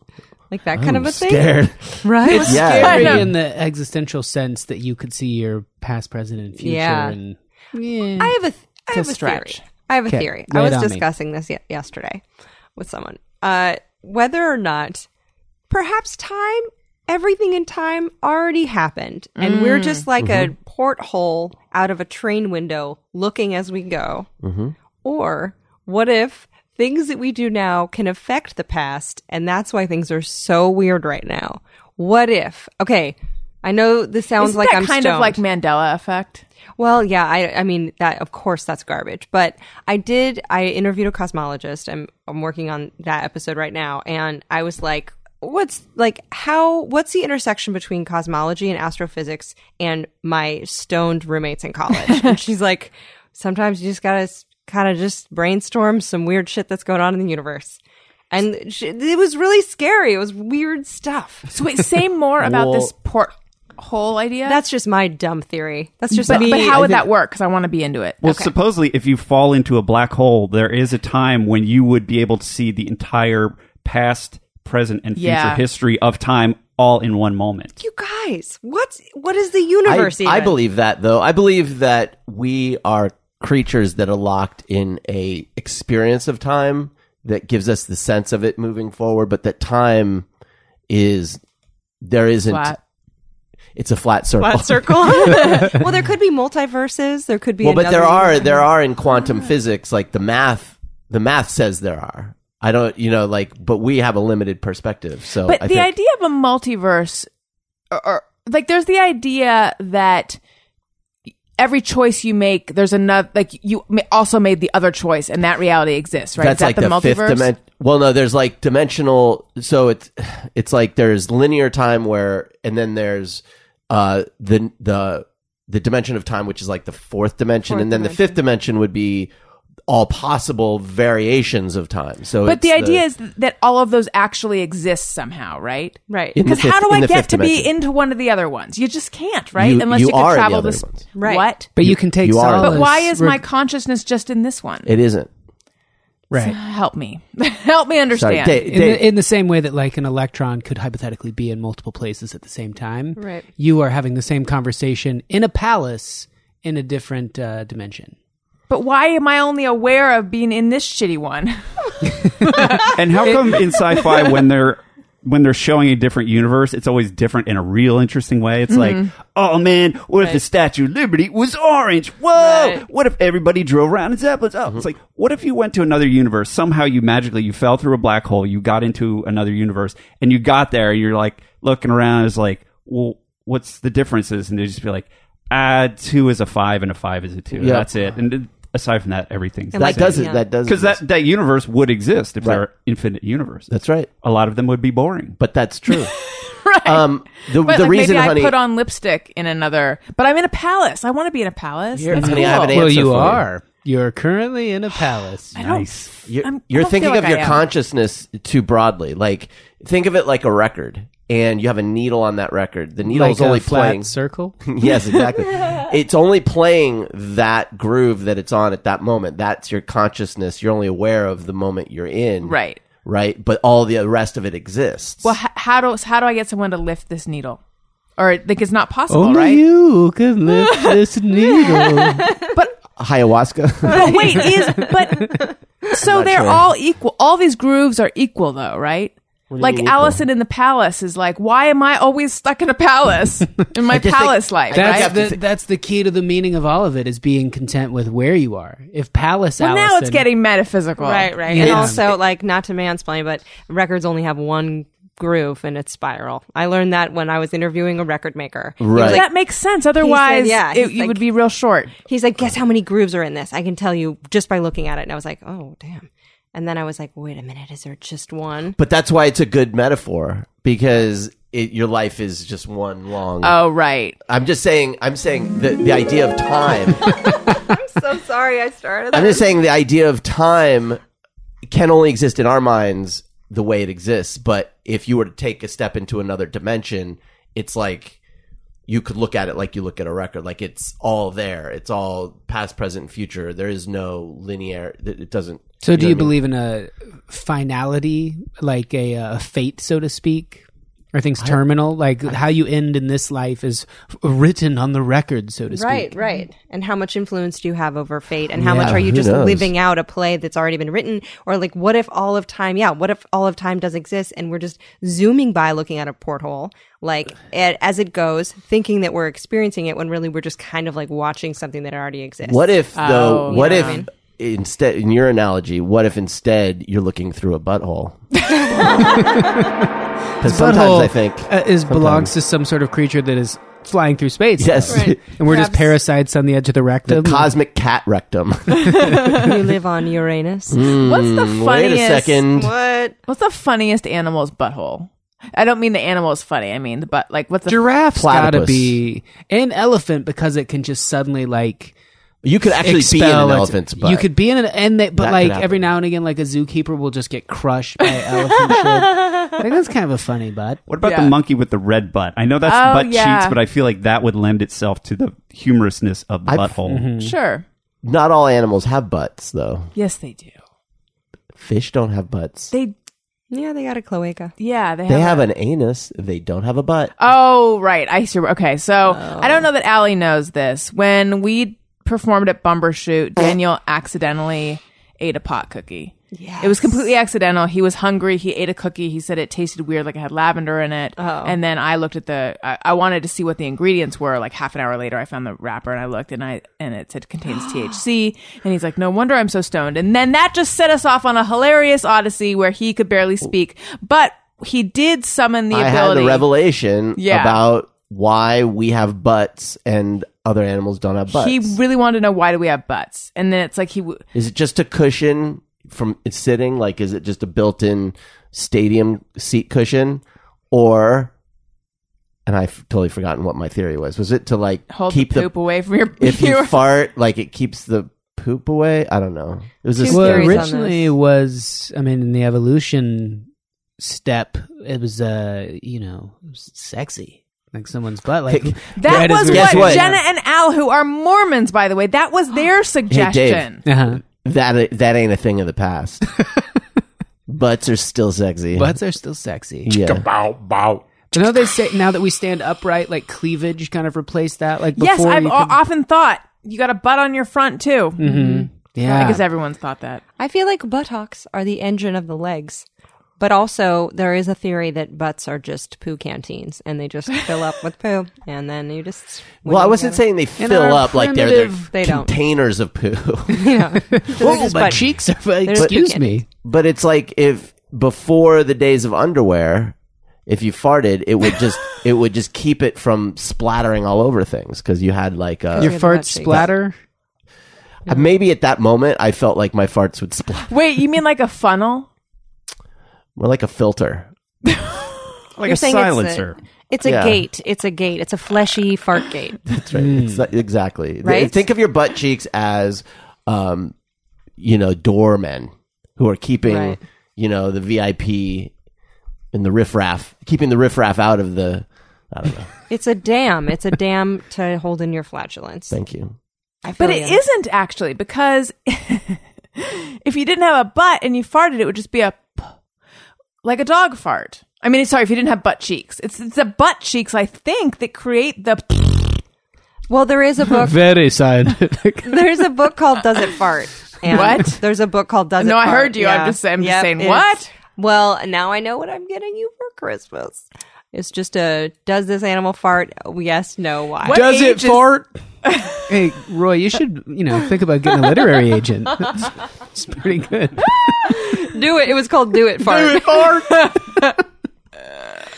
[SPEAKER 5] like that kind of a thing,
[SPEAKER 1] scared?
[SPEAKER 5] right?
[SPEAKER 1] Yeah.
[SPEAKER 3] I know.
[SPEAKER 4] Scary in the existential sense that you could see your past, present, and future.
[SPEAKER 5] Yeah.
[SPEAKER 4] And
[SPEAKER 5] I have a th- I have a
[SPEAKER 3] Mm-hmm. stretch.
[SPEAKER 5] theory. I have a
[SPEAKER 4] Okay,
[SPEAKER 5] theory.
[SPEAKER 4] lay
[SPEAKER 5] I
[SPEAKER 4] it
[SPEAKER 5] was
[SPEAKER 4] on me.
[SPEAKER 5] discussing this ye- yesterday with someone. Uh, whether or not, perhaps time, everything in time already happened, and we're
[SPEAKER 3] Mm.
[SPEAKER 5] just like
[SPEAKER 3] Mm-hmm.
[SPEAKER 5] a porthole out of a train window, looking as we go.
[SPEAKER 3] Mm-hmm.
[SPEAKER 5] Or what if things that we do now can affect the past, and that's why things are so weird right now? What if? Okay, I know this sounds
[SPEAKER 3] Isn't
[SPEAKER 5] like
[SPEAKER 3] that
[SPEAKER 5] I'm
[SPEAKER 3] kind of
[SPEAKER 5] stoned.
[SPEAKER 3] like Mandela effect?
[SPEAKER 5] Well, yeah, I, I mean that. Of course, that's garbage. But I did. I interviewed a cosmologist. I'm I'm working on that episode right now, and I was like, "What's like how? What's the intersection between cosmology and astrophysics and my stoned roommates in college?" and she's like, "Sometimes you just gotta kind of just brainstorm some weird shit that's going on in the universe." And she, it was really scary. It was weird stuff.
[SPEAKER 3] So wait, say more about this porthole idea.
[SPEAKER 5] That's just my dumb theory. That's just
[SPEAKER 3] but,
[SPEAKER 5] me.
[SPEAKER 3] but how would that work? Because I want to be into it.
[SPEAKER 6] Well, supposedly, if you fall into a black hole, there is a time when you would be able to see the entire past, present, and future
[SPEAKER 3] Yeah.
[SPEAKER 6] history of time all in one moment.
[SPEAKER 5] you guys what's what is the
[SPEAKER 1] I,
[SPEAKER 5] universe
[SPEAKER 1] I
[SPEAKER 5] even?
[SPEAKER 1] believe that though. I believe that we are creatures that are locked in a experience of time that gives us the sense of it moving forward, but that time is there isn't
[SPEAKER 3] Flat.
[SPEAKER 1] it's a flat circle.
[SPEAKER 5] flat circle well there could be multiverses there could be
[SPEAKER 1] well, but there
[SPEAKER 5] another-
[SPEAKER 1] are there are in quantum physics like the math the math says there are. I don't you know like but we have a limited perspective. So
[SPEAKER 3] But
[SPEAKER 1] I
[SPEAKER 3] the
[SPEAKER 1] think,
[SPEAKER 3] idea of a multiverse, or, or like, there's the idea that every choice you make, there's another. Like, you ma- also made the other choice, and that reality exists, right?
[SPEAKER 1] That's
[SPEAKER 3] Is that
[SPEAKER 1] like
[SPEAKER 3] the,
[SPEAKER 1] fifth
[SPEAKER 3] multiverse?
[SPEAKER 1] dimension. Well, no, there's like dimensional. So it's it's like there's linear time where, and then there's uh the the the dimension of time, which is like the fourth dimension, and then the fifth dimension would be all possible variations of time. So,
[SPEAKER 3] but the
[SPEAKER 1] it's
[SPEAKER 3] idea is that all of those actually exist somehow, right?
[SPEAKER 5] right
[SPEAKER 1] In the
[SPEAKER 3] Because how
[SPEAKER 1] fifth-
[SPEAKER 3] do
[SPEAKER 1] in
[SPEAKER 3] I
[SPEAKER 1] the
[SPEAKER 3] get
[SPEAKER 1] fifth
[SPEAKER 3] to be
[SPEAKER 1] dimension.
[SPEAKER 3] into one of the other ones? You just can't, right?
[SPEAKER 1] You-
[SPEAKER 3] Unless
[SPEAKER 1] you
[SPEAKER 3] you,
[SPEAKER 1] are in
[SPEAKER 3] can
[SPEAKER 1] the
[SPEAKER 3] travel
[SPEAKER 1] other
[SPEAKER 3] this.
[SPEAKER 1] ones.
[SPEAKER 5] Right.
[SPEAKER 3] What?
[SPEAKER 4] but you, can take
[SPEAKER 1] you are-
[SPEAKER 4] solace.
[SPEAKER 3] But why is
[SPEAKER 4] Re-
[SPEAKER 3] my consciousness just in this one?
[SPEAKER 1] it isn't.
[SPEAKER 4] right?
[SPEAKER 3] Help me. Help me
[SPEAKER 1] Sorry,
[SPEAKER 3] understand.
[SPEAKER 1] Dave,
[SPEAKER 4] In the, in the same way that like an electron could hypothetically be in multiple places at the same time,
[SPEAKER 5] Right.
[SPEAKER 4] you are having the same conversation in a palace in a different uh, dimension.
[SPEAKER 3] But why am I only aware of being in this shitty one?
[SPEAKER 6] And how come in sci-fi when they're when they're showing a different universe, it's always different in a real interesting way. It's like,
[SPEAKER 5] Mm-hmm.
[SPEAKER 6] oh man, what if the Statue of Liberty was orange? Whoa!
[SPEAKER 5] Right.
[SPEAKER 6] What if everybody drove around in zeppelins? Oh,
[SPEAKER 1] Mm-hmm.
[SPEAKER 6] it's like, what if you went to another universe? Somehow you magically you fell through a black hole, you got into another universe, and you got there. and You're like looking around, it's like, well, what's the differences? And they just be like, ah, two is a five, and a five is a two.
[SPEAKER 1] Yeah.
[SPEAKER 6] That's it. And then aside from that, everything's
[SPEAKER 5] And
[SPEAKER 6] the
[SPEAKER 5] like-
[SPEAKER 1] that
[SPEAKER 6] same.
[SPEAKER 1] doesn't
[SPEAKER 5] Yeah.
[SPEAKER 1] that doesn't
[SPEAKER 6] Because that, that universe would exist if there
[SPEAKER 1] Right.
[SPEAKER 6] were infinite universes.
[SPEAKER 1] that's right.
[SPEAKER 6] a lot of them would be boring.
[SPEAKER 1] But that's true. right. Um. The
[SPEAKER 3] But
[SPEAKER 1] the
[SPEAKER 3] like,
[SPEAKER 1] reason,
[SPEAKER 3] maybe
[SPEAKER 1] honey.
[SPEAKER 3] I put on lipstick in another. But I'm in a palace. I want to be in a palace.
[SPEAKER 1] Here,
[SPEAKER 3] That's
[SPEAKER 1] honey, I have
[SPEAKER 3] cool.
[SPEAKER 1] an
[SPEAKER 4] well,
[SPEAKER 1] answer
[SPEAKER 4] you
[SPEAKER 1] for you.
[SPEAKER 4] are. You. are currently in a palace.
[SPEAKER 6] Nice.
[SPEAKER 1] You're,
[SPEAKER 3] I'm- I
[SPEAKER 1] you're
[SPEAKER 3] don't
[SPEAKER 1] thinking
[SPEAKER 3] feel
[SPEAKER 1] of
[SPEAKER 3] like
[SPEAKER 1] your
[SPEAKER 3] I am.
[SPEAKER 1] consciousness too broadly. Like, think of it like a record, and you have a needle on that record. The needle's
[SPEAKER 4] like a
[SPEAKER 1] only
[SPEAKER 4] flat
[SPEAKER 1] playing.
[SPEAKER 4] circle.
[SPEAKER 1] yes, exactly. it's only playing that groove that it's on at that moment. That's your consciousness. You're only aware of the moment you're in.
[SPEAKER 3] Right.
[SPEAKER 1] Right. But all the rest of it exists.
[SPEAKER 3] Well, h- how do how do I get someone to lift this needle? Or like it's not possible,
[SPEAKER 4] Only
[SPEAKER 3] right?
[SPEAKER 4] you can lift this needle.
[SPEAKER 1] Ayahuasca.
[SPEAKER 3] But wait, is but so they're all equal. All these grooves are equal, though, right? Like Allison in the palace is like, why am I always stuck in a palace in my
[SPEAKER 1] just
[SPEAKER 3] palace
[SPEAKER 1] think-
[SPEAKER 3] life?
[SPEAKER 4] That's
[SPEAKER 3] right?
[SPEAKER 4] the that's the key to the meaning of all of it is being content with where you are. If Palace,
[SPEAKER 3] well, now it's
[SPEAKER 4] Allison-
[SPEAKER 3] getting metaphysical,
[SPEAKER 5] Right, right. And
[SPEAKER 4] Yeah.
[SPEAKER 5] also, like, not to mansplain, but records only have one groove and it's spiral. I learned that when I was interviewing a record maker. He was
[SPEAKER 1] Right.
[SPEAKER 5] like-
[SPEAKER 3] that makes sense. Otherwise,
[SPEAKER 5] yeah,
[SPEAKER 3] it,
[SPEAKER 5] he's
[SPEAKER 3] you
[SPEAKER 5] like-
[SPEAKER 3] would be real short.
[SPEAKER 5] He's like, guess how many grooves are in this? I can tell you just by looking at it. And I was like, oh, damn. And then I was like, wait a minute, is there just one?
[SPEAKER 1] But that's why it's a good metaphor because it, your life is just one long.
[SPEAKER 3] Oh, right.
[SPEAKER 1] I'm just saying. I'm saying the the idea of time.
[SPEAKER 5] so sorry I started
[SPEAKER 1] I'm just saying the idea of time can only exist in our minds the way it exists. But if you were to take a step into another dimension, it's like you could look at it like you look at a record. Like it's all there. It's all past, present, and future. There is no linear. It it doesn't.
[SPEAKER 4] So, do
[SPEAKER 1] know
[SPEAKER 4] you
[SPEAKER 1] what I mean?
[SPEAKER 4] believe in a finality, like a, uh fate, so to speak? Are things terminal? like how you end in this life is f- written on the record, so to speak.
[SPEAKER 5] Right, right. And how much influence do you have over fate? And how much
[SPEAKER 4] Yeah,
[SPEAKER 5] are you
[SPEAKER 1] who
[SPEAKER 5] just
[SPEAKER 1] knows?
[SPEAKER 5] living out a play that's already been written? Or like, what if all of time? Yeah, what if all of time does exist and we're just zooming by, looking at a porthole, like a- as it goes, thinking that we're experiencing it when really we're just kind of like watching something that already exists.
[SPEAKER 1] What if though?
[SPEAKER 3] Oh,
[SPEAKER 1] What
[SPEAKER 5] yeah.
[SPEAKER 1] if instead, in your analogy, what if instead you're looking through a butthole? Because sometimes
[SPEAKER 4] Butthole,
[SPEAKER 1] I think
[SPEAKER 4] uh, is belongs to some sort of creature that is flying through space.
[SPEAKER 1] yes,
[SPEAKER 5] Right.
[SPEAKER 4] and we're just parasites on the edge of
[SPEAKER 1] the
[SPEAKER 4] the
[SPEAKER 3] Um,
[SPEAKER 4] rectum.
[SPEAKER 1] cosmic cat rectum.
[SPEAKER 5] you live on Uranus?
[SPEAKER 1] Mm.
[SPEAKER 3] What's the funniest?
[SPEAKER 1] Wait a second.
[SPEAKER 5] What?
[SPEAKER 3] What's the funniest animal's butthole? I don't mean the animal is funny. I mean the butt. Like what's the
[SPEAKER 4] Giraffe's gotta
[SPEAKER 1] Platypus.
[SPEAKER 4] be an elephant because it can just suddenly like
[SPEAKER 1] You could actually be in
[SPEAKER 4] expel
[SPEAKER 1] an
[SPEAKER 4] it.
[SPEAKER 1] elephant's butt.
[SPEAKER 4] You could be in an and they,
[SPEAKER 1] That
[SPEAKER 4] but
[SPEAKER 1] could
[SPEAKER 4] like
[SPEAKER 1] happen.
[SPEAKER 4] every now and again, like a zookeeper will just get crushed by an elephant. shit. Like that's kind of a funny butt.
[SPEAKER 6] What about
[SPEAKER 3] Yeah.
[SPEAKER 6] the monkey with the red butt? I know that's
[SPEAKER 3] Oh,
[SPEAKER 6] butt
[SPEAKER 3] yeah.
[SPEAKER 6] cheeks, but I feel like that would lend itself to the humorousness of the
[SPEAKER 1] I've-
[SPEAKER 6] butthole.
[SPEAKER 5] Mm-hmm.
[SPEAKER 3] sure?
[SPEAKER 1] Not all animals have butts, though.
[SPEAKER 3] Yes, they do.
[SPEAKER 1] Fish don't have butts.
[SPEAKER 3] They
[SPEAKER 5] Yeah, they got a cloaca.
[SPEAKER 3] yeah they have.
[SPEAKER 1] They have an anus. They don't have a butt.
[SPEAKER 3] Oh, right. I see. Okay. So I don't know that Allie knows this. When we performed at Bumbershoot, Daniel accidentally ate a pot cookie. Yeah. It was completely accidental. He was hungry. He ate a cookie. He said it tasted weird, like it had lavender in it. Oh. And then I looked at the, I, I wanted to see what the ingredients were. Like half an hour later, I found the wrapper and I looked and I, and it said contains THC. And he's like, no wonder I'm so stoned. And then that just set us off on a hilarious odyssey where he could barely speak. But he did summon the
[SPEAKER 1] I had
[SPEAKER 3] ability.
[SPEAKER 1] a revelation
[SPEAKER 3] Yeah.
[SPEAKER 1] about why we have butts and other animals don't have butts.
[SPEAKER 3] He really wanted to know why do we have butts, and then it's like he. W-
[SPEAKER 1] is it just a cushion from sitting? Like, is it just a built-in stadium seat cushion, or? And I've totally forgotten what my theory was. Was it to like
[SPEAKER 3] Hold
[SPEAKER 1] keep
[SPEAKER 3] the poop away from your.
[SPEAKER 1] if
[SPEAKER 3] your-
[SPEAKER 1] you fart, like it keeps the poop away? I don't know. It was this
[SPEAKER 5] Two
[SPEAKER 4] Well,
[SPEAKER 5] theories on
[SPEAKER 4] originally
[SPEAKER 5] this.
[SPEAKER 4] it was, I mean, in the evolution step, it was, uh, you know, it was sexy. Like someone's butt, like
[SPEAKER 1] Hey,
[SPEAKER 3] that
[SPEAKER 4] red is
[SPEAKER 3] was
[SPEAKER 4] red.
[SPEAKER 1] Guess
[SPEAKER 3] what,
[SPEAKER 1] what?
[SPEAKER 3] Jenna and Al, who are Mormons, by the way, that was their suggestion.
[SPEAKER 4] Uh-huh.
[SPEAKER 1] That that ain't a thing of the past. Butts are still sexy.
[SPEAKER 4] Butts are still sexy.
[SPEAKER 1] yeah.
[SPEAKER 4] You know they say now that we stand upright, like cleavage kind of replaced that. Like before
[SPEAKER 3] yes, I've
[SPEAKER 4] you
[SPEAKER 3] o-
[SPEAKER 4] could-
[SPEAKER 3] often thought you got a butt on your front too.
[SPEAKER 1] Mm-hmm.
[SPEAKER 4] yeah.
[SPEAKER 3] I guess everyone's thought that.
[SPEAKER 5] I feel like buttocks are the engine of the legs. But also, there is a theory that butts are just poo canteens, and they just fill up with poo, and then you just.
[SPEAKER 1] Well, I wasn't saying they
[SPEAKER 4] In
[SPEAKER 1] fill
[SPEAKER 4] our
[SPEAKER 1] up like they're, they're
[SPEAKER 4] primitive-
[SPEAKER 5] They don't.
[SPEAKER 1] containers of poo,
[SPEAKER 4] oh, my cheeks are.
[SPEAKER 5] just
[SPEAKER 4] Excuse
[SPEAKER 5] puking.
[SPEAKER 4] me.
[SPEAKER 1] but it's like if before the days of underwear, if you farted, it would just it would just keep it from splattering all over things because you had like
[SPEAKER 4] Your
[SPEAKER 1] a,
[SPEAKER 4] farts
[SPEAKER 5] have butt cheeks.
[SPEAKER 4] splatter.
[SPEAKER 1] maybe at that moment I felt like my farts would splatter
[SPEAKER 3] Wait, you mean like a funnel?
[SPEAKER 1] more like a filter.
[SPEAKER 6] Like
[SPEAKER 5] You're
[SPEAKER 6] a
[SPEAKER 5] saying it's the-
[SPEAKER 6] silencer.
[SPEAKER 5] It's a
[SPEAKER 1] Yeah.
[SPEAKER 5] gate. It's a gate. It's a fleshy fart gate.
[SPEAKER 1] That's right. It's not- exactly.
[SPEAKER 5] Right?
[SPEAKER 1] Think of your butt cheeks as, um, you know, doormen who are keeping,
[SPEAKER 5] Right.
[SPEAKER 1] you know, the VIP and the riffraff, keeping the riffraff out of the. I don't know.
[SPEAKER 5] It's a dam. It's a dam to hold in your flatulence.
[SPEAKER 1] Thank you.
[SPEAKER 5] I feel
[SPEAKER 1] Oh,
[SPEAKER 3] But it
[SPEAKER 5] ya.
[SPEAKER 3] isn't actually because if you didn't have a butt and you farted, it would just be a p- like a dog fart. I mean, sorry, if you didn't have butt cheeks, it's it's the butt cheeks I think that create the.
[SPEAKER 5] Well, there is a book.
[SPEAKER 4] Very scientific.
[SPEAKER 5] There's a book called "Does It Fart." And
[SPEAKER 3] What?
[SPEAKER 5] There's a book called "Does It."
[SPEAKER 3] No, I
[SPEAKER 5] Fart?
[SPEAKER 3] heard you. I'm just- I'm just saying,
[SPEAKER 5] it's-
[SPEAKER 3] what?
[SPEAKER 5] Well, now I know what I'm getting you for Christmas. It's just a does this animal fart? Yes, no, why?
[SPEAKER 3] What
[SPEAKER 1] Does it
[SPEAKER 3] age is-
[SPEAKER 1] fart?
[SPEAKER 4] Hey, Roy, you should you know think about getting a literary agent. It's, it's pretty good.
[SPEAKER 5] Do it. It was called do it fart.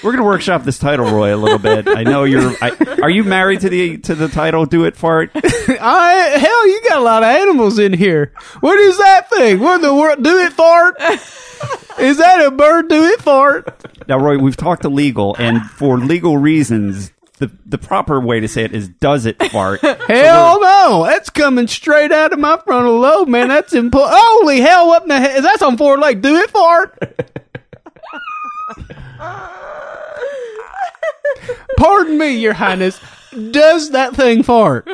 [SPEAKER 6] We're gonna workshop this title, Roy, a little bit. I know you're. I, are you married to the to the title? Do it fart.
[SPEAKER 4] I, hell, you got a lot of animals in here. What is that thing? What in the world? Do it fart? Is that a bird? Do it fart?
[SPEAKER 6] Now, Roy, we've talked to legal, and for legal reasons, the the proper way to say it is does it fart.
[SPEAKER 4] Hell no! That's coming straight out of my frontal lobe, man. That's important. Holy hell! What in the hell? That's on four leg. Do it fart? Pardon me, Your Highness. Does that thing fart?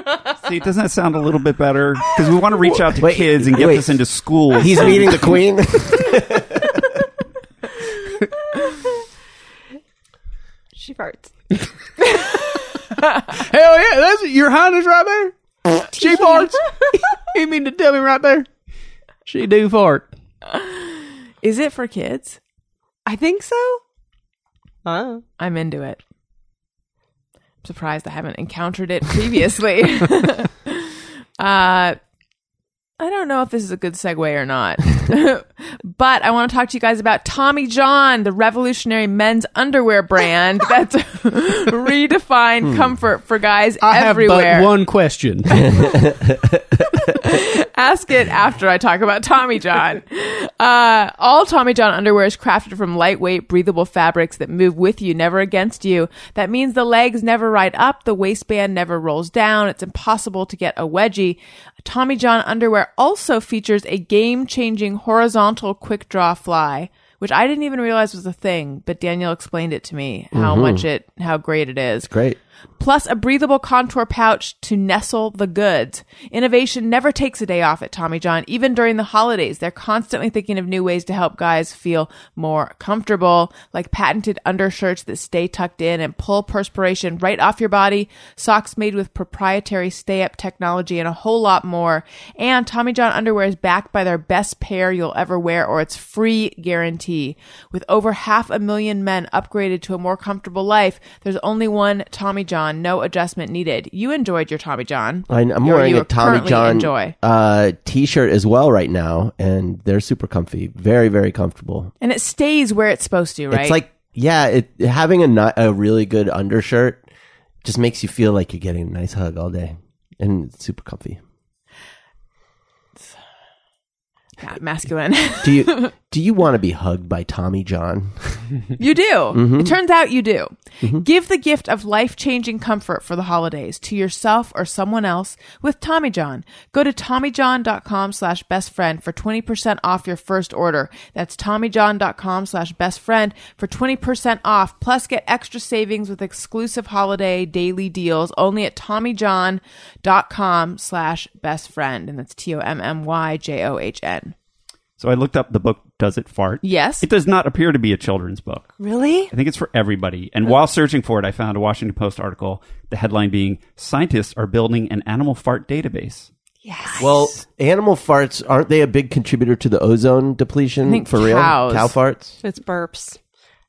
[SPEAKER 6] See, doesn't that sound a little bit better? Because we want to reach out to
[SPEAKER 1] Wait,
[SPEAKER 6] kids and get
[SPEAKER 1] wait.
[SPEAKER 6] this into school.
[SPEAKER 1] He's meeting the queen.
[SPEAKER 5] She farts.
[SPEAKER 4] Hell yeah! That's Your Highness right there. She farts. you mean to tell me right there? She do fart.
[SPEAKER 3] Is it for kids?
[SPEAKER 5] I think so. Huh?
[SPEAKER 3] I'm into it. I'm surprised I haven't encountered it previously. uh, I don't know if this is a good segue or not, but I want to talk to you guys about Tommy John, the revolutionary men's underwear brand that's redefined comfort for guys
[SPEAKER 4] Hmm. I
[SPEAKER 3] everywhere.
[SPEAKER 4] have but one question.
[SPEAKER 3] ask it after I talk about Tommy John. Uh, all Tommy John underwear is crafted from lightweight, breathable fabrics that move with you, never against you. That means the legs never ride up, the waistband never rolls down. It's impossible to get a wedgie. Tommy John underwear also features a game changing horizontal quick draw fly. Which I didn't even realize was a thing, but Daniel explained it to me how much it, how great it is
[SPEAKER 1] Great.
[SPEAKER 3] plus a breathable contour pouch to nestle the goods. Innovation never takes a day off at Tommy John, even during the holidays. They're constantly thinking of new ways to help guys feel more comfortable, like patented undershirts that stay tucked in and pull perspiration right off your body, socks made with proprietary stay up technology, and a whole lot more. And Tommy John underwear is backed by their best pair you'll ever wear or its free guarantee. With over half a million men upgraded to a more comfortable life, there's only one Tommy John, no adjustment needed. You enjoyed your Tommy John.
[SPEAKER 1] I, am
[SPEAKER 3] Or
[SPEAKER 1] wearing
[SPEAKER 3] you
[SPEAKER 1] a Tommy
[SPEAKER 3] currently
[SPEAKER 1] John
[SPEAKER 3] Enjoy.
[SPEAKER 1] uh, t-shirt as well right now, and they're super comfy, very very comfortable.
[SPEAKER 3] And it stays where it's supposed to, right?
[SPEAKER 1] It's like yeah, it, having a ni- a really good undershirt just makes you feel like you're getting a nice hug all day, and it's super comfy.
[SPEAKER 3] Yeah, masculine.
[SPEAKER 1] Do you do you want to be hugged by Tommy John?
[SPEAKER 3] You do. It turns out you do. Give the gift of life changing comfort for the holidays to yourself or someone else with Tommy John. Go to TommyJohn.com slash best friend for 20% off your first order. That's TommyJohn.com slash best friend for 20% off. Plus, get extra savings with exclusive holiday daily deals only at TommyJohn.com slash best friend. And that's T O M M Y J O H N.
[SPEAKER 6] So I looked up the book. Does it fart?
[SPEAKER 3] Yes.
[SPEAKER 6] It does not appear to be a children's book.
[SPEAKER 5] Really?
[SPEAKER 6] I think it's for everybody. And while searching for it, I found a Washington Post article, the headline being Scientists are building an animal fart database.
[SPEAKER 1] Well, animal farts aren't they a big contributor to the ozone depletion?
[SPEAKER 3] I think
[SPEAKER 1] for real,
[SPEAKER 3] cows.
[SPEAKER 1] cow farts.
[SPEAKER 5] It's burps.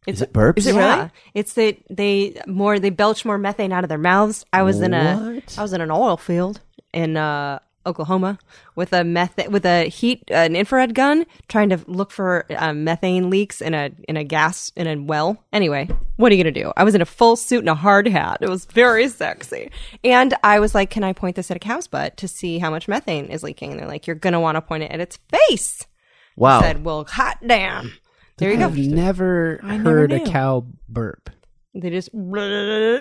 [SPEAKER 5] It's
[SPEAKER 1] Is it burps?
[SPEAKER 3] Is it
[SPEAKER 5] yeah.
[SPEAKER 3] really?
[SPEAKER 5] It's that they more they belch more methane out of their mouths. I was in a I was in an oil field in uh, Oklahoma with a meth with a heat an infrared gun trying to look for uh, methane leaks in a in a gas in a well. Anyway, what are you gonna do? I was in a full suit and a hard hat. It was very sexy, and I was like, "Can I point this at a cow's butt to see how much methane is leaking?" And they're like, "You're gonna want to point it at its face."
[SPEAKER 3] Oh.
[SPEAKER 1] Wow.
[SPEAKER 5] Said, "Well, hot damn." There you go.
[SPEAKER 4] I've never
[SPEAKER 3] never
[SPEAKER 4] heard
[SPEAKER 3] knew.
[SPEAKER 4] a cow burp.
[SPEAKER 5] They just. Uh,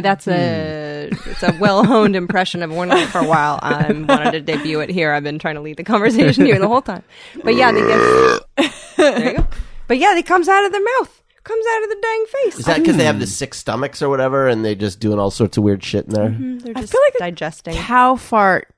[SPEAKER 5] That's a
[SPEAKER 3] Hmm.
[SPEAKER 5] it's a well honed impression. I've worn it for a while. I wanted to debut it here. I've been trying to lead the conversation here the whole time. But yeah, they get, there you go. But yeah, it comes out of their mouth, comes out of the dang face.
[SPEAKER 1] Is that because they have the sick stomachs or whatever, and they're just doing all sorts of weird shit in there?
[SPEAKER 3] Mm-hmm.
[SPEAKER 5] They're just
[SPEAKER 3] feel like a
[SPEAKER 5] digesting.
[SPEAKER 3] cow fart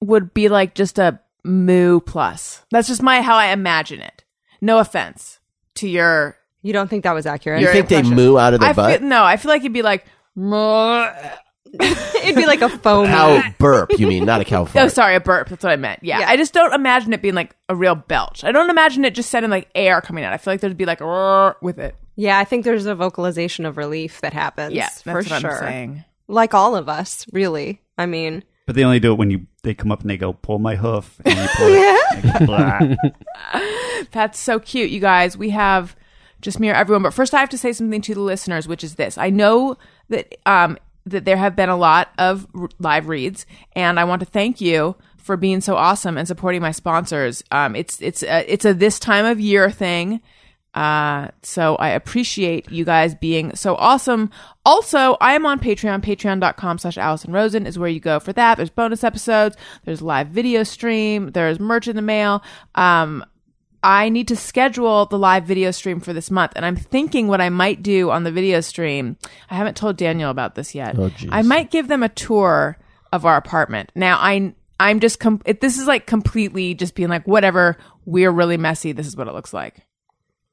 [SPEAKER 3] would be like just a moo plus. That's just my how I imagine it. No offense to your.
[SPEAKER 5] You don't think that was accurate?
[SPEAKER 1] You
[SPEAKER 3] your
[SPEAKER 1] think they
[SPEAKER 3] impression.
[SPEAKER 1] moo out of their
[SPEAKER 3] I
[SPEAKER 1] butt?
[SPEAKER 3] Feel, no, I feel like it'd be like. "Moo."
[SPEAKER 5] It'd be like a foamy.
[SPEAKER 1] Cow burp, you mean, not a cow fart.
[SPEAKER 3] Oh, sorry, a burp. That's what I meant. Yeah.
[SPEAKER 5] Yeah.
[SPEAKER 3] I just don't imagine it being like a real belch. I don't imagine it just sounding like air coming out. I feel like there'd be like a roar with it.
[SPEAKER 5] Yeah, I think there's a vocalization of relief that happens.
[SPEAKER 3] Yeah, that's
[SPEAKER 5] for
[SPEAKER 3] what I'm
[SPEAKER 5] sure.
[SPEAKER 3] saying.
[SPEAKER 5] Like all of us, really. I mean,
[SPEAKER 6] But they only do it when you they come up and they go pull my hoof and you pull it. Like, blah.
[SPEAKER 3] That's so cute, you guys. We have just mere everyone, but first I have to say something to the listeners, which is this: I know that um, that there have been a lot of r- live reads, and I want to thank you for being so awesome and supporting my sponsors. Um, it's it's a, it's a this time of year thing. Uh, so I appreciate you guys being so awesome. Also, I am on Patreon. Patreon.com slash Allison Rosen is where you go for that. There's bonus episodes. There's live video stream. There's merch in the mail. Um, I need to schedule the live video stream for this month, and I'm thinking what I might do on the video stream. I haven't told Daniel about this yet. I might give them a tour of our apartment. Now, I I'm just com- it, this is like completely just being like whatever. We're really messy. This is what it looks like.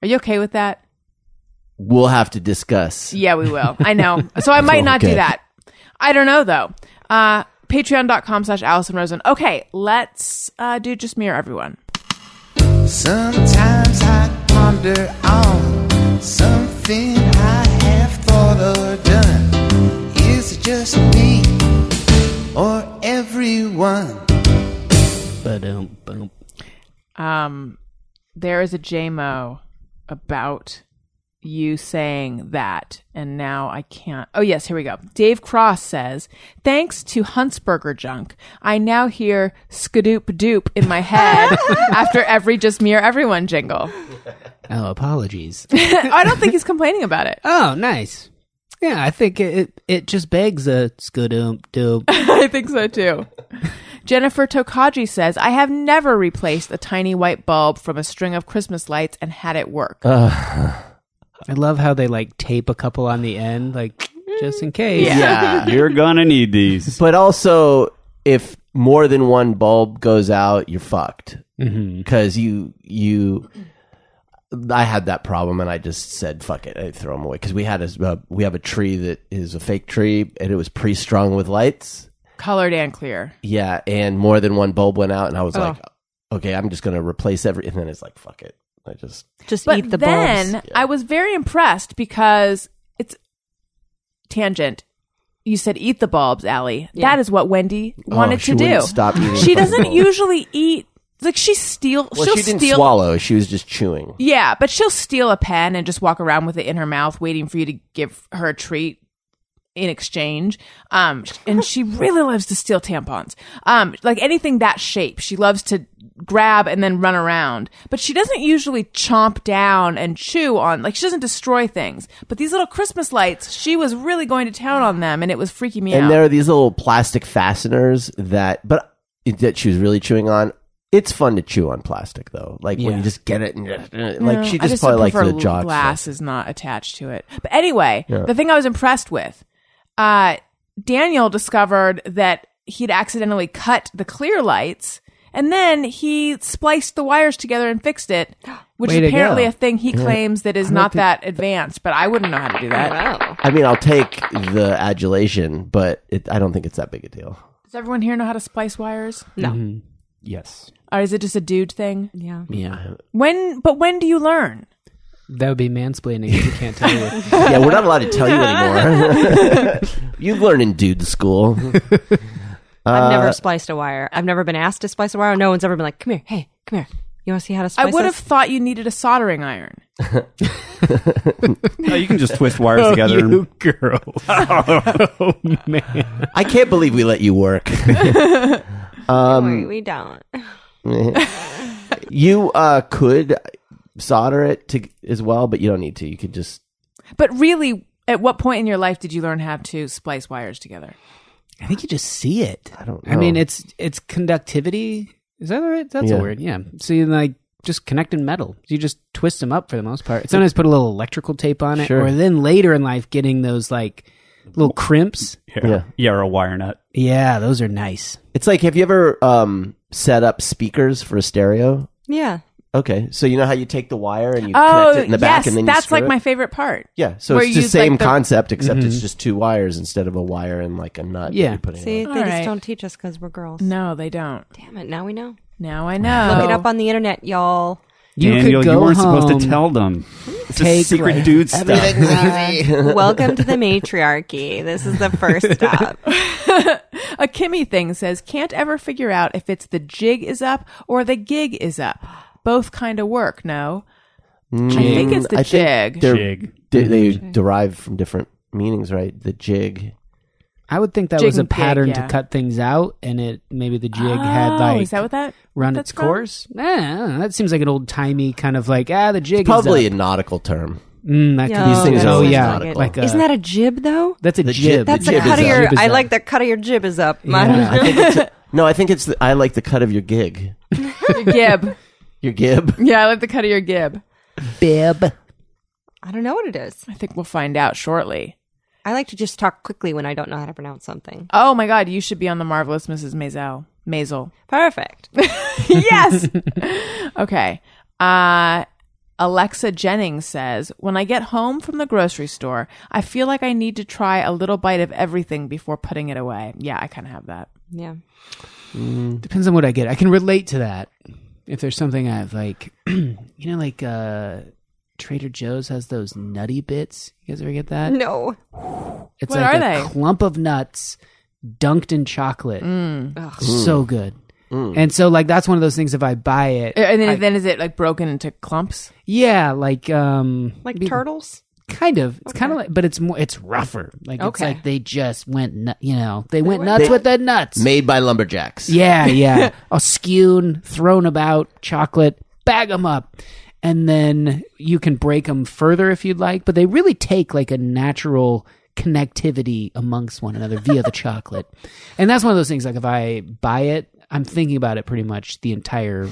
[SPEAKER 3] Are you okay with that?
[SPEAKER 1] We'll have to discuss.
[SPEAKER 3] Yeah, we will. I know. So I might not do
[SPEAKER 1] Okay.
[SPEAKER 3] that. I don't know though. Uh, Patreon.com slash Allison Rosen. Okay, let's uh, do just mirror everyone.
[SPEAKER 2] Sometimes I ponder on something I have thought or done. Is it just me or everyone?
[SPEAKER 4] But um, boom.
[SPEAKER 3] um, there is a JMO about you saying that, and now I can't. Oh, yes, here we go. Dave Cross says, Thanks to Huntsberger junk, I now hear skadoop doop in my head after every Just Mere Everyone jingle.
[SPEAKER 4] Oh, apologies.
[SPEAKER 3] I don't think he's complaining about it.
[SPEAKER 4] oh, nice. Yeah, I think it it, it just begs a skadoom doop.
[SPEAKER 3] I think so too. Jennifer Tokaji says, I have never replaced a tiny white bulb from a string of Christmas lights and had it work.
[SPEAKER 4] I love how they like tape a couple on the end, like just in case.
[SPEAKER 1] yeah.
[SPEAKER 6] You're gonna need these.
[SPEAKER 1] But also, if more than one bulb goes out, you're fucked. Because you, you, I had that problem and I just said, fuck it, I throw them away. Because we had a, uh, we have a tree that is a fake tree and it was pre strung with lights.
[SPEAKER 3] Colored and clear.
[SPEAKER 1] Yeah, and more than one bulb went out, and I
[SPEAKER 3] Oh.
[SPEAKER 1] was like, okay, I'm just gonna replace every. And then it's like, fuck it, I just
[SPEAKER 5] just
[SPEAKER 3] but
[SPEAKER 5] eat the
[SPEAKER 3] then
[SPEAKER 5] bulbs.
[SPEAKER 3] I was very impressed because it's tangent. You said eat the bulbs, Allie.
[SPEAKER 5] Yeah.
[SPEAKER 3] That is what Wendy wanted
[SPEAKER 1] Oh, she
[SPEAKER 3] to do.
[SPEAKER 1] wouldn't Stop eating.
[SPEAKER 3] She
[SPEAKER 1] fucking
[SPEAKER 3] doesn't
[SPEAKER 1] bulbs.
[SPEAKER 3] usually eat. Like she steal.
[SPEAKER 1] Well,
[SPEAKER 3] she'll
[SPEAKER 1] she didn't
[SPEAKER 3] steal.
[SPEAKER 1] swallow. She was just chewing.
[SPEAKER 3] Yeah, but she'll steal a pen and just walk around with it in her mouth, waiting for you to give her a treat in exchange. Um, and she really loves to steal tampons. Um, like anything that shape, she loves to grab and then run around. But she doesn't usually chomp down and chew on. Like she doesn't destroy things. But these little Christmas lights, she was really going to town on them, and it was freaking me
[SPEAKER 1] And
[SPEAKER 3] out.
[SPEAKER 1] there are these little plastic fasteners that, but that she was really chewing on. It's fun to chew on plastic though. Like when
[SPEAKER 4] Yeah.
[SPEAKER 1] you just get it and just, like
[SPEAKER 3] No,
[SPEAKER 1] she
[SPEAKER 3] I
[SPEAKER 1] just,
[SPEAKER 3] would
[SPEAKER 1] probably likes
[SPEAKER 3] prefer
[SPEAKER 1] the jock.
[SPEAKER 3] glass is not attached to it. But anyway, the thing I was impressed with, uh, Daniel discovered that he'd accidentally cut the clear lights, and then he spliced the wires together and fixed it, which
[SPEAKER 4] Way
[SPEAKER 3] is
[SPEAKER 4] to
[SPEAKER 3] apparently
[SPEAKER 4] go.
[SPEAKER 3] a thing he claims that is not that advanced. But I wouldn't know how to do that.
[SPEAKER 5] wow.
[SPEAKER 1] I mean, I'll take the adulation, but it, I don't think it's that big a deal.
[SPEAKER 3] Does everyone here know how to splice wires,
[SPEAKER 5] No.
[SPEAKER 4] Mm-hmm.
[SPEAKER 6] Yes.
[SPEAKER 3] or is it just a dude thing?
[SPEAKER 5] Yeah.
[SPEAKER 4] Yeah,
[SPEAKER 3] When? But when do you learn?
[SPEAKER 4] that would be mansplaining if you can't tell you.
[SPEAKER 1] yeah, we're not allowed to tell you anymore. you learn in dude school.
[SPEAKER 5] I've never spliced a wire. I've never been asked to splice a wire. No one's ever been like, come here, hey, come here. You want to see how to
[SPEAKER 3] I
[SPEAKER 5] splice
[SPEAKER 3] would have
[SPEAKER 5] this?"
[SPEAKER 3] thought you needed a soldering iron.
[SPEAKER 6] No, you can just twist wires together. and-
[SPEAKER 4] you girl. oh man.
[SPEAKER 1] I can't believe we let you work.
[SPEAKER 5] Wait, we don't.
[SPEAKER 1] you uh, could solder it to, as well, but you don't need to. You could just.
[SPEAKER 3] But really, at what point in your life did you learn how to splice wires together?
[SPEAKER 4] I think you just see it.
[SPEAKER 1] I don't
[SPEAKER 4] I mean,
[SPEAKER 1] know.
[SPEAKER 4] it's it's conductivity. Is that right? That's
[SPEAKER 1] Yeah.
[SPEAKER 4] a word. Yeah. So you like just connecting metal. You just twist them up for the most part. Sometimes put a little electrical tape on it,
[SPEAKER 1] Sure.
[SPEAKER 4] or then later in life getting those like little crimps.
[SPEAKER 1] Yeah.
[SPEAKER 6] Yeah. yeah, or a wire nut.
[SPEAKER 4] Yeah, those are nice.
[SPEAKER 1] It's like, have you ever um, set up speakers for a stereo?
[SPEAKER 5] Yeah.
[SPEAKER 1] Okay, so you know how you take the wire and you
[SPEAKER 3] Oh,
[SPEAKER 1] connect it in the
[SPEAKER 3] yes,
[SPEAKER 1] back, and then you
[SPEAKER 3] that's
[SPEAKER 1] screw
[SPEAKER 3] like
[SPEAKER 1] it?
[SPEAKER 3] my favorite part.
[SPEAKER 1] yeah. So
[SPEAKER 3] where
[SPEAKER 1] it's
[SPEAKER 3] you
[SPEAKER 1] the
[SPEAKER 3] use,
[SPEAKER 1] same
[SPEAKER 3] like, the-
[SPEAKER 1] concept, except it's just two wires instead of a wire and like a nut. that
[SPEAKER 4] Yeah.
[SPEAKER 1] you put in.
[SPEAKER 5] See,
[SPEAKER 3] All
[SPEAKER 5] they
[SPEAKER 3] right.
[SPEAKER 5] just don't teach us because we're girls.
[SPEAKER 3] No, Oh. they don't.
[SPEAKER 5] Damn it! Now we know.
[SPEAKER 3] Now I know.
[SPEAKER 5] Look it up on the internet, y'all.
[SPEAKER 4] You
[SPEAKER 6] Daniel,
[SPEAKER 4] could go
[SPEAKER 6] you weren't supposed to
[SPEAKER 4] home.
[SPEAKER 6] tell them. It's a
[SPEAKER 4] Take
[SPEAKER 6] secret
[SPEAKER 4] what-
[SPEAKER 6] dude stuff.
[SPEAKER 5] Uh, Welcome to the matriarchy. This is the first stop.
[SPEAKER 3] A Kimmy thing says, can't ever figure out if it's the jig is up or the gig is up. Both kind of work, no? I think it's the
[SPEAKER 1] Mm. I think
[SPEAKER 3] jig. Mm-hmm.
[SPEAKER 1] they're-
[SPEAKER 6] Jig.
[SPEAKER 1] They, they derive from different meanings, right? The jig.
[SPEAKER 4] I would think that
[SPEAKER 3] Jig
[SPEAKER 4] was a
[SPEAKER 3] and gig,
[SPEAKER 4] pattern
[SPEAKER 3] yeah.
[SPEAKER 4] to cut things out, and it maybe the jig
[SPEAKER 3] Oh,
[SPEAKER 4] had like
[SPEAKER 3] is that what that
[SPEAKER 4] run
[SPEAKER 3] that's
[SPEAKER 4] its
[SPEAKER 3] from?
[SPEAKER 4] course. Nah, I don't know. that seems like an old timey kind of like ah the jig
[SPEAKER 1] Probably
[SPEAKER 4] is
[SPEAKER 1] a nautical term.
[SPEAKER 4] up. Mm, that could be
[SPEAKER 1] things
[SPEAKER 5] These
[SPEAKER 4] something.
[SPEAKER 1] are
[SPEAKER 4] oh
[SPEAKER 1] always
[SPEAKER 4] yeah,
[SPEAKER 1] nautical.
[SPEAKER 4] like a,
[SPEAKER 5] Isn't that a jib though?
[SPEAKER 4] that's a
[SPEAKER 1] The jib-
[SPEAKER 4] jib?
[SPEAKER 1] the
[SPEAKER 5] That's the
[SPEAKER 1] jib
[SPEAKER 5] cut
[SPEAKER 1] is
[SPEAKER 5] of
[SPEAKER 1] up.
[SPEAKER 5] your.
[SPEAKER 4] Jib is
[SPEAKER 5] I
[SPEAKER 4] up.
[SPEAKER 5] like the cut of your jib is up.
[SPEAKER 4] Yeah, I
[SPEAKER 5] Mine-
[SPEAKER 4] think it's-
[SPEAKER 1] No, I think it's. The, I like the cut of your gig,
[SPEAKER 3] Your gib.
[SPEAKER 1] your gib.
[SPEAKER 3] yeah, I like the cut of your gib.
[SPEAKER 1] Bib.
[SPEAKER 5] I don't know what it is.
[SPEAKER 3] I think we'll find out shortly.
[SPEAKER 5] I like to just talk quickly when I don't know how to pronounce something.
[SPEAKER 3] Oh my God, you should be on the marvelous Mrs. Maisel. Maisel.
[SPEAKER 5] Perfect.
[SPEAKER 3] yes. okay. Uh, Alexa Jennings says, When I get home from the grocery store, I feel like I need to try a little bite of everything before putting it away. Yeah, I kind of have that.
[SPEAKER 5] Yeah.
[SPEAKER 4] depends on what I get. I can relate to that. If there's something I've like, you know, like uh Trader Joe's has those nutty bits. You guys ever get that?
[SPEAKER 5] No.
[SPEAKER 4] It's
[SPEAKER 3] What
[SPEAKER 4] like
[SPEAKER 3] are
[SPEAKER 4] a
[SPEAKER 3] they?
[SPEAKER 4] clump of nuts dunked in chocolate. So good. And so like that's one of those things if I buy it.
[SPEAKER 3] Uh, And then, then is it like broken into clumps?
[SPEAKER 4] yeah, like um
[SPEAKER 5] Like
[SPEAKER 4] be-
[SPEAKER 5] turtles?
[SPEAKER 4] kind of. It's kind of like but it's more it's rougher. Like it's
[SPEAKER 5] Okay.
[SPEAKER 4] like they just went nu- you know, they, went, nuts with the nuts.
[SPEAKER 1] Made by lumberjacks.
[SPEAKER 4] Yeah, yeah. A skewn, thrown about, chocolate, bag them up. And then you can break them further if you'd like, but they really take like a natural connectivity amongst one another via the chocolate. And that's one of those things like if I buy it, I'm thinking about it pretty much the entire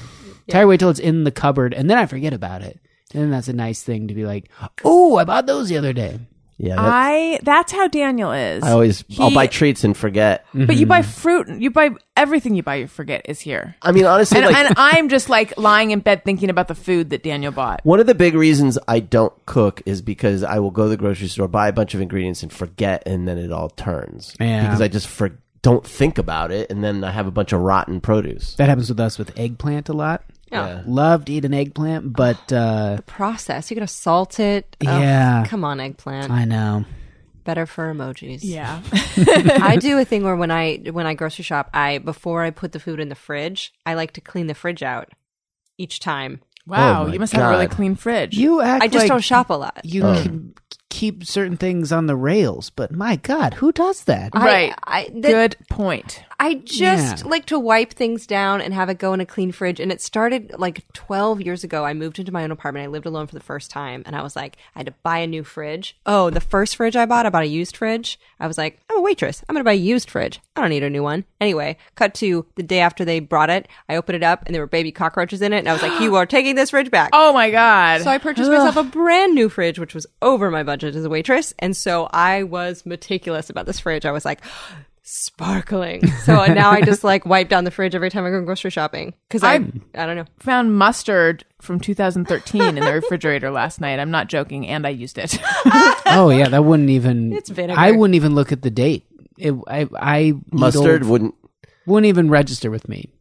[SPEAKER 4] entire way till it's in the cupboard and then I forget about it. And then that's a nice thing to be like, "Oh, I bought those the other day."
[SPEAKER 1] yeah. that- I,
[SPEAKER 3] I, that's how Daniel is.
[SPEAKER 1] always. I'll
[SPEAKER 3] He-
[SPEAKER 1] buy treats and forget.
[SPEAKER 3] But you buy fruit, you buy everything you buy, you forget is here.
[SPEAKER 1] I mean, honestly,
[SPEAKER 3] And,
[SPEAKER 1] like
[SPEAKER 3] and I'm just like lying in bed thinking about the food that Daniel bought.
[SPEAKER 1] One of the big reasons I don't cook is because I will go to the grocery store, buy a bunch of ingredients, and forget, and then it all turns.
[SPEAKER 4] Yeah.
[SPEAKER 1] Because I just for- don't think about it, and then I have a bunch of rotten produce.
[SPEAKER 4] That happens with us with eggplant a lot.
[SPEAKER 5] Yeah.
[SPEAKER 4] Love to eat an eggplant, but uh
[SPEAKER 5] Process. You gotta salt it. Ugh,
[SPEAKER 4] Yeah.
[SPEAKER 5] Come on, eggplant.
[SPEAKER 4] I know.
[SPEAKER 5] Better for emojis.
[SPEAKER 3] Yeah.
[SPEAKER 1] Oh
[SPEAKER 5] I do a thing where when I when I grocery shop, I before I put the food in the fridge, I like to clean the fridge out each time.
[SPEAKER 3] Wow.
[SPEAKER 1] my
[SPEAKER 3] you must have a really
[SPEAKER 1] God.
[SPEAKER 3] clean fridge.
[SPEAKER 4] You act
[SPEAKER 5] I just
[SPEAKER 4] like
[SPEAKER 5] don't shop a lot.
[SPEAKER 4] You can keep certain things on the rails, but my God, who does that?
[SPEAKER 5] I-
[SPEAKER 3] right.
[SPEAKER 5] I, that-
[SPEAKER 3] Good point.
[SPEAKER 5] I just
[SPEAKER 4] Yeah.
[SPEAKER 5] like to wipe things down and have it go in a clean fridge. And it started like 12 years ago. I moved into my own apartment. I lived alone for the first time. And I was like, I had to buy a new fridge. Oh, the first fridge I bought, I bought a used fridge. I was like, I'm a waitress. I'm going to buy a used fridge. I don't need a new one. Anyway, cut to the day after they brought it. I opened it up and there were baby cockroaches in it. And I was like, you are taking this fridge back.
[SPEAKER 3] Oh my God.
[SPEAKER 5] So I purchased myself a brand new fridge, which was over my budget as a waitress. And so I was meticulous about this fridge. I was like, sparkling. So now I just like wipe down the fridge every time I go grocery shopping because I, I don't know.
[SPEAKER 3] found mustard from 2013 in the refrigerator last night. I'm not joking, and I used it.
[SPEAKER 4] oh yeah, that wouldn't even.
[SPEAKER 5] It's vinegar.
[SPEAKER 4] I wouldn't even look at the date. It, I, I eat
[SPEAKER 1] Mustard
[SPEAKER 4] old-
[SPEAKER 1] wouldn't.
[SPEAKER 4] wouldn't even register with me.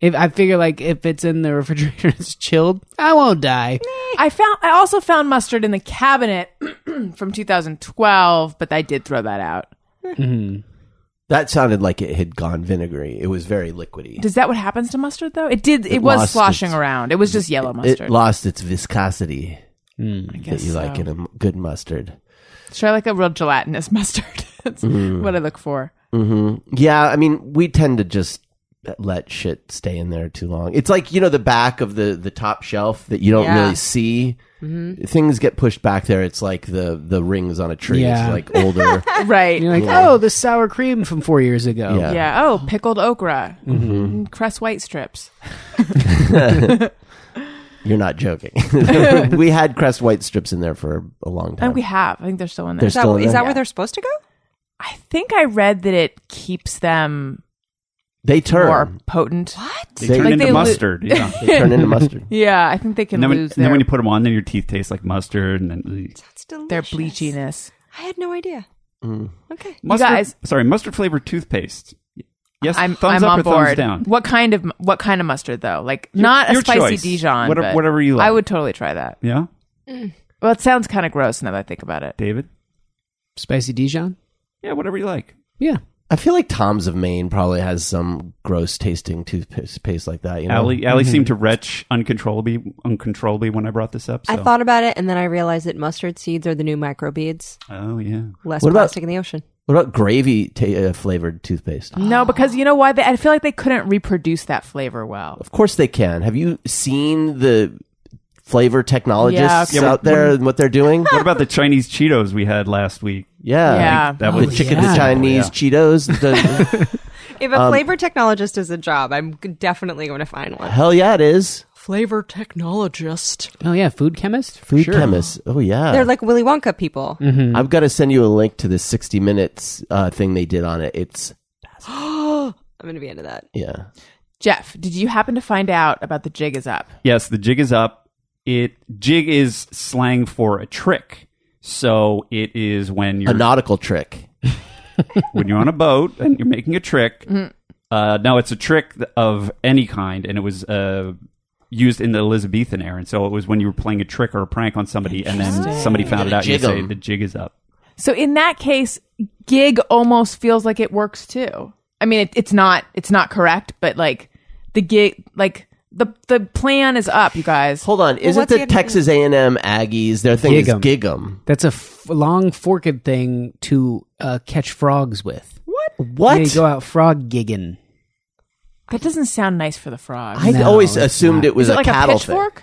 [SPEAKER 4] If I figure like if it's in the refrigerator, it's chilled. I won't die.
[SPEAKER 3] I found I also found mustard in the cabinet from 2012, but I did throw that out.
[SPEAKER 1] That sounded like it had gone vinegary. It was very liquidy.
[SPEAKER 3] Is that what happens to mustard though? It did. It, was
[SPEAKER 1] lost
[SPEAKER 3] sloshing
[SPEAKER 1] its-
[SPEAKER 3] around. It was just yellow
[SPEAKER 1] It
[SPEAKER 3] mustard.
[SPEAKER 1] lost its viscosity that
[SPEAKER 3] guess
[SPEAKER 1] you like
[SPEAKER 3] so.
[SPEAKER 1] in a m- good mustard.
[SPEAKER 3] Should I like a real gelatinous mustard? That's
[SPEAKER 1] Mm.
[SPEAKER 3] what I look for.
[SPEAKER 1] Yeah, I mean, we tend to just let shit stay in there too long. It's like you know the back of the the top shelf that you don't
[SPEAKER 5] Yeah.
[SPEAKER 1] really see.
[SPEAKER 3] Mm-hmm.
[SPEAKER 1] Things get pushed back there. It's like the the rings on a tree.
[SPEAKER 4] Yeah.
[SPEAKER 1] It's like older.
[SPEAKER 3] Right.
[SPEAKER 4] You're like, oh, this sour cream from four years ago.
[SPEAKER 1] Yeah.
[SPEAKER 3] yeah. Oh, pickled okra,
[SPEAKER 1] Mm-hmm.
[SPEAKER 3] mm cress white strips.
[SPEAKER 1] You're not joking. we had crest white strips in there for a long
[SPEAKER 3] I
[SPEAKER 1] time.
[SPEAKER 3] think we have. I think they're still in there.
[SPEAKER 1] They're
[SPEAKER 5] Is that,
[SPEAKER 1] still in
[SPEAKER 5] is
[SPEAKER 1] there?
[SPEAKER 5] that where they're supposed to go?
[SPEAKER 3] I think I read that it keeps them
[SPEAKER 1] They turn.
[SPEAKER 3] more potent. What?
[SPEAKER 6] They turn
[SPEAKER 3] Like
[SPEAKER 6] into
[SPEAKER 3] they lo-
[SPEAKER 6] mustard. yeah.
[SPEAKER 1] They turn into mustard.
[SPEAKER 3] Yeah, I think they can
[SPEAKER 6] And then, when,
[SPEAKER 3] lose
[SPEAKER 6] and then
[SPEAKER 3] their,
[SPEAKER 6] when you put them on, then your teeth taste like mustard. And then
[SPEAKER 5] That's delicious.
[SPEAKER 3] their
[SPEAKER 6] Oh,
[SPEAKER 3] bleachiness.
[SPEAKER 5] I had no idea.
[SPEAKER 1] Mm.
[SPEAKER 5] Okay.
[SPEAKER 6] mustard,
[SPEAKER 3] guys-
[SPEAKER 6] sorry, mustard flavored toothpaste. Yes,
[SPEAKER 3] I'm
[SPEAKER 6] thumbs
[SPEAKER 3] I'm
[SPEAKER 6] up
[SPEAKER 3] on
[SPEAKER 6] or
[SPEAKER 3] board.
[SPEAKER 6] thumbs down.
[SPEAKER 3] What kind of what kind of mustard though? Like not a
[SPEAKER 6] your
[SPEAKER 3] spicy
[SPEAKER 6] choice.
[SPEAKER 3] Dijon.
[SPEAKER 6] Whatever-
[SPEAKER 3] but
[SPEAKER 6] whatever you like.
[SPEAKER 3] I would totally try that.
[SPEAKER 6] Yeah,
[SPEAKER 3] Well, it sounds kind of gross now that I think about it.
[SPEAKER 6] David.
[SPEAKER 4] Spicy Dijon?
[SPEAKER 6] Yeah, whatever you like.
[SPEAKER 4] Yeah.
[SPEAKER 1] I feel like Tom's of Maine probably has some gross tasting toothpaste like that. You know,
[SPEAKER 6] Allie, Allie
[SPEAKER 3] Mm-hmm.
[SPEAKER 6] seemed to retch uncontrollably, uncontrollably when I brought this up. So.
[SPEAKER 5] I thought about it and then I realized that mustard seeds are the new microbeads.
[SPEAKER 6] oh yeah,
[SPEAKER 5] Less
[SPEAKER 1] What about-
[SPEAKER 5] plastic in the ocean.
[SPEAKER 1] what about gravy ta- uh, flavored toothpaste?
[SPEAKER 3] No, because you know why? They, I feel like they couldn't reproduce that flavor well.
[SPEAKER 1] Of course they can. Have you seen the flavor technologists
[SPEAKER 3] Yeah, okay.
[SPEAKER 1] out there and what they're doing?
[SPEAKER 6] What about the Chinese Cheetos we had last week?
[SPEAKER 1] Yeah,
[SPEAKER 3] Yeah.
[SPEAKER 6] That
[SPEAKER 1] the
[SPEAKER 6] was
[SPEAKER 1] chicken,
[SPEAKER 4] yeah.
[SPEAKER 1] the Chinese Cheetos. the-
[SPEAKER 5] If a
[SPEAKER 1] Um,
[SPEAKER 5] flavor technologist is a job, I'm definitely going to find one.
[SPEAKER 1] hell yeah, it is.
[SPEAKER 5] Flavor technologist.
[SPEAKER 4] Oh yeah, food chemist?
[SPEAKER 1] Food
[SPEAKER 4] sure.
[SPEAKER 1] chemists. Oh yeah,
[SPEAKER 5] They're like Willy Wonka people.
[SPEAKER 1] I've got to send you a link to this 60 Minutes uh, thing they did on it. It's
[SPEAKER 5] I'm going to be into that.
[SPEAKER 1] yeah.
[SPEAKER 3] Jeff, did you happen to find out about the jig is up?
[SPEAKER 6] Yes, the jig is up. It jig is slang for a trick. So it is when
[SPEAKER 1] a
[SPEAKER 6] you're
[SPEAKER 1] nautical trick.
[SPEAKER 6] when you're on a boat and you're making a trick. Uh, no, it's a trick th- of any kind, and it was uh, used in the Elizabethan era. And so it was when you were playing a trick or a prank on somebody, and then somebody found it
[SPEAKER 1] gotta
[SPEAKER 6] out. You
[SPEAKER 1] jig
[SPEAKER 6] say
[SPEAKER 1] 'em.
[SPEAKER 6] the jig is up.
[SPEAKER 3] So in that case, gig almost feels like it works too. I mean, it, it's not it's not correct, but like the gig, like the the plan is up, you guys.
[SPEAKER 1] Hold on, isn't
[SPEAKER 5] what's the
[SPEAKER 1] the
[SPEAKER 5] other-
[SPEAKER 1] Texas A&M Aggies their thing
[SPEAKER 4] Gig 'em.
[SPEAKER 1] is gig'em?
[SPEAKER 4] That's a f- long forked thing to uh, catch frogs with.
[SPEAKER 1] What?
[SPEAKER 4] You go out frog gigging.
[SPEAKER 3] That doesn't sound nice for the frog.
[SPEAKER 1] I
[SPEAKER 4] No,
[SPEAKER 1] always
[SPEAKER 4] it's
[SPEAKER 1] assumed
[SPEAKER 4] not.
[SPEAKER 1] it was
[SPEAKER 3] is it
[SPEAKER 1] a
[SPEAKER 3] like
[SPEAKER 1] cattle
[SPEAKER 3] a pitchfork?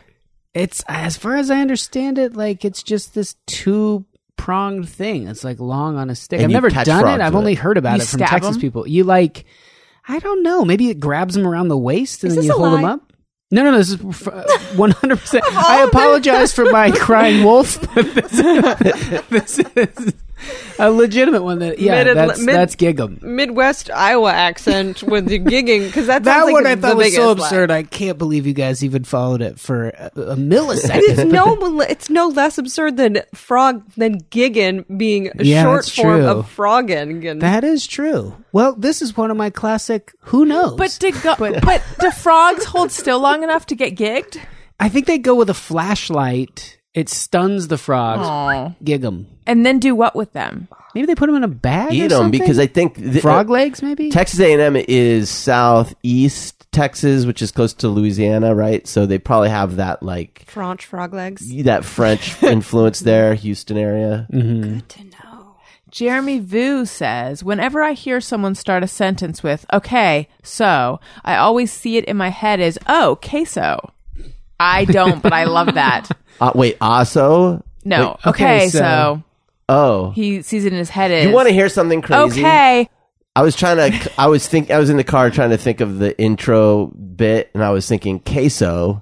[SPEAKER 4] It's as far as I understand it, like it's just this two pronged thing. It's like long on a stick.
[SPEAKER 1] And
[SPEAKER 4] I've
[SPEAKER 1] you
[SPEAKER 4] never
[SPEAKER 1] catch
[SPEAKER 4] done
[SPEAKER 1] frogs
[SPEAKER 4] it. I've
[SPEAKER 1] with
[SPEAKER 4] only
[SPEAKER 1] it.
[SPEAKER 4] heard about
[SPEAKER 3] You
[SPEAKER 4] it from
[SPEAKER 3] stab
[SPEAKER 4] Texas
[SPEAKER 3] 'em?
[SPEAKER 4] people. You like, I don't know. Maybe it grabs them around the waist and
[SPEAKER 5] Is
[SPEAKER 4] then
[SPEAKER 5] this
[SPEAKER 4] you
[SPEAKER 5] a
[SPEAKER 4] hold them
[SPEAKER 5] lie?
[SPEAKER 4] up. No, no, no. This is uh, one hundred percent. I apologize for my crying wolf, but this, this is a legitimate one. That yeah,
[SPEAKER 5] Mid-Atl-
[SPEAKER 4] that's
[SPEAKER 5] mid-
[SPEAKER 4] that's giggum.
[SPEAKER 5] Midwest Iowa accent with the gigging because that
[SPEAKER 4] That
[SPEAKER 5] sounds like
[SPEAKER 4] one
[SPEAKER 5] the
[SPEAKER 4] I thought was
[SPEAKER 5] biggest
[SPEAKER 4] so
[SPEAKER 5] lie.
[SPEAKER 4] absurd. I can't believe you guys even followed it for a, a millisecond.
[SPEAKER 5] It's no, it's no less absurd than frog than giggin being a
[SPEAKER 4] Yeah,
[SPEAKER 5] short
[SPEAKER 4] that's
[SPEAKER 5] form
[SPEAKER 4] true.
[SPEAKER 5] of froggin.
[SPEAKER 4] That is true. Well, this is one of my classic. Who knows?
[SPEAKER 3] But to go, but, but do frogs hold still long enough to get gigged?
[SPEAKER 4] I think they go with a flashlight. It stuns the frogs. Gig 'em.
[SPEAKER 3] And then do what with them?
[SPEAKER 4] Maybe they put them in a bag.
[SPEAKER 1] Eat
[SPEAKER 4] or
[SPEAKER 1] them
[SPEAKER 4] something?
[SPEAKER 1] because I think th-
[SPEAKER 4] frog legs. Maybe
[SPEAKER 1] Texas A&M is southeast Texas, which is close to Louisiana, right? So they probably have that like
[SPEAKER 5] French frog legs.
[SPEAKER 1] that French influence there, Houston area.
[SPEAKER 3] Jeremy Vu says, whenever I hear someone start a sentence with, okay, so, I always see it in my head as, oh, queso. I don't, but I love that.
[SPEAKER 1] Uh, wait, also,
[SPEAKER 3] No.
[SPEAKER 4] Wait,
[SPEAKER 3] okay,
[SPEAKER 4] okay,
[SPEAKER 3] so.
[SPEAKER 4] so-
[SPEAKER 1] oh,
[SPEAKER 3] he sees it in his head as,
[SPEAKER 1] you want to hear something crazy?
[SPEAKER 3] okay.
[SPEAKER 1] I was trying to. I was think. I was in the car trying to think of the intro bit, and I was thinking queso.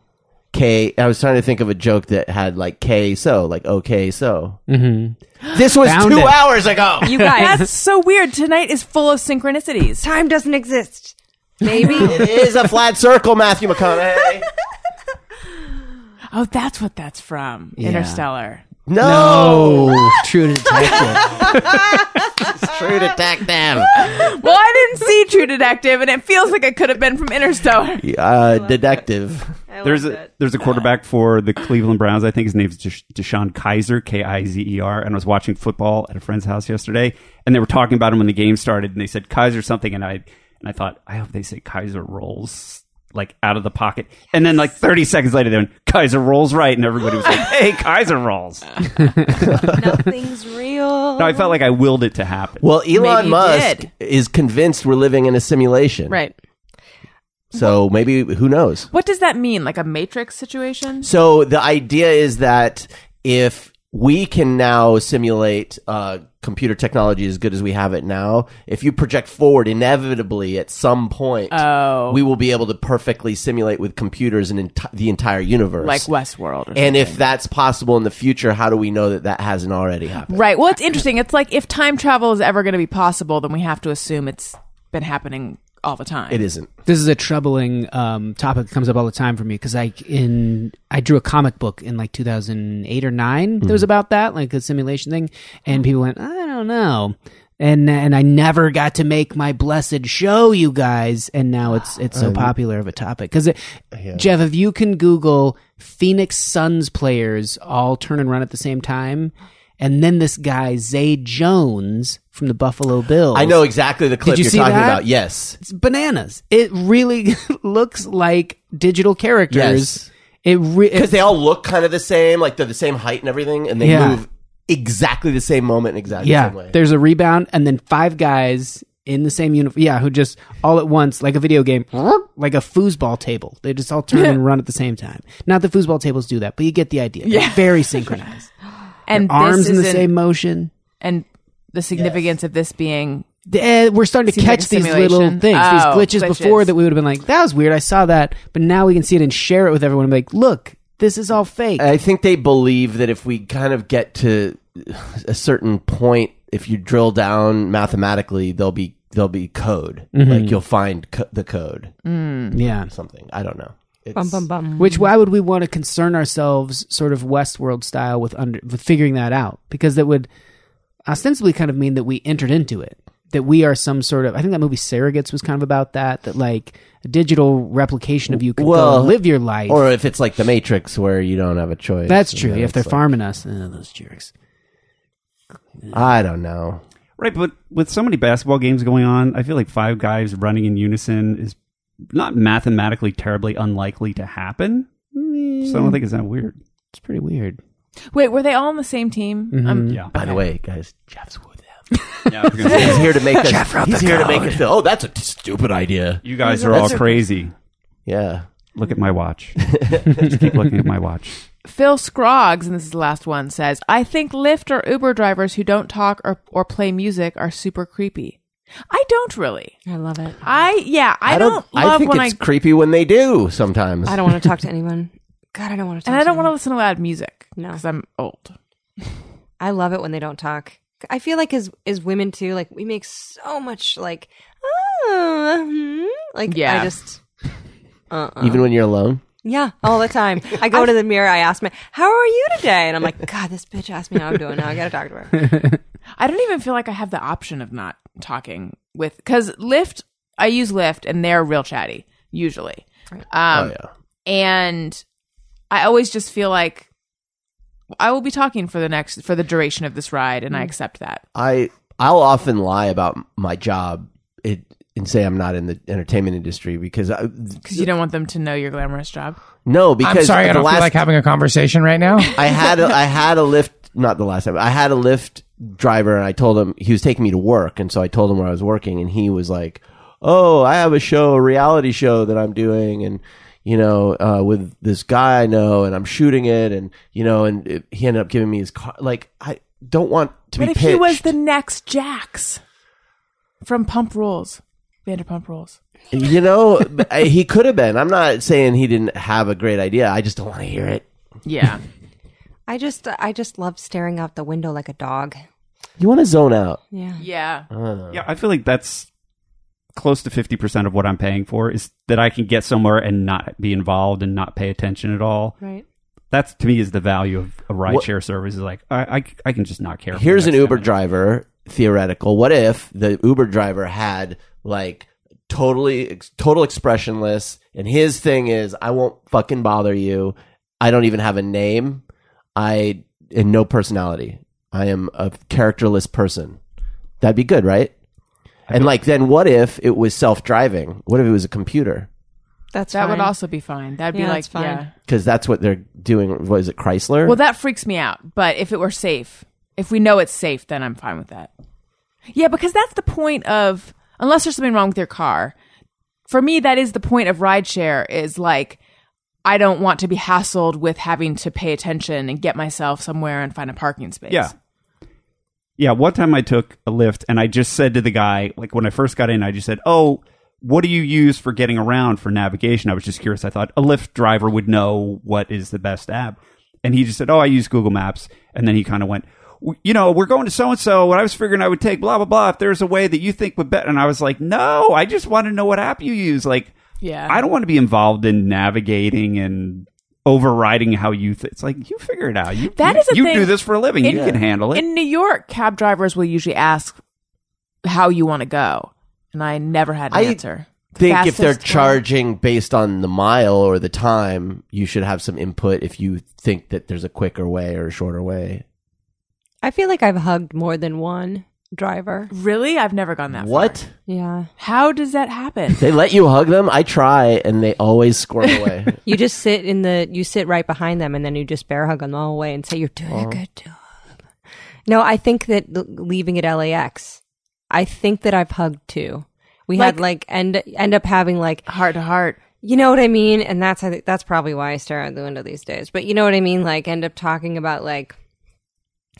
[SPEAKER 1] K. I was trying to think of a joke that had like queso, like okay, so. Mm-hmm. This was
[SPEAKER 4] Found
[SPEAKER 1] two
[SPEAKER 4] it.
[SPEAKER 1] hours ago.
[SPEAKER 5] You guys,
[SPEAKER 3] That's so weird. Tonight is full of synchronicities.
[SPEAKER 5] time doesn't exist. Maybe
[SPEAKER 1] it is a flat circle, Matthew McConaughey.
[SPEAKER 3] Oh, that's what that's from. Interstellar.
[SPEAKER 1] No,
[SPEAKER 4] Oh, true detective.
[SPEAKER 1] true detective.
[SPEAKER 3] Well, I didn't see True Detective, and it feels like it could have been from Interstellar.
[SPEAKER 1] Uh, deductive.
[SPEAKER 6] There's a there's a quarterback for the Cleveland Browns. I think his name's Desha- Deshaun Kaiser, K I Z E R. And I was watching football at a friend's house yesterday, and they were talking about him when the game started, and they said Kaiser something, and I and I thought I hope they say Kaiser rolls like out of the pocket, and then like 30 seconds later they went Kaiser rolls right, and everybody was like, Hey, Kaiser rolls. No,
[SPEAKER 5] nothing's real.
[SPEAKER 6] I felt like I willed it to happen.
[SPEAKER 1] Well, Elon
[SPEAKER 3] you
[SPEAKER 1] Musk
[SPEAKER 3] did.
[SPEAKER 1] is convinced we're living in a simulation.
[SPEAKER 5] right.
[SPEAKER 1] So maybe who knows?
[SPEAKER 3] What does that mean? Like a Matrix situation?
[SPEAKER 1] So the idea is that if we can now simulate uh, computer technology as good as we have it now, if you project forward, inevitably at some point,
[SPEAKER 3] Oh.
[SPEAKER 1] we will be able to perfectly simulate with computers an enti- the entire universe.
[SPEAKER 3] like Westworld. Or
[SPEAKER 1] and if that's possible in the future, how do we know that that hasn't already happened?
[SPEAKER 3] Right. Well, it's interesting. It's like if time travel is ever going to be possible, then we have to assume it's been happening all the time.
[SPEAKER 1] It isn't.
[SPEAKER 4] This is a troubling um, topic that comes up all the time for me because I in I drew a comic book in like 2008 or 9
[SPEAKER 1] Mm-hmm.
[SPEAKER 4] that was about that like a simulation thing, and people went I don't know, and and I never got to make my blessed show, you guys, and now it's it's so popular of a topic because Jeff, if you can Google Phoenix Suns players all turn and run at the same time. And then this guy Zay Jones from the Buffalo Bills.
[SPEAKER 1] I know exactly the clip
[SPEAKER 4] you
[SPEAKER 1] are
[SPEAKER 4] see
[SPEAKER 1] talking
[SPEAKER 4] that?
[SPEAKER 1] about. Yes.
[SPEAKER 4] It's bananas. It really looks like digital characters.
[SPEAKER 1] Yes.
[SPEAKER 4] It re-
[SPEAKER 1] Because they all look kind of the same, like they're the same height and everything, and they
[SPEAKER 4] Yeah.
[SPEAKER 1] move exactly the same moment in exactly the
[SPEAKER 4] yeah.
[SPEAKER 1] same way.
[SPEAKER 4] There's a rebound and then five guys in the same uniform. Yeah, who just all at once like a video game, like a foosball table. They just all turn and run at the same time. Not that foosball tables do that, but you get the idea. They're
[SPEAKER 3] Yeah.
[SPEAKER 4] very synchronized.
[SPEAKER 3] and
[SPEAKER 4] Arms
[SPEAKER 3] this
[SPEAKER 4] in the
[SPEAKER 3] isn't-
[SPEAKER 4] same motion.
[SPEAKER 3] and the significance of this being
[SPEAKER 4] Eh, we're starting to
[SPEAKER 3] Seems like
[SPEAKER 4] catch
[SPEAKER 3] a
[SPEAKER 4] these
[SPEAKER 3] simulation.
[SPEAKER 4] little things,
[SPEAKER 3] Oh,
[SPEAKER 4] these glitches,
[SPEAKER 3] glitches.
[SPEAKER 4] before that we would have been like, that was weird. I saw that, but now we can see it and share it with everyone. And be like, look, this is all fake.
[SPEAKER 3] Um,
[SPEAKER 1] I think they believe that if we kind of get to a certain point, if you drill down mathematically, there'll be there'll be code.
[SPEAKER 4] Mm-hmm.
[SPEAKER 1] Like you'll find co- the code,
[SPEAKER 4] Mm. yeah.
[SPEAKER 1] something. I don't know. It's,
[SPEAKER 5] Bum bum bum.
[SPEAKER 4] Which why would we want to concern ourselves sort of Westworld style with under with figuring that out? Because that would ostensibly kind of mean that we entered into it. That we are some sort of I think that movie Surrogates was kind of about that, that like a digital replication of you could go
[SPEAKER 1] Well,
[SPEAKER 4] live your life.
[SPEAKER 1] Or if it's like the Matrix, where you don't have a choice.
[SPEAKER 4] that's
[SPEAKER 1] and
[SPEAKER 4] true.
[SPEAKER 1] then
[SPEAKER 4] If
[SPEAKER 1] it's
[SPEAKER 4] they're
[SPEAKER 1] like-
[SPEAKER 4] farming us, eh, those jerks.
[SPEAKER 1] I don't know.
[SPEAKER 6] Right, but with so many basketball games going on, I feel like five guys running in unison is not mathematically terribly unlikely to happen. So I don't think it's that weird.
[SPEAKER 4] It's pretty weird.
[SPEAKER 3] wait, were they all on the same team? Um,
[SPEAKER 6] Yeah.
[SPEAKER 1] By the way, guys, Jeff's with him.
[SPEAKER 6] Yeah, I was gonna say,
[SPEAKER 1] He's here to make us. he's here to make us feel. Oh, that's a t- stupid idea.
[SPEAKER 6] you guys are all crazy.
[SPEAKER 1] Yeah.
[SPEAKER 6] Look at my watch. Just keep looking at my watch.
[SPEAKER 3] Phil Scroggs, and this is the last one, says, I think Lyft or Uber drivers who don't talk or, or play music are super creepy. I don't really.
[SPEAKER 5] I love it.
[SPEAKER 3] I, yeah, I, don't, love
[SPEAKER 1] I think
[SPEAKER 3] when
[SPEAKER 1] it's
[SPEAKER 3] I,
[SPEAKER 1] creepy when they do sometimes.
[SPEAKER 5] I don't want to talk to anyone. God, I don't want to. Talk
[SPEAKER 3] and I
[SPEAKER 5] to
[SPEAKER 3] don't want to
[SPEAKER 5] anyone.
[SPEAKER 3] listen to loud music.
[SPEAKER 5] No.
[SPEAKER 3] Because I'm old.
[SPEAKER 5] I love it when they don't talk. I feel like as as women too, like we make so much like, oh, hmm," like
[SPEAKER 3] Yeah.
[SPEAKER 5] I just
[SPEAKER 1] Even when you're alone.
[SPEAKER 5] yeah all the time. I go to the mirror. I ask my, how are you today? And I'm like, God, this bitch asked me how I'm doing. Now I gotta talk to her.
[SPEAKER 3] I don't even feel like I have the option of not talking with, because Lyft, I use Lyft and they're real chatty, usually. Um,
[SPEAKER 1] oh yeah.
[SPEAKER 3] and I always just feel like I will be talking for the next for the duration of this ride, and I accept that.
[SPEAKER 1] I I'll often lie about my job it, and say I'm not in the entertainment industry because I,
[SPEAKER 3] Because you don't want them to know your glamorous job.
[SPEAKER 1] no because
[SPEAKER 9] I'm sorry,
[SPEAKER 1] the
[SPEAKER 9] I don't
[SPEAKER 1] last
[SPEAKER 9] feel like having a conversation right now.
[SPEAKER 1] I had a, I had a lift not the last time but I had a lift driver and I told him he was taking me to work and so I told him where I was working and he was like oh I have a show a reality show that I'm doing and you know uh, with this guy I know and I'm shooting it and you know and it, he ended up giving me his car like I don't want to
[SPEAKER 3] But
[SPEAKER 1] be
[SPEAKER 3] if he was
[SPEAKER 1] pitched.
[SPEAKER 3] the next Jax from Pump Rules, Vanderpump Rules,
[SPEAKER 1] You know, I- he could have been. I'm not saying he didn't have a great idea. I just don't want to hear it.
[SPEAKER 3] yeah,
[SPEAKER 5] I just I just love staring out the window like a dog.
[SPEAKER 1] You want to zone out.
[SPEAKER 5] Yeah.
[SPEAKER 3] yeah,
[SPEAKER 6] Yeah, I feel like that's close to 50% of what I'm paying for is that I can get somewhere and not be involved and not pay attention at all.
[SPEAKER 5] Right.
[SPEAKER 6] That's to me is the value of a
[SPEAKER 1] What-
[SPEAKER 6] rideshare service is like, I, I, I can just not care. for the
[SPEAKER 1] Here's an
[SPEAKER 6] next
[SPEAKER 1] Uber
[SPEAKER 6] guy.
[SPEAKER 1] driver theoretical. What if the Uber driver had like totally ex- total expressionless and his thing is I won't fucking bother you. I don't even have a name. I and no personality. I am a characterless person. That'd be good, right? And like then what if it was self-driving? What if it was a computer?
[SPEAKER 5] That's
[SPEAKER 3] that would
[SPEAKER 5] fine.
[SPEAKER 3] also be fine. That'd be
[SPEAKER 5] Yeah,
[SPEAKER 3] like
[SPEAKER 5] that's fine.
[SPEAKER 3] yeah.
[SPEAKER 1] Because that's what they're doing. What is it, Chrysler?
[SPEAKER 3] Well, that freaks me out. But if it were safe, if we know it's safe, then I'm fine with that. Yeah, because that's the point of unless there's something wrong with your car. For me, that is the point of rideshare. Is like I don't want to be hassled with having to pay attention and get myself somewhere and find a parking space.
[SPEAKER 6] Yeah. Yeah, one time I took a lift and I just said to the guy, like when I first got in, I just said, "Oh, what do you use for getting around for navigation?" I was just curious. I thought a Lyft driver would know what is the best app, and he just said, "Oh, I use Google Maps." And then he kind of went, w- you know, we're going to so and so. What I was figuring I would take, blah blah blah. If there's a way that you think would better, and I was like, no, I just want to know what app you use. Like,
[SPEAKER 3] Yeah.
[SPEAKER 6] I don't want to be involved in navigating and overriding how you. Th- it's like you figure it out. You
[SPEAKER 3] That
[SPEAKER 6] you,
[SPEAKER 3] is a
[SPEAKER 6] you
[SPEAKER 3] thing.
[SPEAKER 6] do this for a living. you
[SPEAKER 3] In-
[SPEAKER 6] can handle it.
[SPEAKER 3] In New York, cab drivers will usually ask how you want to go, and I never had an
[SPEAKER 1] I
[SPEAKER 3] answer. The
[SPEAKER 1] think if they're
[SPEAKER 3] fastest way-
[SPEAKER 1] charging based on the mile or the time, you should have some input if you think that there's a quicker way or a shorter way.
[SPEAKER 5] I feel like I've hugged more than one driver.
[SPEAKER 3] really, I've never gone that. far.
[SPEAKER 1] What?
[SPEAKER 5] Yeah.
[SPEAKER 3] How does that happen?
[SPEAKER 1] They let you hug them? I try and they always squirm away.
[SPEAKER 5] You just sit in the you sit right behind them and then you just bear hug them all the way and say you're doing a good job. No, I think that l- leaving at LAX, I think that I've hugged two. We had like end end up having like
[SPEAKER 3] Heart to heart.
[SPEAKER 5] you know what I mean, and that's I think that's probably why I stare out the window these days. But you know what I mean, like end up talking about like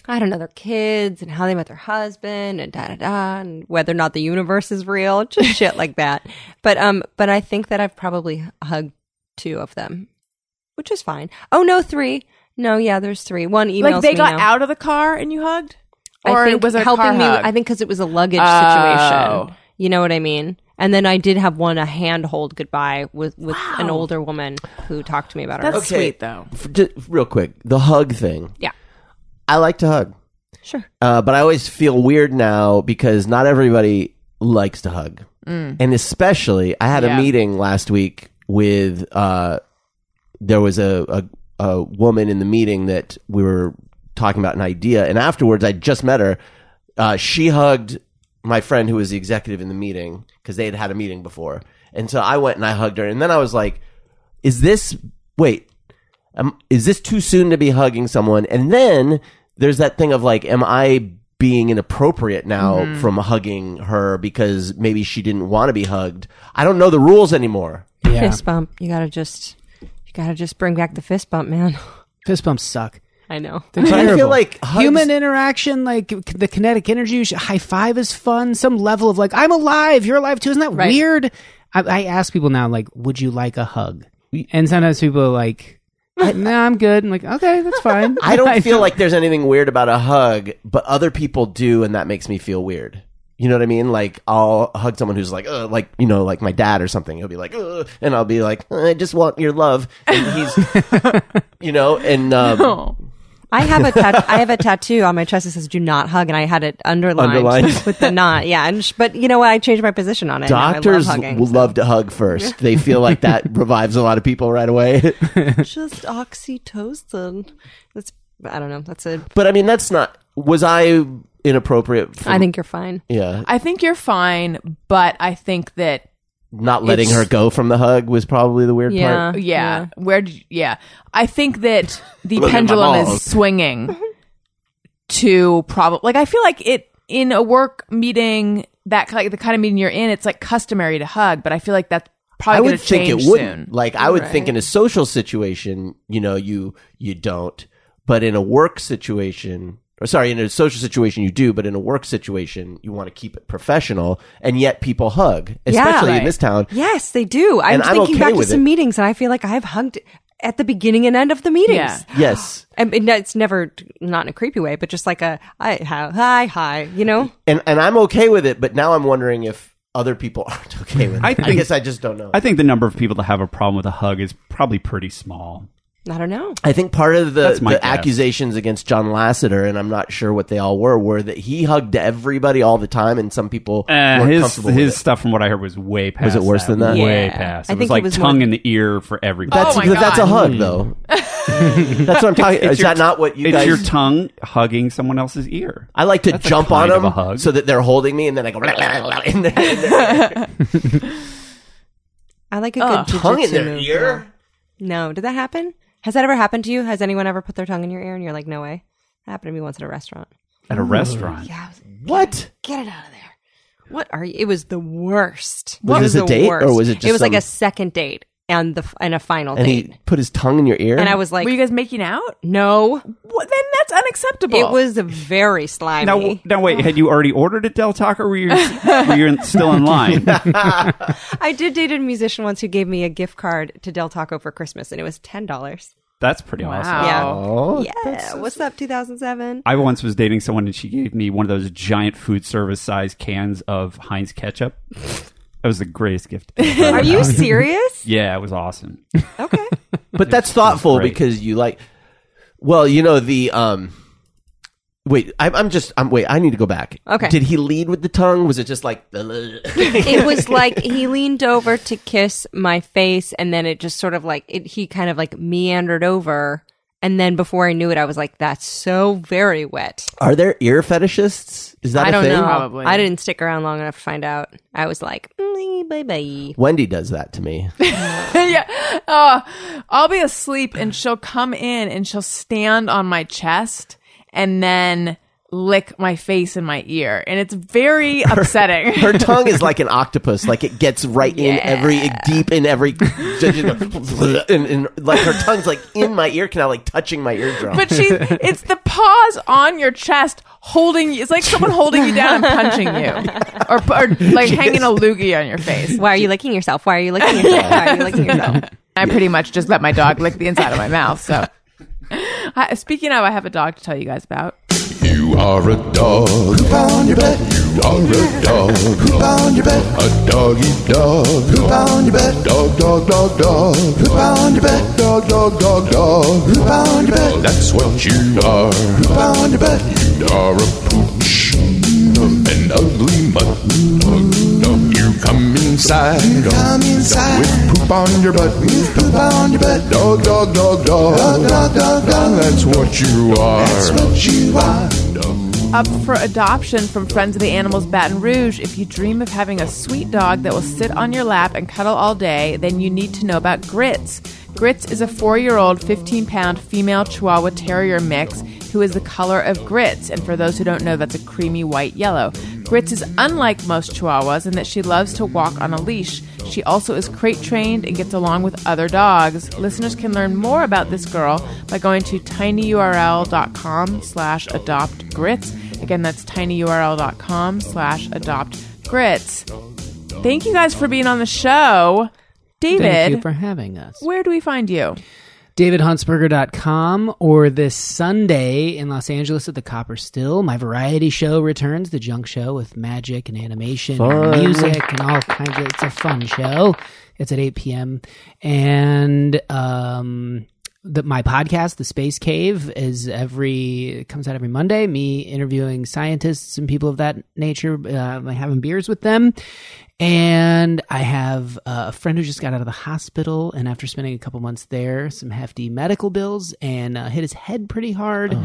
[SPEAKER 5] I don't know their kids and how they met their husband and da da da and whether or not the universe is real, just shit like that. But um, but I think that I've probably hugged two of them, which is fine. Oh no, three. No, yeah, there's three. One emails
[SPEAKER 3] Like they
[SPEAKER 5] me
[SPEAKER 3] got
[SPEAKER 5] now.
[SPEAKER 3] out of the car and you hugged,
[SPEAKER 5] I
[SPEAKER 3] or
[SPEAKER 5] think
[SPEAKER 3] was it a
[SPEAKER 5] helping
[SPEAKER 3] car
[SPEAKER 5] me?
[SPEAKER 3] hug?
[SPEAKER 5] I think because it was a luggage
[SPEAKER 3] Oh.
[SPEAKER 5] situation. You know what I mean? And then I did have one a handhold goodbye with with an older woman who talked to me about her.
[SPEAKER 3] that's
[SPEAKER 1] Okay.
[SPEAKER 3] sweet though.
[SPEAKER 1] F- ju- real quick, the hug thing.
[SPEAKER 5] Yeah.
[SPEAKER 1] I like to hug.
[SPEAKER 5] Sure.
[SPEAKER 1] Uh, but I always feel weird now because not everybody likes to hug. And especially, I had
[SPEAKER 3] Mm. Yeah.
[SPEAKER 1] a meeting last week with, uh, there was a, a, a woman in the meeting that we were talking about an idea. And afterwards, I just met her. Uh, she hugged my friend who was the executive in the meeting because they had had a meeting before. And so I went and I hugged her. And then I was like, is this, wait, um, is this too soon to be hugging someone? And then there's that thing of like, am I being inappropriate now from hugging her because maybe she didn't want to be hugged? I don't know the rules anymore.
[SPEAKER 4] Yeah.
[SPEAKER 5] Fist bump. You gotta just you gotta just bring back the fist bump, man.
[SPEAKER 4] Fist bumps suck.
[SPEAKER 5] I know.
[SPEAKER 1] I feel
[SPEAKER 4] Terrible.
[SPEAKER 1] like hugs,
[SPEAKER 4] human interaction, like c- the kinetic energy, sh- high five is fun. Some level of like, I'm alive, you're alive too. Isn't that
[SPEAKER 5] Right.
[SPEAKER 4] weird? I, I ask people now, like, would you like a hug? And sometimes people are like, no, I'm good. I'm like, okay, that's fine.
[SPEAKER 1] I don't feel like there's anything weird about a hug, but other people do, and that makes me feel weird. You know what I mean? Like I'll hug someone who's like, Ugh, like you know, like my dad or something. He'll be like, Ugh, and I'll be like, I just want your love. And he's, you know, and um,
[SPEAKER 5] I have a tat- I have a tattoo on my chest that says "Do not hug," and I had it underlined,
[SPEAKER 1] Underlined.
[SPEAKER 5] with the "not." Yeah, and sh- but you know what? I changed my position on it. Now
[SPEAKER 1] Doctors
[SPEAKER 5] I
[SPEAKER 1] l-
[SPEAKER 5] love hugging.
[SPEAKER 1] love, to hug first. They feel like that revives a lot of people right away.
[SPEAKER 5] just oxytocin. That's I don't know. That's a.
[SPEAKER 1] but I mean, that's not. Was I inappropriate? For,
[SPEAKER 5] I think you're fine.
[SPEAKER 1] Yeah,
[SPEAKER 3] I think you're fine, but I think that
[SPEAKER 1] not letting her go from the hug was probably the weird
[SPEAKER 5] Yeah.
[SPEAKER 1] part.
[SPEAKER 3] yeah, where did you, yeah, I think that the
[SPEAKER 1] Look at my
[SPEAKER 3] pendulum is
[SPEAKER 1] balls.
[SPEAKER 3] swinging to probably like I feel like it in a work meeting that ki- like the kind of meeting you're in, it's like customary to hug, but I feel like that's probably
[SPEAKER 1] I
[SPEAKER 3] gonna
[SPEAKER 1] would think it
[SPEAKER 3] change
[SPEAKER 1] wouldn't.
[SPEAKER 3] soon.
[SPEAKER 1] Like I would think in a social situation, you know, you you don't. But in a work situation, or sorry, in a social situation, you do. But in a work situation, you want to keep it professional, and yet people hug, especially in
[SPEAKER 3] right.
[SPEAKER 1] this town.
[SPEAKER 5] Yes, they do. I'm
[SPEAKER 1] And I'm
[SPEAKER 5] thinking
[SPEAKER 1] okay
[SPEAKER 5] back to
[SPEAKER 1] with
[SPEAKER 5] some
[SPEAKER 1] it.
[SPEAKER 5] meetings, and I feel like I've hugged at the beginning and end of the meetings.
[SPEAKER 3] Yeah.
[SPEAKER 1] Yes.
[SPEAKER 5] I mean, it's never not in a creepy way, but just like a I hi hi hi. You know,
[SPEAKER 1] and and I'm okay with it, but now I'm wondering if other people aren't okay with it.
[SPEAKER 6] I
[SPEAKER 1] I,
[SPEAKER 6] think-
[SPEAKER 1] guess I just don't know.
[SPEAKER 6] I think the number of people that have a problem with a hug is probably pretty small.
[SPEAKER 5] I don't know.
[SPEAKER 1] I think part of the,
[SPEAKER 6] That's my
[SPEAKER 1] the
[SPEAKER 6] guess.
[SPEAKER 1] accusations against John Lasseter, and I'm not sure what they all were, were that he hugged everybody all the time, and some people
[SPEAKER 6] Uh,
[SPEAKER 1] weren't
[SPEAKER 6] his
[SPEAKER 1] comfortable
[SPEAKER 6] his
[SPEAKER 1] with it.
[SPEAKER 6] stuff, from what I heard, was way past.
[SPEAKER 1] it worse than that?
[SPEAKER 6] Way
[SPEAKER 5] Yeah.
[SPEAKER 6] past.
[SPEAKER 5] I
[SPEAKER 6] It
[SPEAKER 5] think
[SPEAKER 6] was
[SPEAKER 5] it
[SPEAKER 6] like
[SPEAKER 5] was
[SPEAKER 6] tongue
[SPEAKER 5] more-
[SPEAKER 6] in the ear for everybody.
[SPEAKER 1] That's
[SPEAKER 3] Oh my
[SPEAKER 1] that's a
[SPEAKER 3] God.
[SPEAKER 1] hug, though. that's what I'm talking. Is
[SPEAKER 6] your-
[SPEAKER 1] that not what you
[SPEAKER 6] Hmm. it's
[SPEAKER 1] guys?
[SPEAKER 6] your tongue hugging someone else's ear.
[SPEAKER 1] I like to
[SPEAKER 6] That's a
[SPEAKER 1] jump on
[SPEAKER 6] kind of a
[SPEAKER 1] them
[SPEAKER 6] hug.
[SPEAKER 1] so that they're holding me, and then I go in their, in their
[SPEAKER 5] I like a
[SPEAKER 3] Ugh.
[SPEAKER 5] good
[SPEAKER 1] tongue in
[SPEAKER 5] jujitsu
[SPEAKER 1] their
[SPEAKER 5] move,
[SPEAKER 1] ear.
[SPEAKER 5] though. No, did that happen? Has that ever happened to you? Has anyone ever put their tongue in your ear and you're like, no way? That happened to me once at a restaurant.
[SPEAKER 6] At a restaurant.
[SPEAKER 5] Yeah, I was like,
[SPEAKER 1] What?
[SPEAKER 5] get it out of there. What are you? It was the worst.
[SPEAKER 1] Was
[SPEAKER 5] It
[SPEAKER 1] this a
[SPEAKER 5] the
[SPEAKER 1] date, or
[SPEAKER 5] worst.
[SPEAKER 1] was it just
[SPEAKER 5] It was like
[SPEAKER 1] some-
[SPEAKER 5] a second date and the f- and a final
[SPEAKER 1] And
[SPEAKER 5] date.
[SPEAKER 1] he put his tongue in your ear,
[SPEAKER 5] and I was like,
[SPEAKER 3] Were you guys making out?
[SPEAKER 5] no.
[SPEAKER 3] Well, then that's unacceptable.
[SPEAKER 5] It was very slimy.
[SPEAKER 6] Now, now wait. Had you already ordered at Del Taco? Or were you were you in- still in line?
[SPEAKER 5] I did date a musician once who gave me a gift card to Del Taco for Christmas, and it was ten dollars.
[SPEAKER 6] That's pretty awesome.
[SPEAKER 3] Wow.
[SPEAKER 1] Oh,
[SPEAKER 5] Yeah. What's up, 2007?
[SPEAKER 6] I once was dating someone and she gave me one of those giant food service size cans of Heinz ketchup. That was the greatest gift. ever.
[SPEAKER 5] Are you serious?
[SPEAKER 6] Yeah, it was awesome.
[SPEAKER 5] Okay.
[SPEAKER 1] but that's thoughtful
[SPEAKER 6] great.
[SPEAKER 1] because you like well you know the um wait I, i'm just i'm wait i need to go back
[SPEAKER 5] Okay.
[SPEAKER 1] did he lead with the tongue was it just like the
[SPEAKER 5] it was like he leaned over to kiss my face and then it just sort of like it, he kind of like meandered over and then before i knew it i was like that's so very wet
[SPEAKER 1] are there ear fetishists is that
[SPEAKER 5] i
[SPEAKER 1] a
[SPEAKER 5] don't
[SPEAKER 1] thing
[SPEAKER 5] know
[SPEAKER 3] Probably.
[SPEAKER 5] i didn't stick around long enough to find out i was like mm, bye bye
[SPEAKER 1] wendy does that to me
[SPEAKER 3] yeah. Uh, I'll be asleep and she'll come in and she'll stand on my chest and then lick my face and my ear. And it's very upsetting.
[SPEAKER 1] her tongue is like an octopus like it gets right in every deep in every and, and like her tongue's like in my ear canal like touching my eardrum
[SPEAKER 3] but she it's the paws on your chest holding you it's like someone holding you down and punching you or, or like hanging a loogie on your face
[SPEAKER 5] why are you licking yourself why are you licking yourself why are you licking yourself
[SPEAKER 3] i pretty much just let my dog lick the inside of my mouth so I, speaking of i have a dog to tell you guys about
[SPEAKER 10] You are a dog. Poop on your butt. You are a dog. Poop on your butt. A doggy dog. Poop on your butt. Dog, dog, dog, dog. Poop on your butt. Dog, dog, dog, dog. Poop on your butt. That's what you are. Poop on your butt. You are a pooch. An ugly mutt. You come inside. You come inside. With poop on your butt. With poop on your butt. Dog, dog, dog, dog. Dog, dog, dog, dog. That's what you are. That's what you are.
[SPEAKER 3] up for adoption from Friends of the Animals Baton Rouge. If you dream of having a sweet dog that will sit on your lap and cuddle all day, then you need to know about Grits. Grits is a four year old, 15 pound female Chihuahua Terrier mix who is the color of grits. And for those who don't know, that's a creamy white yellow. Grits is unlike most Chihuahuas in that she loves to walk on a leash. She also is crate trained and gets along with other dogs. Listeners can learn more about this girl by going to tinyurl.com slash adopt grits. Again, that's tinyurl.com slash adopt grits. Thank you guys for being on the show.
[SPEAKER 4] Thank you
[SPEAKER 3] David,
[SPEAKER 4] for having us.
[SPEAKER 3] where do we find you?
[SPEAKER 4] DavidHuntsberger.com or this Sunday in Los Angeles at the Copper Still. My variety show returns, The Junk Show, with magic and animation and music and all kinds of. It's a fun show. It's at 8 p.m. And um, the, my podcast, The Space Cave, is every it comes out every Monday. Me interviewing scientists and people of that nature, uh, like having beers with them. And I have uh, a friend who just got out of the hospital, and after spending a couple months there, some hefty medical bills, and uh, hit his head pretty hard,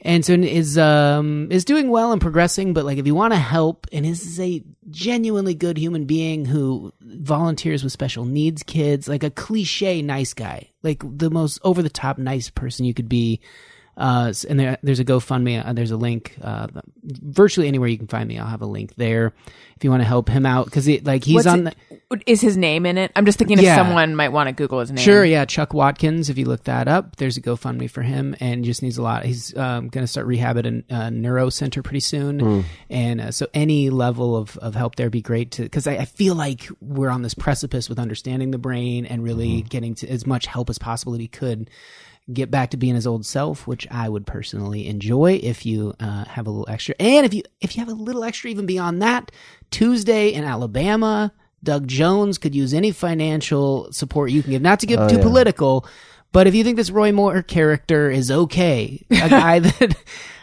[SPEAKER 4] and so is um is doing well and progressing. But like, if you want to help, and this is a genuinely good human being who volunteers with special needs kids, like a cliche nice guy, like the most over the top nice person you could be. Uh, s- and there, there's a GoFundMe. Uh, there's a link. Uh, virtually anywhere you can find me, I'll have a link there if you want to help him out. Because like he's
[SPEAKER 3] What's
[SPEAKER 4] on. The,
[SPEAKER 3] it- is his name in it? I'm just thinking
[SPEAKER 4] Yeah.
[SPEAKER 3] if someone might want to Google his name.
[SPEAKER 4] Sure, yeah, Chuck Watkins. If you look that up, there's a GoFundMe for him, and he just needs a lot. He's um, going to start rehab at a, a neuro center pretty soon, and uh, so any level of, of help there would be great to because I, I feel like we're on this precipice with understanding the brain and really getting to as much help as possible that he could get back to being his old self, which I would personally enjoy if you uh, have a little extra. And if you if you have a little extra even beyond that, Tuesday in Alabama, Doug Jones could use any financial support you can give. Not to get too political, but if you think this Roy Moore character is okay, a guy that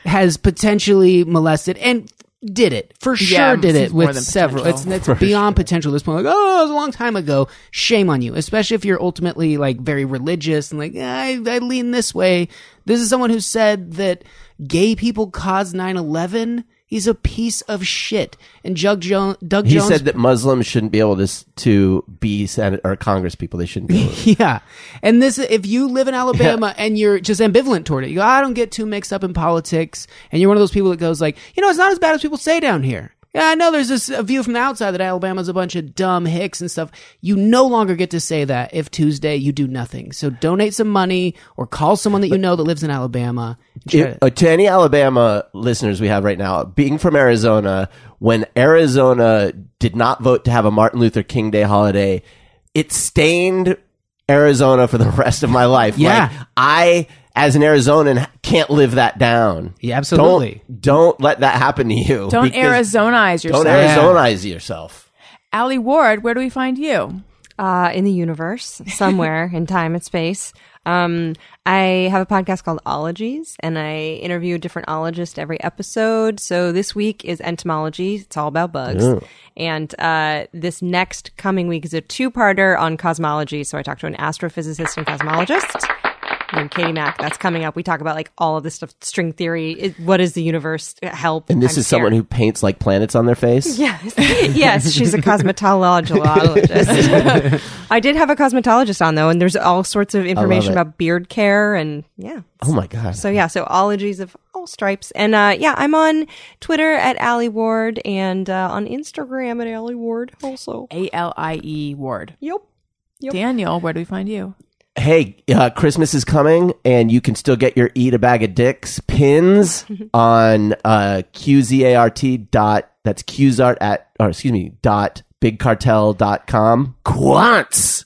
[SPEAKER 4] has potentially molested and did it for sure
[SPEAKER 3] Yeah,
[SPEAKER 4] did
[SPEAKER 3] it's
[SPEAKER 4] it
[SPEAKER 3] more
[SPEAKER 4] with
[SPEAKER 3] than
[SPEAKER 4] several it's,
[SPEAKER 3] potential.
[SPEAKER 4] it's beyond potential at this point like oh it was a long time ago shame on you especially if you're ultimately like very religious and like I, I lean this way this is someone who said that gay people caused 9-11 he's a piece of shit and Doug, jo- Doug
[SPEAKER 1] he
[SPEAKER 4] Jones
[SPEAKER 1] said that muslims shouldn't be able to s- to be senate or congress people they shouldn't be able to
[SPEAKER 4] Yeah. And this, if you live in Alabama and you're just ambivalent toward it, you go, I don't get too mixed up in politics. And you're one of those people that goes like, you know, it's not as bad as people say down here. Yeah, I know there's this uh, view from the outside that Alabama's a bunch of dumb hicks and stuff. You no longer get to say that if Tuesday you do nothing. So donate some money or call someone that you know that lives in Alabama. and try
[SPEAKER 1] If-
[SPEAKER 4] to-
[SPEAKER 1] uh, to any Alabama listeners we have right now, being from Arizona, when Arizona did not vote to have a Martin Luther King Day holiday, it stained Arizona for the rest of my life.
[SPEAKER 4] Yeah.
[SPEAKER 1] Like, I, as an Arizonan, can't live that down.
[SPEAKER 4] Yeah, absolutely.
[SPEAKER 1] Don't, don't let that happen to you.
[SPEAKER 3] Don't
[SPEAKER 1] because-
[SPEAKER 3] Arizonize yourself.
[SPEAKER 1] Don't Arizonize yourself.
[SPEAKER 3] Allie Ward, where do we find you?
[SPEAKER 5] uh, in the universe somewhere in time and space. Um, I have a podcast called Ologies, and I interview a different ologist every episode. So this week is entomology; it's all about bugs. And uh, this next coming week is a two-parter on cosmology. So I talk to an astrophysicist and cosmologist. named Katie Mack, that's coming up. We talk about like all of this stuff, string theory. It, what is the universe? Help!
[SPEAKER 1] And this
[SPEAKER 5] I'm
[SPEAKER 1] is someone
[SPEAKER 5] scared.
[SPEAKER 1] who paints like planets on their face.
[SPEAKER 5] Yes, yes, she's a cosmetologist. I did have a cosmetologist on though, and there's all sorts of information
[SPEAKER 1] it.
[SPEAKER 5] about beard care and yeah.
[SPEAKER 1] Oh my god.
[SPEAKER 5] So yeah, so ologies of all stripes, and uh, yeah, I'm on Twitter at Allie Ward and uh, on Instagram at Allie Ward also.
[SPEAKER 3] A L I E Ward.
[SPEAKER 5] Yep. Yep.
[SPEAKER 3] Daniel, where do we find you?
[SPEAKER 1] hey, uh, Christmas is coming, and you can still get your eat a bag of dicks pins on uh, qzart dot. That's qzart at or excuse me dot bigcartel dot com. Quants.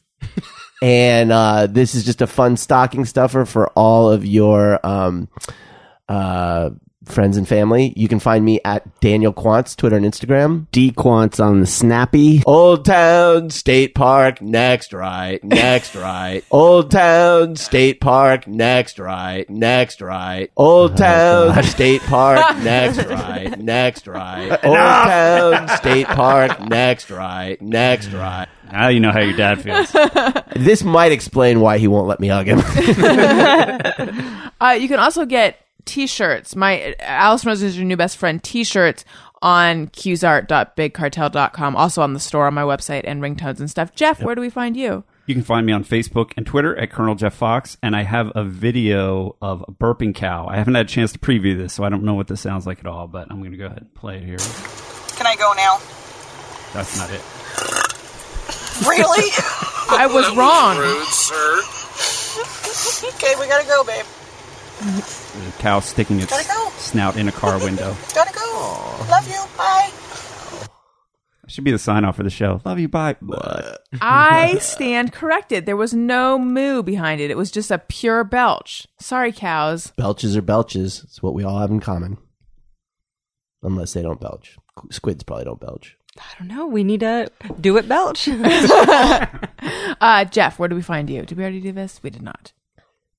[SPEAKER 1] and uh, this is just a fun stocking stuffer for all of your um, uh, friends and family. You can find me at Daniel Quants, Twitter and Instagram.
[SPEAKER 11] Dequants on the Snappy.
[SPEAKER 1] Old Town State Park, next right, next right. Old Town State Park, next right, next right. Old Town State Park, next right, next right. Old Town State Park, next right, next right.
[SPEAKER 6] Now you know how your dad feels.
[SPEAKER 1] This might explain why he won't let me hug him.
[SPEAKER 3] Uh, you can also get t-shirts. My Allison Rose is your new best friend t-shirts on qsart.bigcartel.com, also on the store on my website and ringtones and stuff. Jeff, where do we find you?
[SPEAKER 6] You can find me on Facebook and Twitter at Colonel Jeff Fox, and I have a video of a burping cow. I haven't had a chance to preview this, so I don't know what this sounds like at all, but I'm going to go ahead and play it here.
[SPEAKER 12] Can I go now?
[SPEAKER 6] That's not it.
[SPEAKER 12] Really?
[SPEAKER 3] I was wrong.
[SPEAKER 12] okay, we gotta go, babe.
[SPEAKER 6] There's a cow sticking its
[SPEAKER 12] Gotta go.
[SPEAKER 6] snout in a car window.
[SPEAKER 12] Gotta go. Love you. Bye.
[SPEAKER 6] That should be the sign off for the show. Love you. Bye. What?
[SPEAKER 3] I stand corrected. There was no moo behind it. It was just a pure belch. Sorry, cows.
[SPEAKER 1] Belches are belches. It's what we all have in common. Unless they don't belch. Squids probably don't belch.
[SPEAKER 5] I don't know. We need to do it, belch.
[SPEAKER 3] Uh, Jeff, where do we find you? Did we already do this? We did not.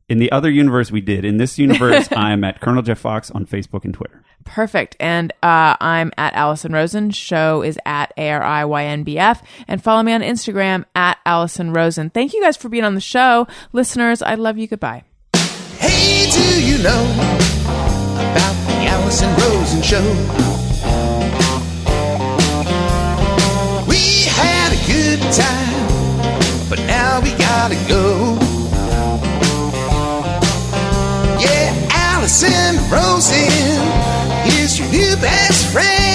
[SPEAKER 6] In the other universe, we did. In this universe, I am at Colonel Jeff Fox on Facebook and Twitter.
[SPEAKER 3] Perfect. And uh, I'm at Allison Rosen. Show is at A R I Y N B F. And follow me on Instagram at Allison Rosen. Thank you guys for being on the show. Listeners, I love you. Goodbye.
[SPEAKER 2] Hey, do you know about the Allison Rosen show? We had a good time, but now we gotta go. Yeah, Allison Rosen is your new best friend.